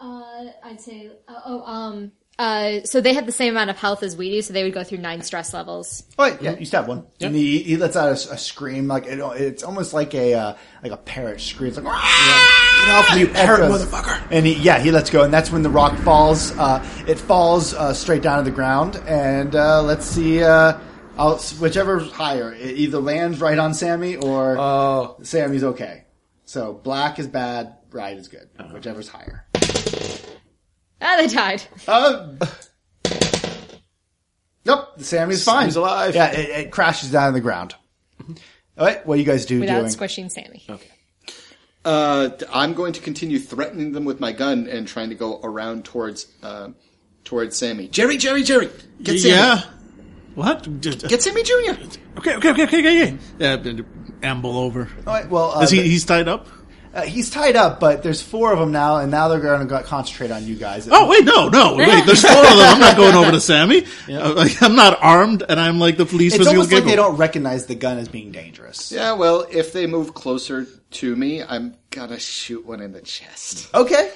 K: uh, I'd say oh, oh um uh so they have the same amount of health as we do, so they would go through nine stress levels.
B: Oh wait, yeah, you stab one, and he, he lets out a, s- a scream like it, it's almost like a uh, like a parrot scream. It's like get off me, you parrot motherfucker! And he, yeah, he lets go, and that's when the rock falls. Uh, it falls uh, straight down to the ground, and uh, let's see, uh, I'll, whichever's higher, it either lands right on Sammy or Sammy's okay. So black is bad, right is good, whichever's higher.
K: Ah, they died.
B: Uh, nope, Sammy's fine.
C: Sammy's alive.
B: Yeah, it, it crashes down on the ground. All right, what are you guys do
K: Without
B: doing?
K: squishing Sammy.
J: Uh, I'm going to continue threatening them with my gun and trying to go around towards uh, towards Sammy. Jerry, Jerry, Jerry, get Sammy,
E: yeah. What? D- d-
J: get Sammy Junior.
E: Okay, okay, okay, okay, okay. Yeah, d- amble over.
C: Oh,
B: All right, well, uh,
E: Is he?
B: the-
E: He's tied up.
B: uh, he's tied up, but there's four of them now, and now they're going to concentrate on you guys.
E: Oh wait, no, no, wait. There's four of them. I'm not going over to Sammy. Uh, like, I'm not armed, and I'm like the police.
B: it's
E: physical
B: almost like
E: giggle.
B: they don't recognize the gun as being dangerous.
J: Yeah, Uh, well, if they move closer to me, I'm gonna shoot one in the chest.
B: Okay,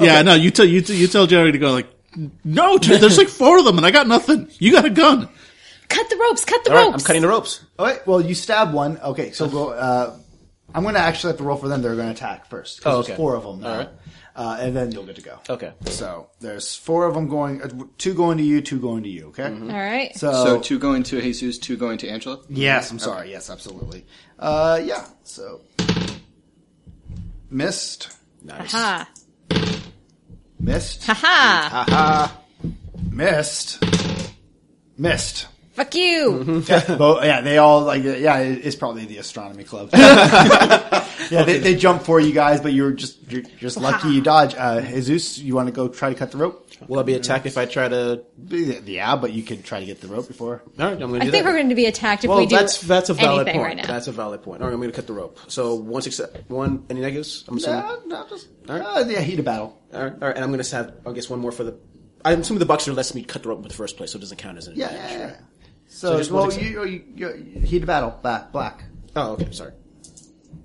E: Yeah, no. You tell you, t- you tell Jerry to go. Like, no, dude, there's like four of them, and I got nothing. You got a gun.
K: Cut the ropes, cut the
C: All right, I'm
K: ropes.
C: cutting the ropes.
B: all right. Well, you stab one. Okay, so go. Uh, I'm going to actually have to roll for them. They're going to attack first. 'cause
C: Oh,
B: There's
C: okay.
B: four of them. Now.
C: All right.
B: Uh, and then you'll get to go.
C: Okay.
B: So there's four of them going. Uh, two going to you, two going to you. Okay.
F: Mm-hmm.
K: All right.
B: So,
J: So two going to Jesus, two going to Angela.
B: yes, I'm sorry. Yes, absolutely. Uh, yeah. So missed,
C: Nice.
K: ha
B: missed,
K: ha ha!
B: missed, missed.
K: Fuck you.
B: Yeah, bo- yeah, they all like. Yeah, it- it's probably the astronomy club. yeah, they, they jump for you guys, but you're just you're just lucky you dodge. Uh, Jesus, you want to go try to cut the rope?
C: Will I be attacked if I try to?
B: Yeah, but you could try to get the rope before.
C: All right, I'm gonna do
F: I think
C: that.
F: we're going to be attacked if
C: well,
F: we do
C: that's that's a valid
K: anything
C: point.
K: right now.
C: That's a valid point. All right, I'm gonna cut the rope. So one success, one any negatives? I'm assuming.
B: No, no, just
C: All right.
B: uh, yeah, heat of battle.
C: All right, all right, and I'm gonna have I guess one more for the. I'm assuming the boxer lets me cut the rope in the first place, so it doesn't count as an
B: Yeah,
C: advantage,
B: yeah, yeah.
C: right?
B: So,
C: just
B: well,
C: one
B: you, you, you, you heat of battle, black, black.
C: Oh, okay, sorry.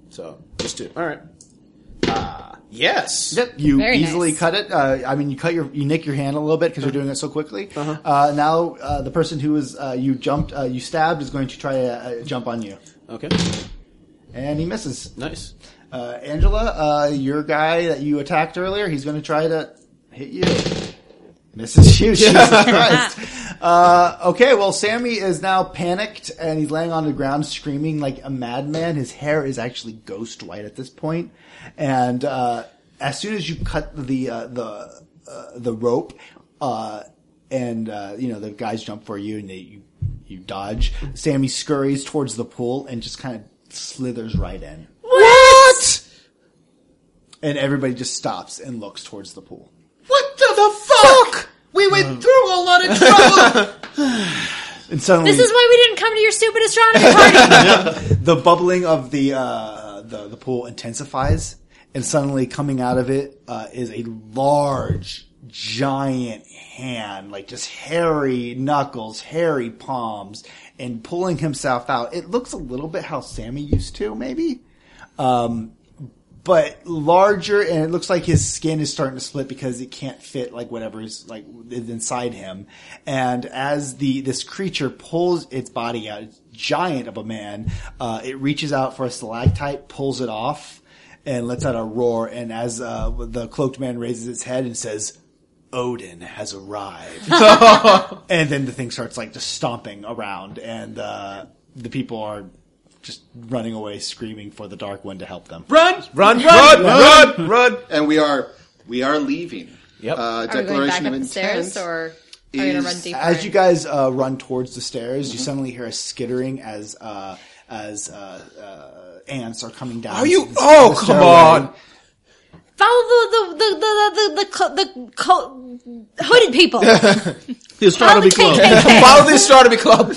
C: So just two. All right. Ah, yes.
B: Yep, you
K: Very
B: easily
K: nice.
B: cut it. Uh, I mean, you cut your, you nick your hand a little bit because you're doing it so quickly. uh now, uh, the person who was uh, you jumped, uh, you stabbed, is going to try to uh, jump on you,
C: Okay.
B: and he misses.
C: Nice.
B: Uh, Angela, uh, your guy that you attacked earlier, he's going to try to hit you. Misses you, Jesus Christ. Uh, okay, well, Sammy is now panicked and he's laying on the ground screaming like a madman. His hair is actually ghost white at this point. And, uh, as soon as you cut the, uh, the, uh, the rope, uh, and, uh, you know, the guys jump for you and they, you, you dodge. Sammy scurries towards the pool and just kind of slithers right in.
C: What?
B: And everybody just stops and looks towards the pool.
J: What the, fuck? We went through a lot of trouble.
B: And suddenly,
F: This is why we didn't come to your stupid astronomy party.
B: the bubbling of the uh, the the pool intensifies, and suddenly coming out of it uh, is a large, giant hand, like just hairy knuckles, hairy palms, and pulling himself out. It looks a little bit how Sammy used to, maybe, um, but larger, and it looks like his skin is starting to split because it can't fit like whatever is like is inside him. And as the this creature pulls its body out, it's giant of a man, uh, it reaches out for a stalactite, pulls it off, and lets out a roar. And as uh, the cloaked man raises his head and says. Odin has arrived, and then the thing starts like just stomping around, and uh, the people are just running away, screaming for the Dark One to help them.
C: Run, run, run, run, run,
J: and we are we are leaving.
C: Yep.
J: Uh,
K: Are we
J: declaration
K: going
J: of
K: back up the stairs,
J: intent.
K: or are we gonna
J: is-
K: run deeper?
B: As you guys uh, run towards the stairs, you suddenly hear a skittering as uh, as uh, uh, ants are coming down.
C: Are you-
B: the-
C: oh,
B: the
C: come
B: stairway.
C: on.
F: Follow the the the the the the, co- the co- hooded people.
E: The
F: Follow
E: astronomy
F: the
E: club.
F: KKK.
C: Follow the astronomy club.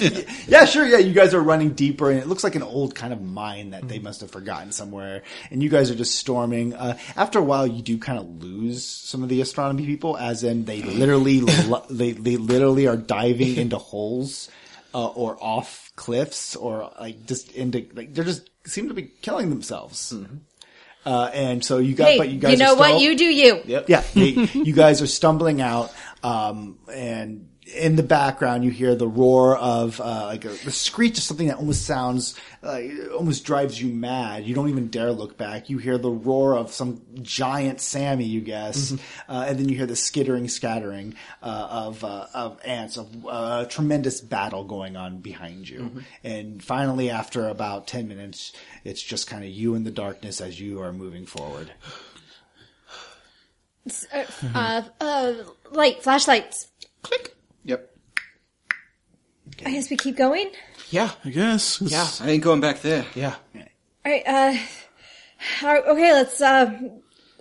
B: Yeah, sure. Yeah, you guys are running deeper, and it looks like an old kind of mine that
F: Mm-hmm.
B: they must have forgotten somewhere. And you guys are just storming. Uh, after a while, you do kind of lose some of the astronomy people, as in they literally lo- they they literally are diving into holes uh, or off cliffs or like just into like they're just seem to be killing themselves. Uh, and so you guys,
F: Mm-hmm. Hey,
B: but you
F: you,
B: guys,
F: know
B: are still-
F: what? You do you.
B: yeah, they, you guys are stumbling out, um, and in the background you hear the roar of uh, like a, the screech of something that almost sounds, uh, almost drives you mad. You don't even dare look back. You hear the roar of some giant Sammy, you guess, uh, and then you hear the skittering, scattering uh, of uh, of ants, of uh, a tremendous battle going on behind you. And finally, after about ten minutes, it's just kind of you in the darkness as you are moving forward.
F: Uh, uh, light, flashlights.
G: Yep.
F: I guess we keep going.
C: Yeah,
E: I guess. Yeah.
G: I ain't going back there.
C: yeah.
F: All right. Uh, all right, okay. Let's uh,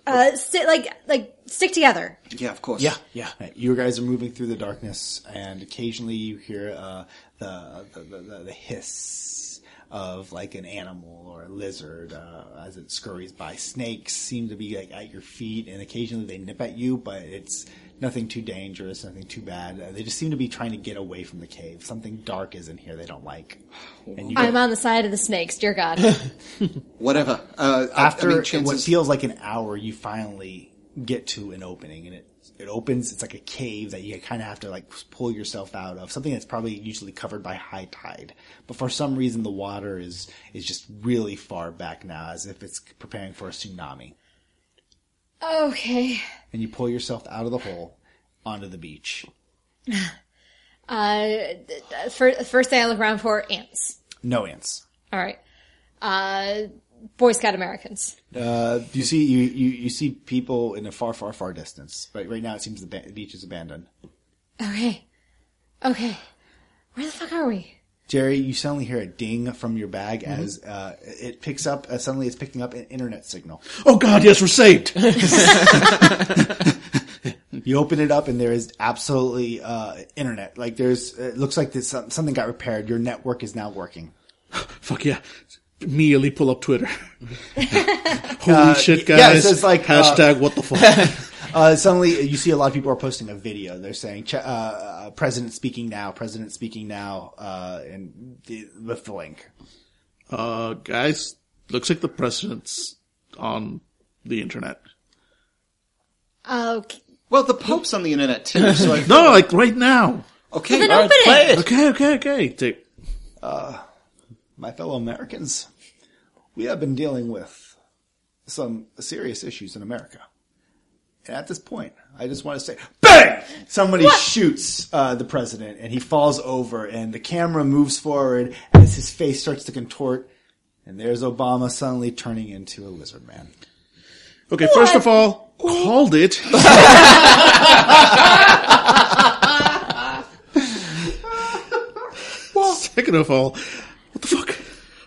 F: uh, sit like like stick together.
G: Yeah, of course.
C: Yeah, yeah.
B: Right, You guys are moving through the darkness, and occasionally you hear uh, the, the, the- the the hiss of like an animal or a lizard uh, as it scurries by. Snakes seem to be like at your feet, and occasionally they nip at you, but it's nothing too dangerous, nothing too bad. Uh, they just seem to be trying to get away from the cave. Something dark is in here they don't like. And you
F: I'm on the side of the snakes. Dear God.
G: Whatever. Uh, I-
B: after
G: I mean,
B: what
G: chances,
B: feels like an hour, you finally get to an opening, and it it opens. It's like a cave that you kind of have to like pull yourself out of. Something that's probably usually covered by high tide, but for some reason the water is is just really far back now, as if it's preparing for a tsunami.
F: okay.
B: And you pull yourself out of the hole onto the beach.
F: Uh, th- th- fir- first thing I look around for ants.
B: No ants.
F: All right. Uh, Boy Scout Americans.
B: Uh, you see you, you you see people in a far far far distance. But right now it seems the ba- beach is abandoned.
F: Okay. Okay. Where the fuck are we?
B: Jerry, you suddenly hear a ding from your bag as uh, it picks up. Uh, suddenly, it's picking up an internet signal.
E: Oh God, yes, we're saved.
B: You open it up, and there is absolutely uh, internet. Like there's, it looks like this some- something got repaired. Your network is now working.
E: Fuck yeah. Immediately pull up Twitter. Holy shit, guys.
B: yeah, it says, like, uh,
E: hashtag what the fuck.
B: Uh, suddenly, you see a lot of people are posting a video. They're saying, "Ch- uh, uh, "President speaking now, President speaking now," uh, and the, with the link.
E: uh, guys, looks like the president's on the internet.
F: Okay.
G: well, the Pope's on the internet too. So I,
E: No, like right now.
G: okay,
F: Then
G: all
F: open
G: right.
F: it.
E: Okay, okay, okay. Take-
B: my fellow Americans, we have been dealing with some serious issues in America. And at this point, I just want to say, bang! Somebody shoots uh, the president, and he falls over, and the camera moves forward as his face starts to contort, and there's Obama suddenly turning into a lizard man.
E: Okay, first of all, called it. Second of all, what the fuck?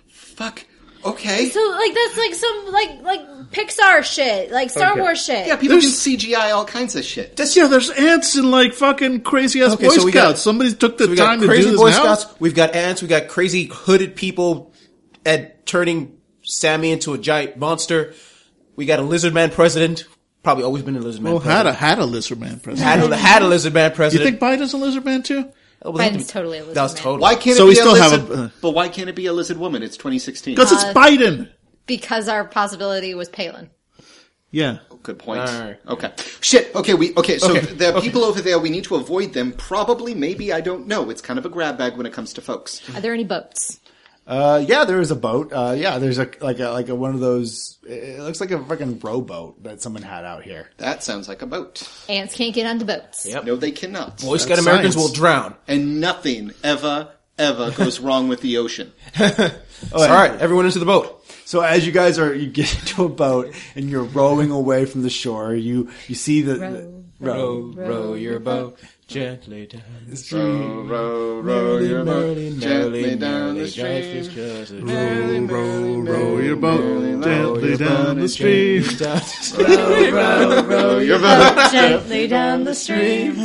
G: Fuck. Okay.
F: So like that's like some like like Pixar shit, like Star
E: Okay.
F: Wars shit.
G: yeah, people
E: There's-
G: do CGI all kinds of shit.
E: That's yeah. There's ants and like fucking crazy ass
G: Okay,
E: Boy
G: so we
E: Scouts.
G: got-
E: Somebody took the
C: We got
E: time to do
C: crazy
E: this
C: Boy
E: now.
C: Scouts. We've got ants. We've got crazy hooded people at turning Sammy into a giant monster. We got a lizard man president. Probably always been a lizard man.
E: Well, had
C: president.
E: a Oh, had a lizard man president.
C: had a had a lizard man
E: You
C: president.
E: think Biden's a lizard man too?
C: Oh, well,
F: Biden's totally a lizard
C: That was
F: man.
C: totally.
G: Why can't
E: So
G: it
E: we
G: be
E: still
G: a
E: have
G: lizard?
E: a- uh,
G: but why can't it be a lizard woman? It's 2016.
E: Because it's Biden.
F: Because our possibility was Palin.
E: Yeah.
G: Good point.
C: Alright.
G: Okay. Shit. Okay. We. Okay. So
C: Okay.
G: the people over there, we need to avoid them. Probably. Maybe. I don't know. It's kind of a grab bag when it comes to folks.
F: Are there any boats?
B: Uh, yeah, there is a boat. Uh, yeah, there's a like a like a one of those. It looks like a fucking rowboat that someone had out here.
G: That sounds like a boat.
F: Ants can't get on the boats.
G: No, they cannot.
C: Boy Scout Americans
E: science.
C: will drown.
G: And nothing ever ever goes wrong with the ocean.
C: All right, everyone into the boat.
B: So as you guys are, you get into a boat and you're rowing away from the shore. You you see the row, the, row.
C: row your boat gently down.
G: Row, row, row your boat gently down the stream.
E: Row, row, row your boat gently down the stream.
F: Gently down the stream.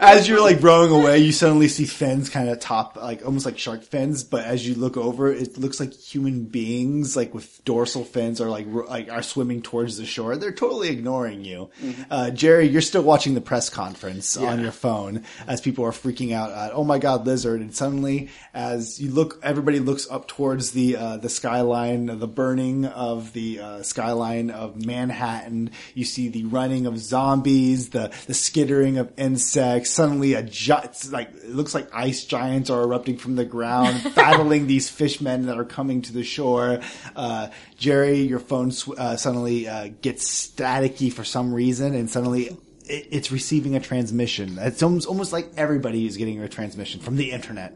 B: As you're like rowing away, you suddenly see fins kind of top, like almost like shark fins. But as you look over, it looks like human beings, like with dorsal fins, are like ro- like are swimming towards the shore. They're totally ignoring you. Uh, Jerry, you're still watching the press conference on your phone as people are freaking out. At, oh my god, lizard! And suddenly, as you look, everybody looks up towards the uh, the skyline, the burning of the uh, skyline of Manhattan. You see the running of zombies, the the skittering of insects. Suddenly, a gi- it's like it looks like ice giants are erupting from the ground, battling these fishmen that are coming to the shore. Uh, Jerry, your phone sw- uh, suddenly uh, gets staticky for some reason, and suddenly it, it's receiving a transmission. It's almost, almost like everybody is getting a transmission from the internet.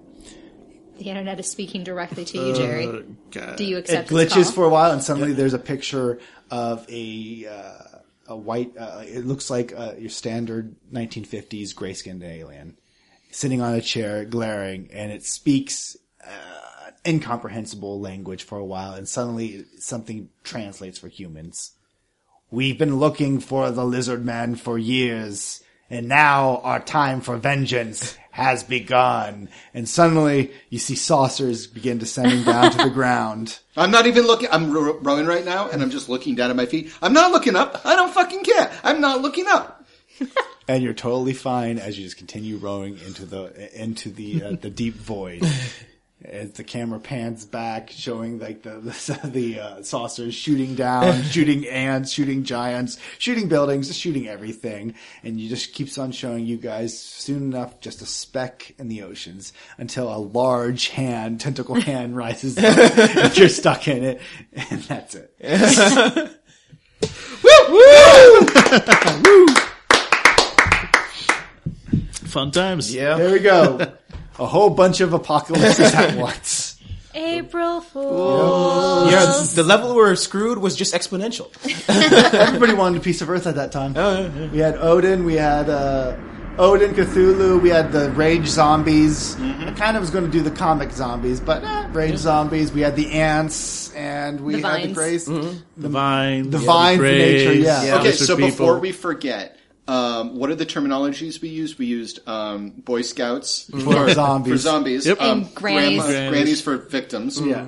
F: The internet is speaking directly to you, Jerry. Do you
B: It
F: accept this
B: glitches
F: call?
B: for a while, and suddenly there's a picture of a uh, a white. Uh, it looks like uh, your standard 1950s gray skinned alien sitting on a chair, glaring, and it speaks uh, incomprehensible language for a while, and suddenly something translates for humans. We've been looking for the lizard man for years, and now our time for vengeance has begun. And suddenly you see saucers begin descending down to the ground.
G: I'm not even looking. I'm ro- rowing right now, and I'm just looking down at my feet. I'm not looking up. I don't fucking care. I'm not looking up.
B: and you're totally fine as you just continue rowing into the into the uh, the deep void. As the camera pans back, showing like the the, the uh, saucers shooting down, shooting ants, shooting giants, shooting buildings, just shooting everything, and you just keeps on showing you guys. Soon enough, just a speck in the oceans until a large hand, tentacle hand, rises up, and you're stuck in it, and that's it.
E: Fun times. Yeah.
B: There we go. A whole bunch of apocalypses at once.
F: April Fool.
C: Yeah, the level we're screwed was just exponential.
B: Everybody wanted a piece of Earth at that time.
G: Oh,
B: We had Odin, we had uh, Odin, Cthulhu, we had the Rage Zombies.
G: Mm-hmm.
B: I kind of was going to do the comic zombies, but eh, Rage Zombies. We had the ants, and we
F: The
B: had the
F: vines.
B: grays.
G: Mm-hmm.
E: The vines.
B: The vines, the nature,
E: graves,
B: yeah.
E: the
G: Okay,
E: lizard
G: so before
E: people.
G: we forget, um, what are the terminologies we used? We used um, Boy Scouts for,
B: zombies.
G: for zombies,
E: Yep.
G: um,
F: And grannies.
G: grandma-
E: Grannies.
G: grannies for victims.
B: Yeah.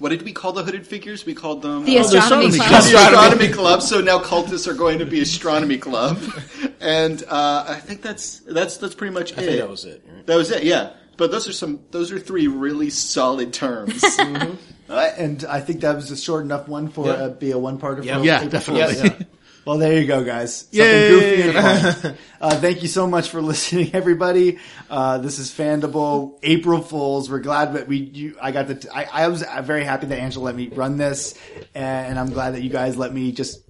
G: What did we call the hooded figures? We called them
F: The
G: uh,
F: astronomy
E: astronomy
G: the
F: club.
E: club.
G: astronomy club. So now cultists are going to be astronomy club, and uh, I think that's that's that's pretty much it.
C: think that was it, right?
G: That was it. Yeah, but those are some. Those are three really solid terms.
B: Uh, and I think that was a short enough one for uh, be a one part of
C: Yeah.
E: Yeah, definitely.
C: Yes.
B: Well, there you go, guys. Something
E: Yay!
B: goofy and fun. uh, thank you so much for listening, everybody. Uh, this is Fandible April Fools. We're glad that we. You, I got the. T- I, I was uh, very happy that Angela let me run this, and I'm glad that you guys let me just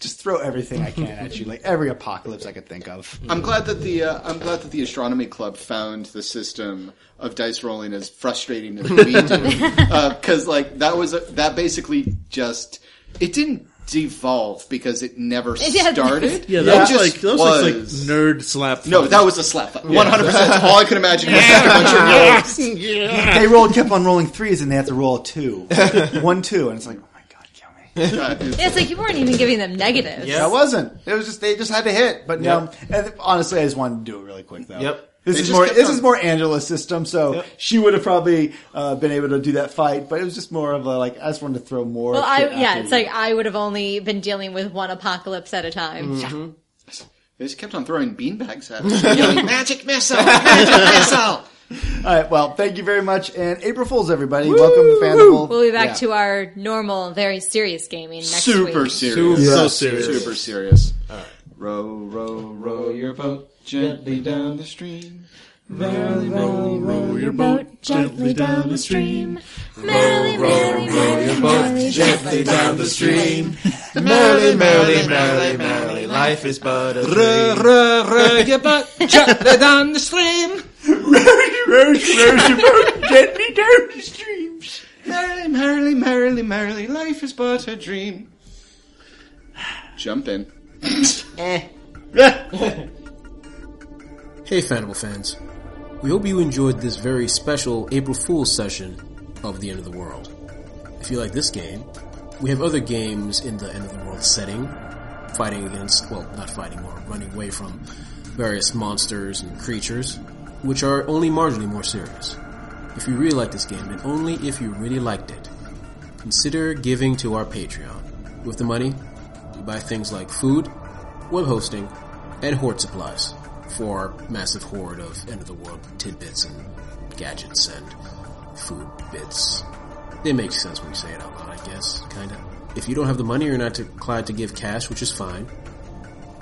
B: just throw everything I can at you, like every apocalypse I could think of.
G: I'm glad that the uh, I'm glad that the astronomy club found the system of dice rolling as frustrating as we do because like that was a, that basically just it didn't devolve because it never
F: Yeah.
G: started.
E: Yeah,
G: It
E: that was
G: just
E: like that was, like, like nerd slap.
G: no, that was a slap. One hundred percent. All I could imagine was like a bunch of rolls.
B: They rolled, kept on rolling threes, and they had to roll a two, one two, and it's like, oh my god, kill me.
F: It's like you weren't even giving them negatives.
B: I wasn't. It was just they just had to hit. But no, and honestly, I just wanted to do it really quick though.
N: Yep.
B: This
G: They
B: is
G: just
B: more.
G: kept
B: This
G: on-
B: is more Angela's system, so she would have probably uh, been able to do that fight. But it was just more of a, like I just wanted to throw more.
F: Well, I
B: shit
F: yeah,
B: after
F: it's
B: you.
F: like I would have only been dealing with one apocalypse at a time.
G: They just kept on throwing beanbags at us, yelling "magic missile, magic missile."
B: all right. Well, thank you very much, and April Fools, everybody. Welcome to Fandible.
F: We'll be back to our normal, very serious gaming next
G: super
F: week.
G: serious.
E: So serious.
G: Super serious. Row, row, row your boat gently down the stream.
E: row your
K: boat gently down the stream. Merrily, merrily, merrily, merrily, gently down the stream.
O: Merrily, merrily, merrily, merrily, life is but a dream.
N: row your boat gently down the stream.
G: Merrily, merrily, merrily, merrily, life is but a dream. Jump in.
C: Hey, Fandible fans. We hope you enjoyed this very special April Fool's session of The End of the World. If you like this game, we have other games in the End of the World setting, fighting against, well, not fighting, or running away from various monsters and creatures, which are only marginally more serious. If you really like this game, and only if you really liked it, consider giving to our Patreon. With the money, we buy things like food, web hosting, and hoard supplies for our massive hoard of end of the world tidbits and gadgets and food bits. It makes sense when you say it out loud, I guess, kinda. If you don't have the money, you're not inclined to give cash, which is fine.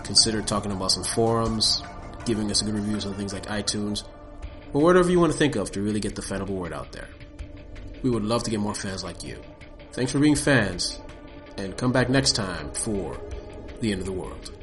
C: Consider talking about some forums, giving us good reviews on things like iTunes, or whatever you want to think of to really get the fanable word out there. We would love to get more fans like you. Thanks for being fans, and come back next time for The End of the World.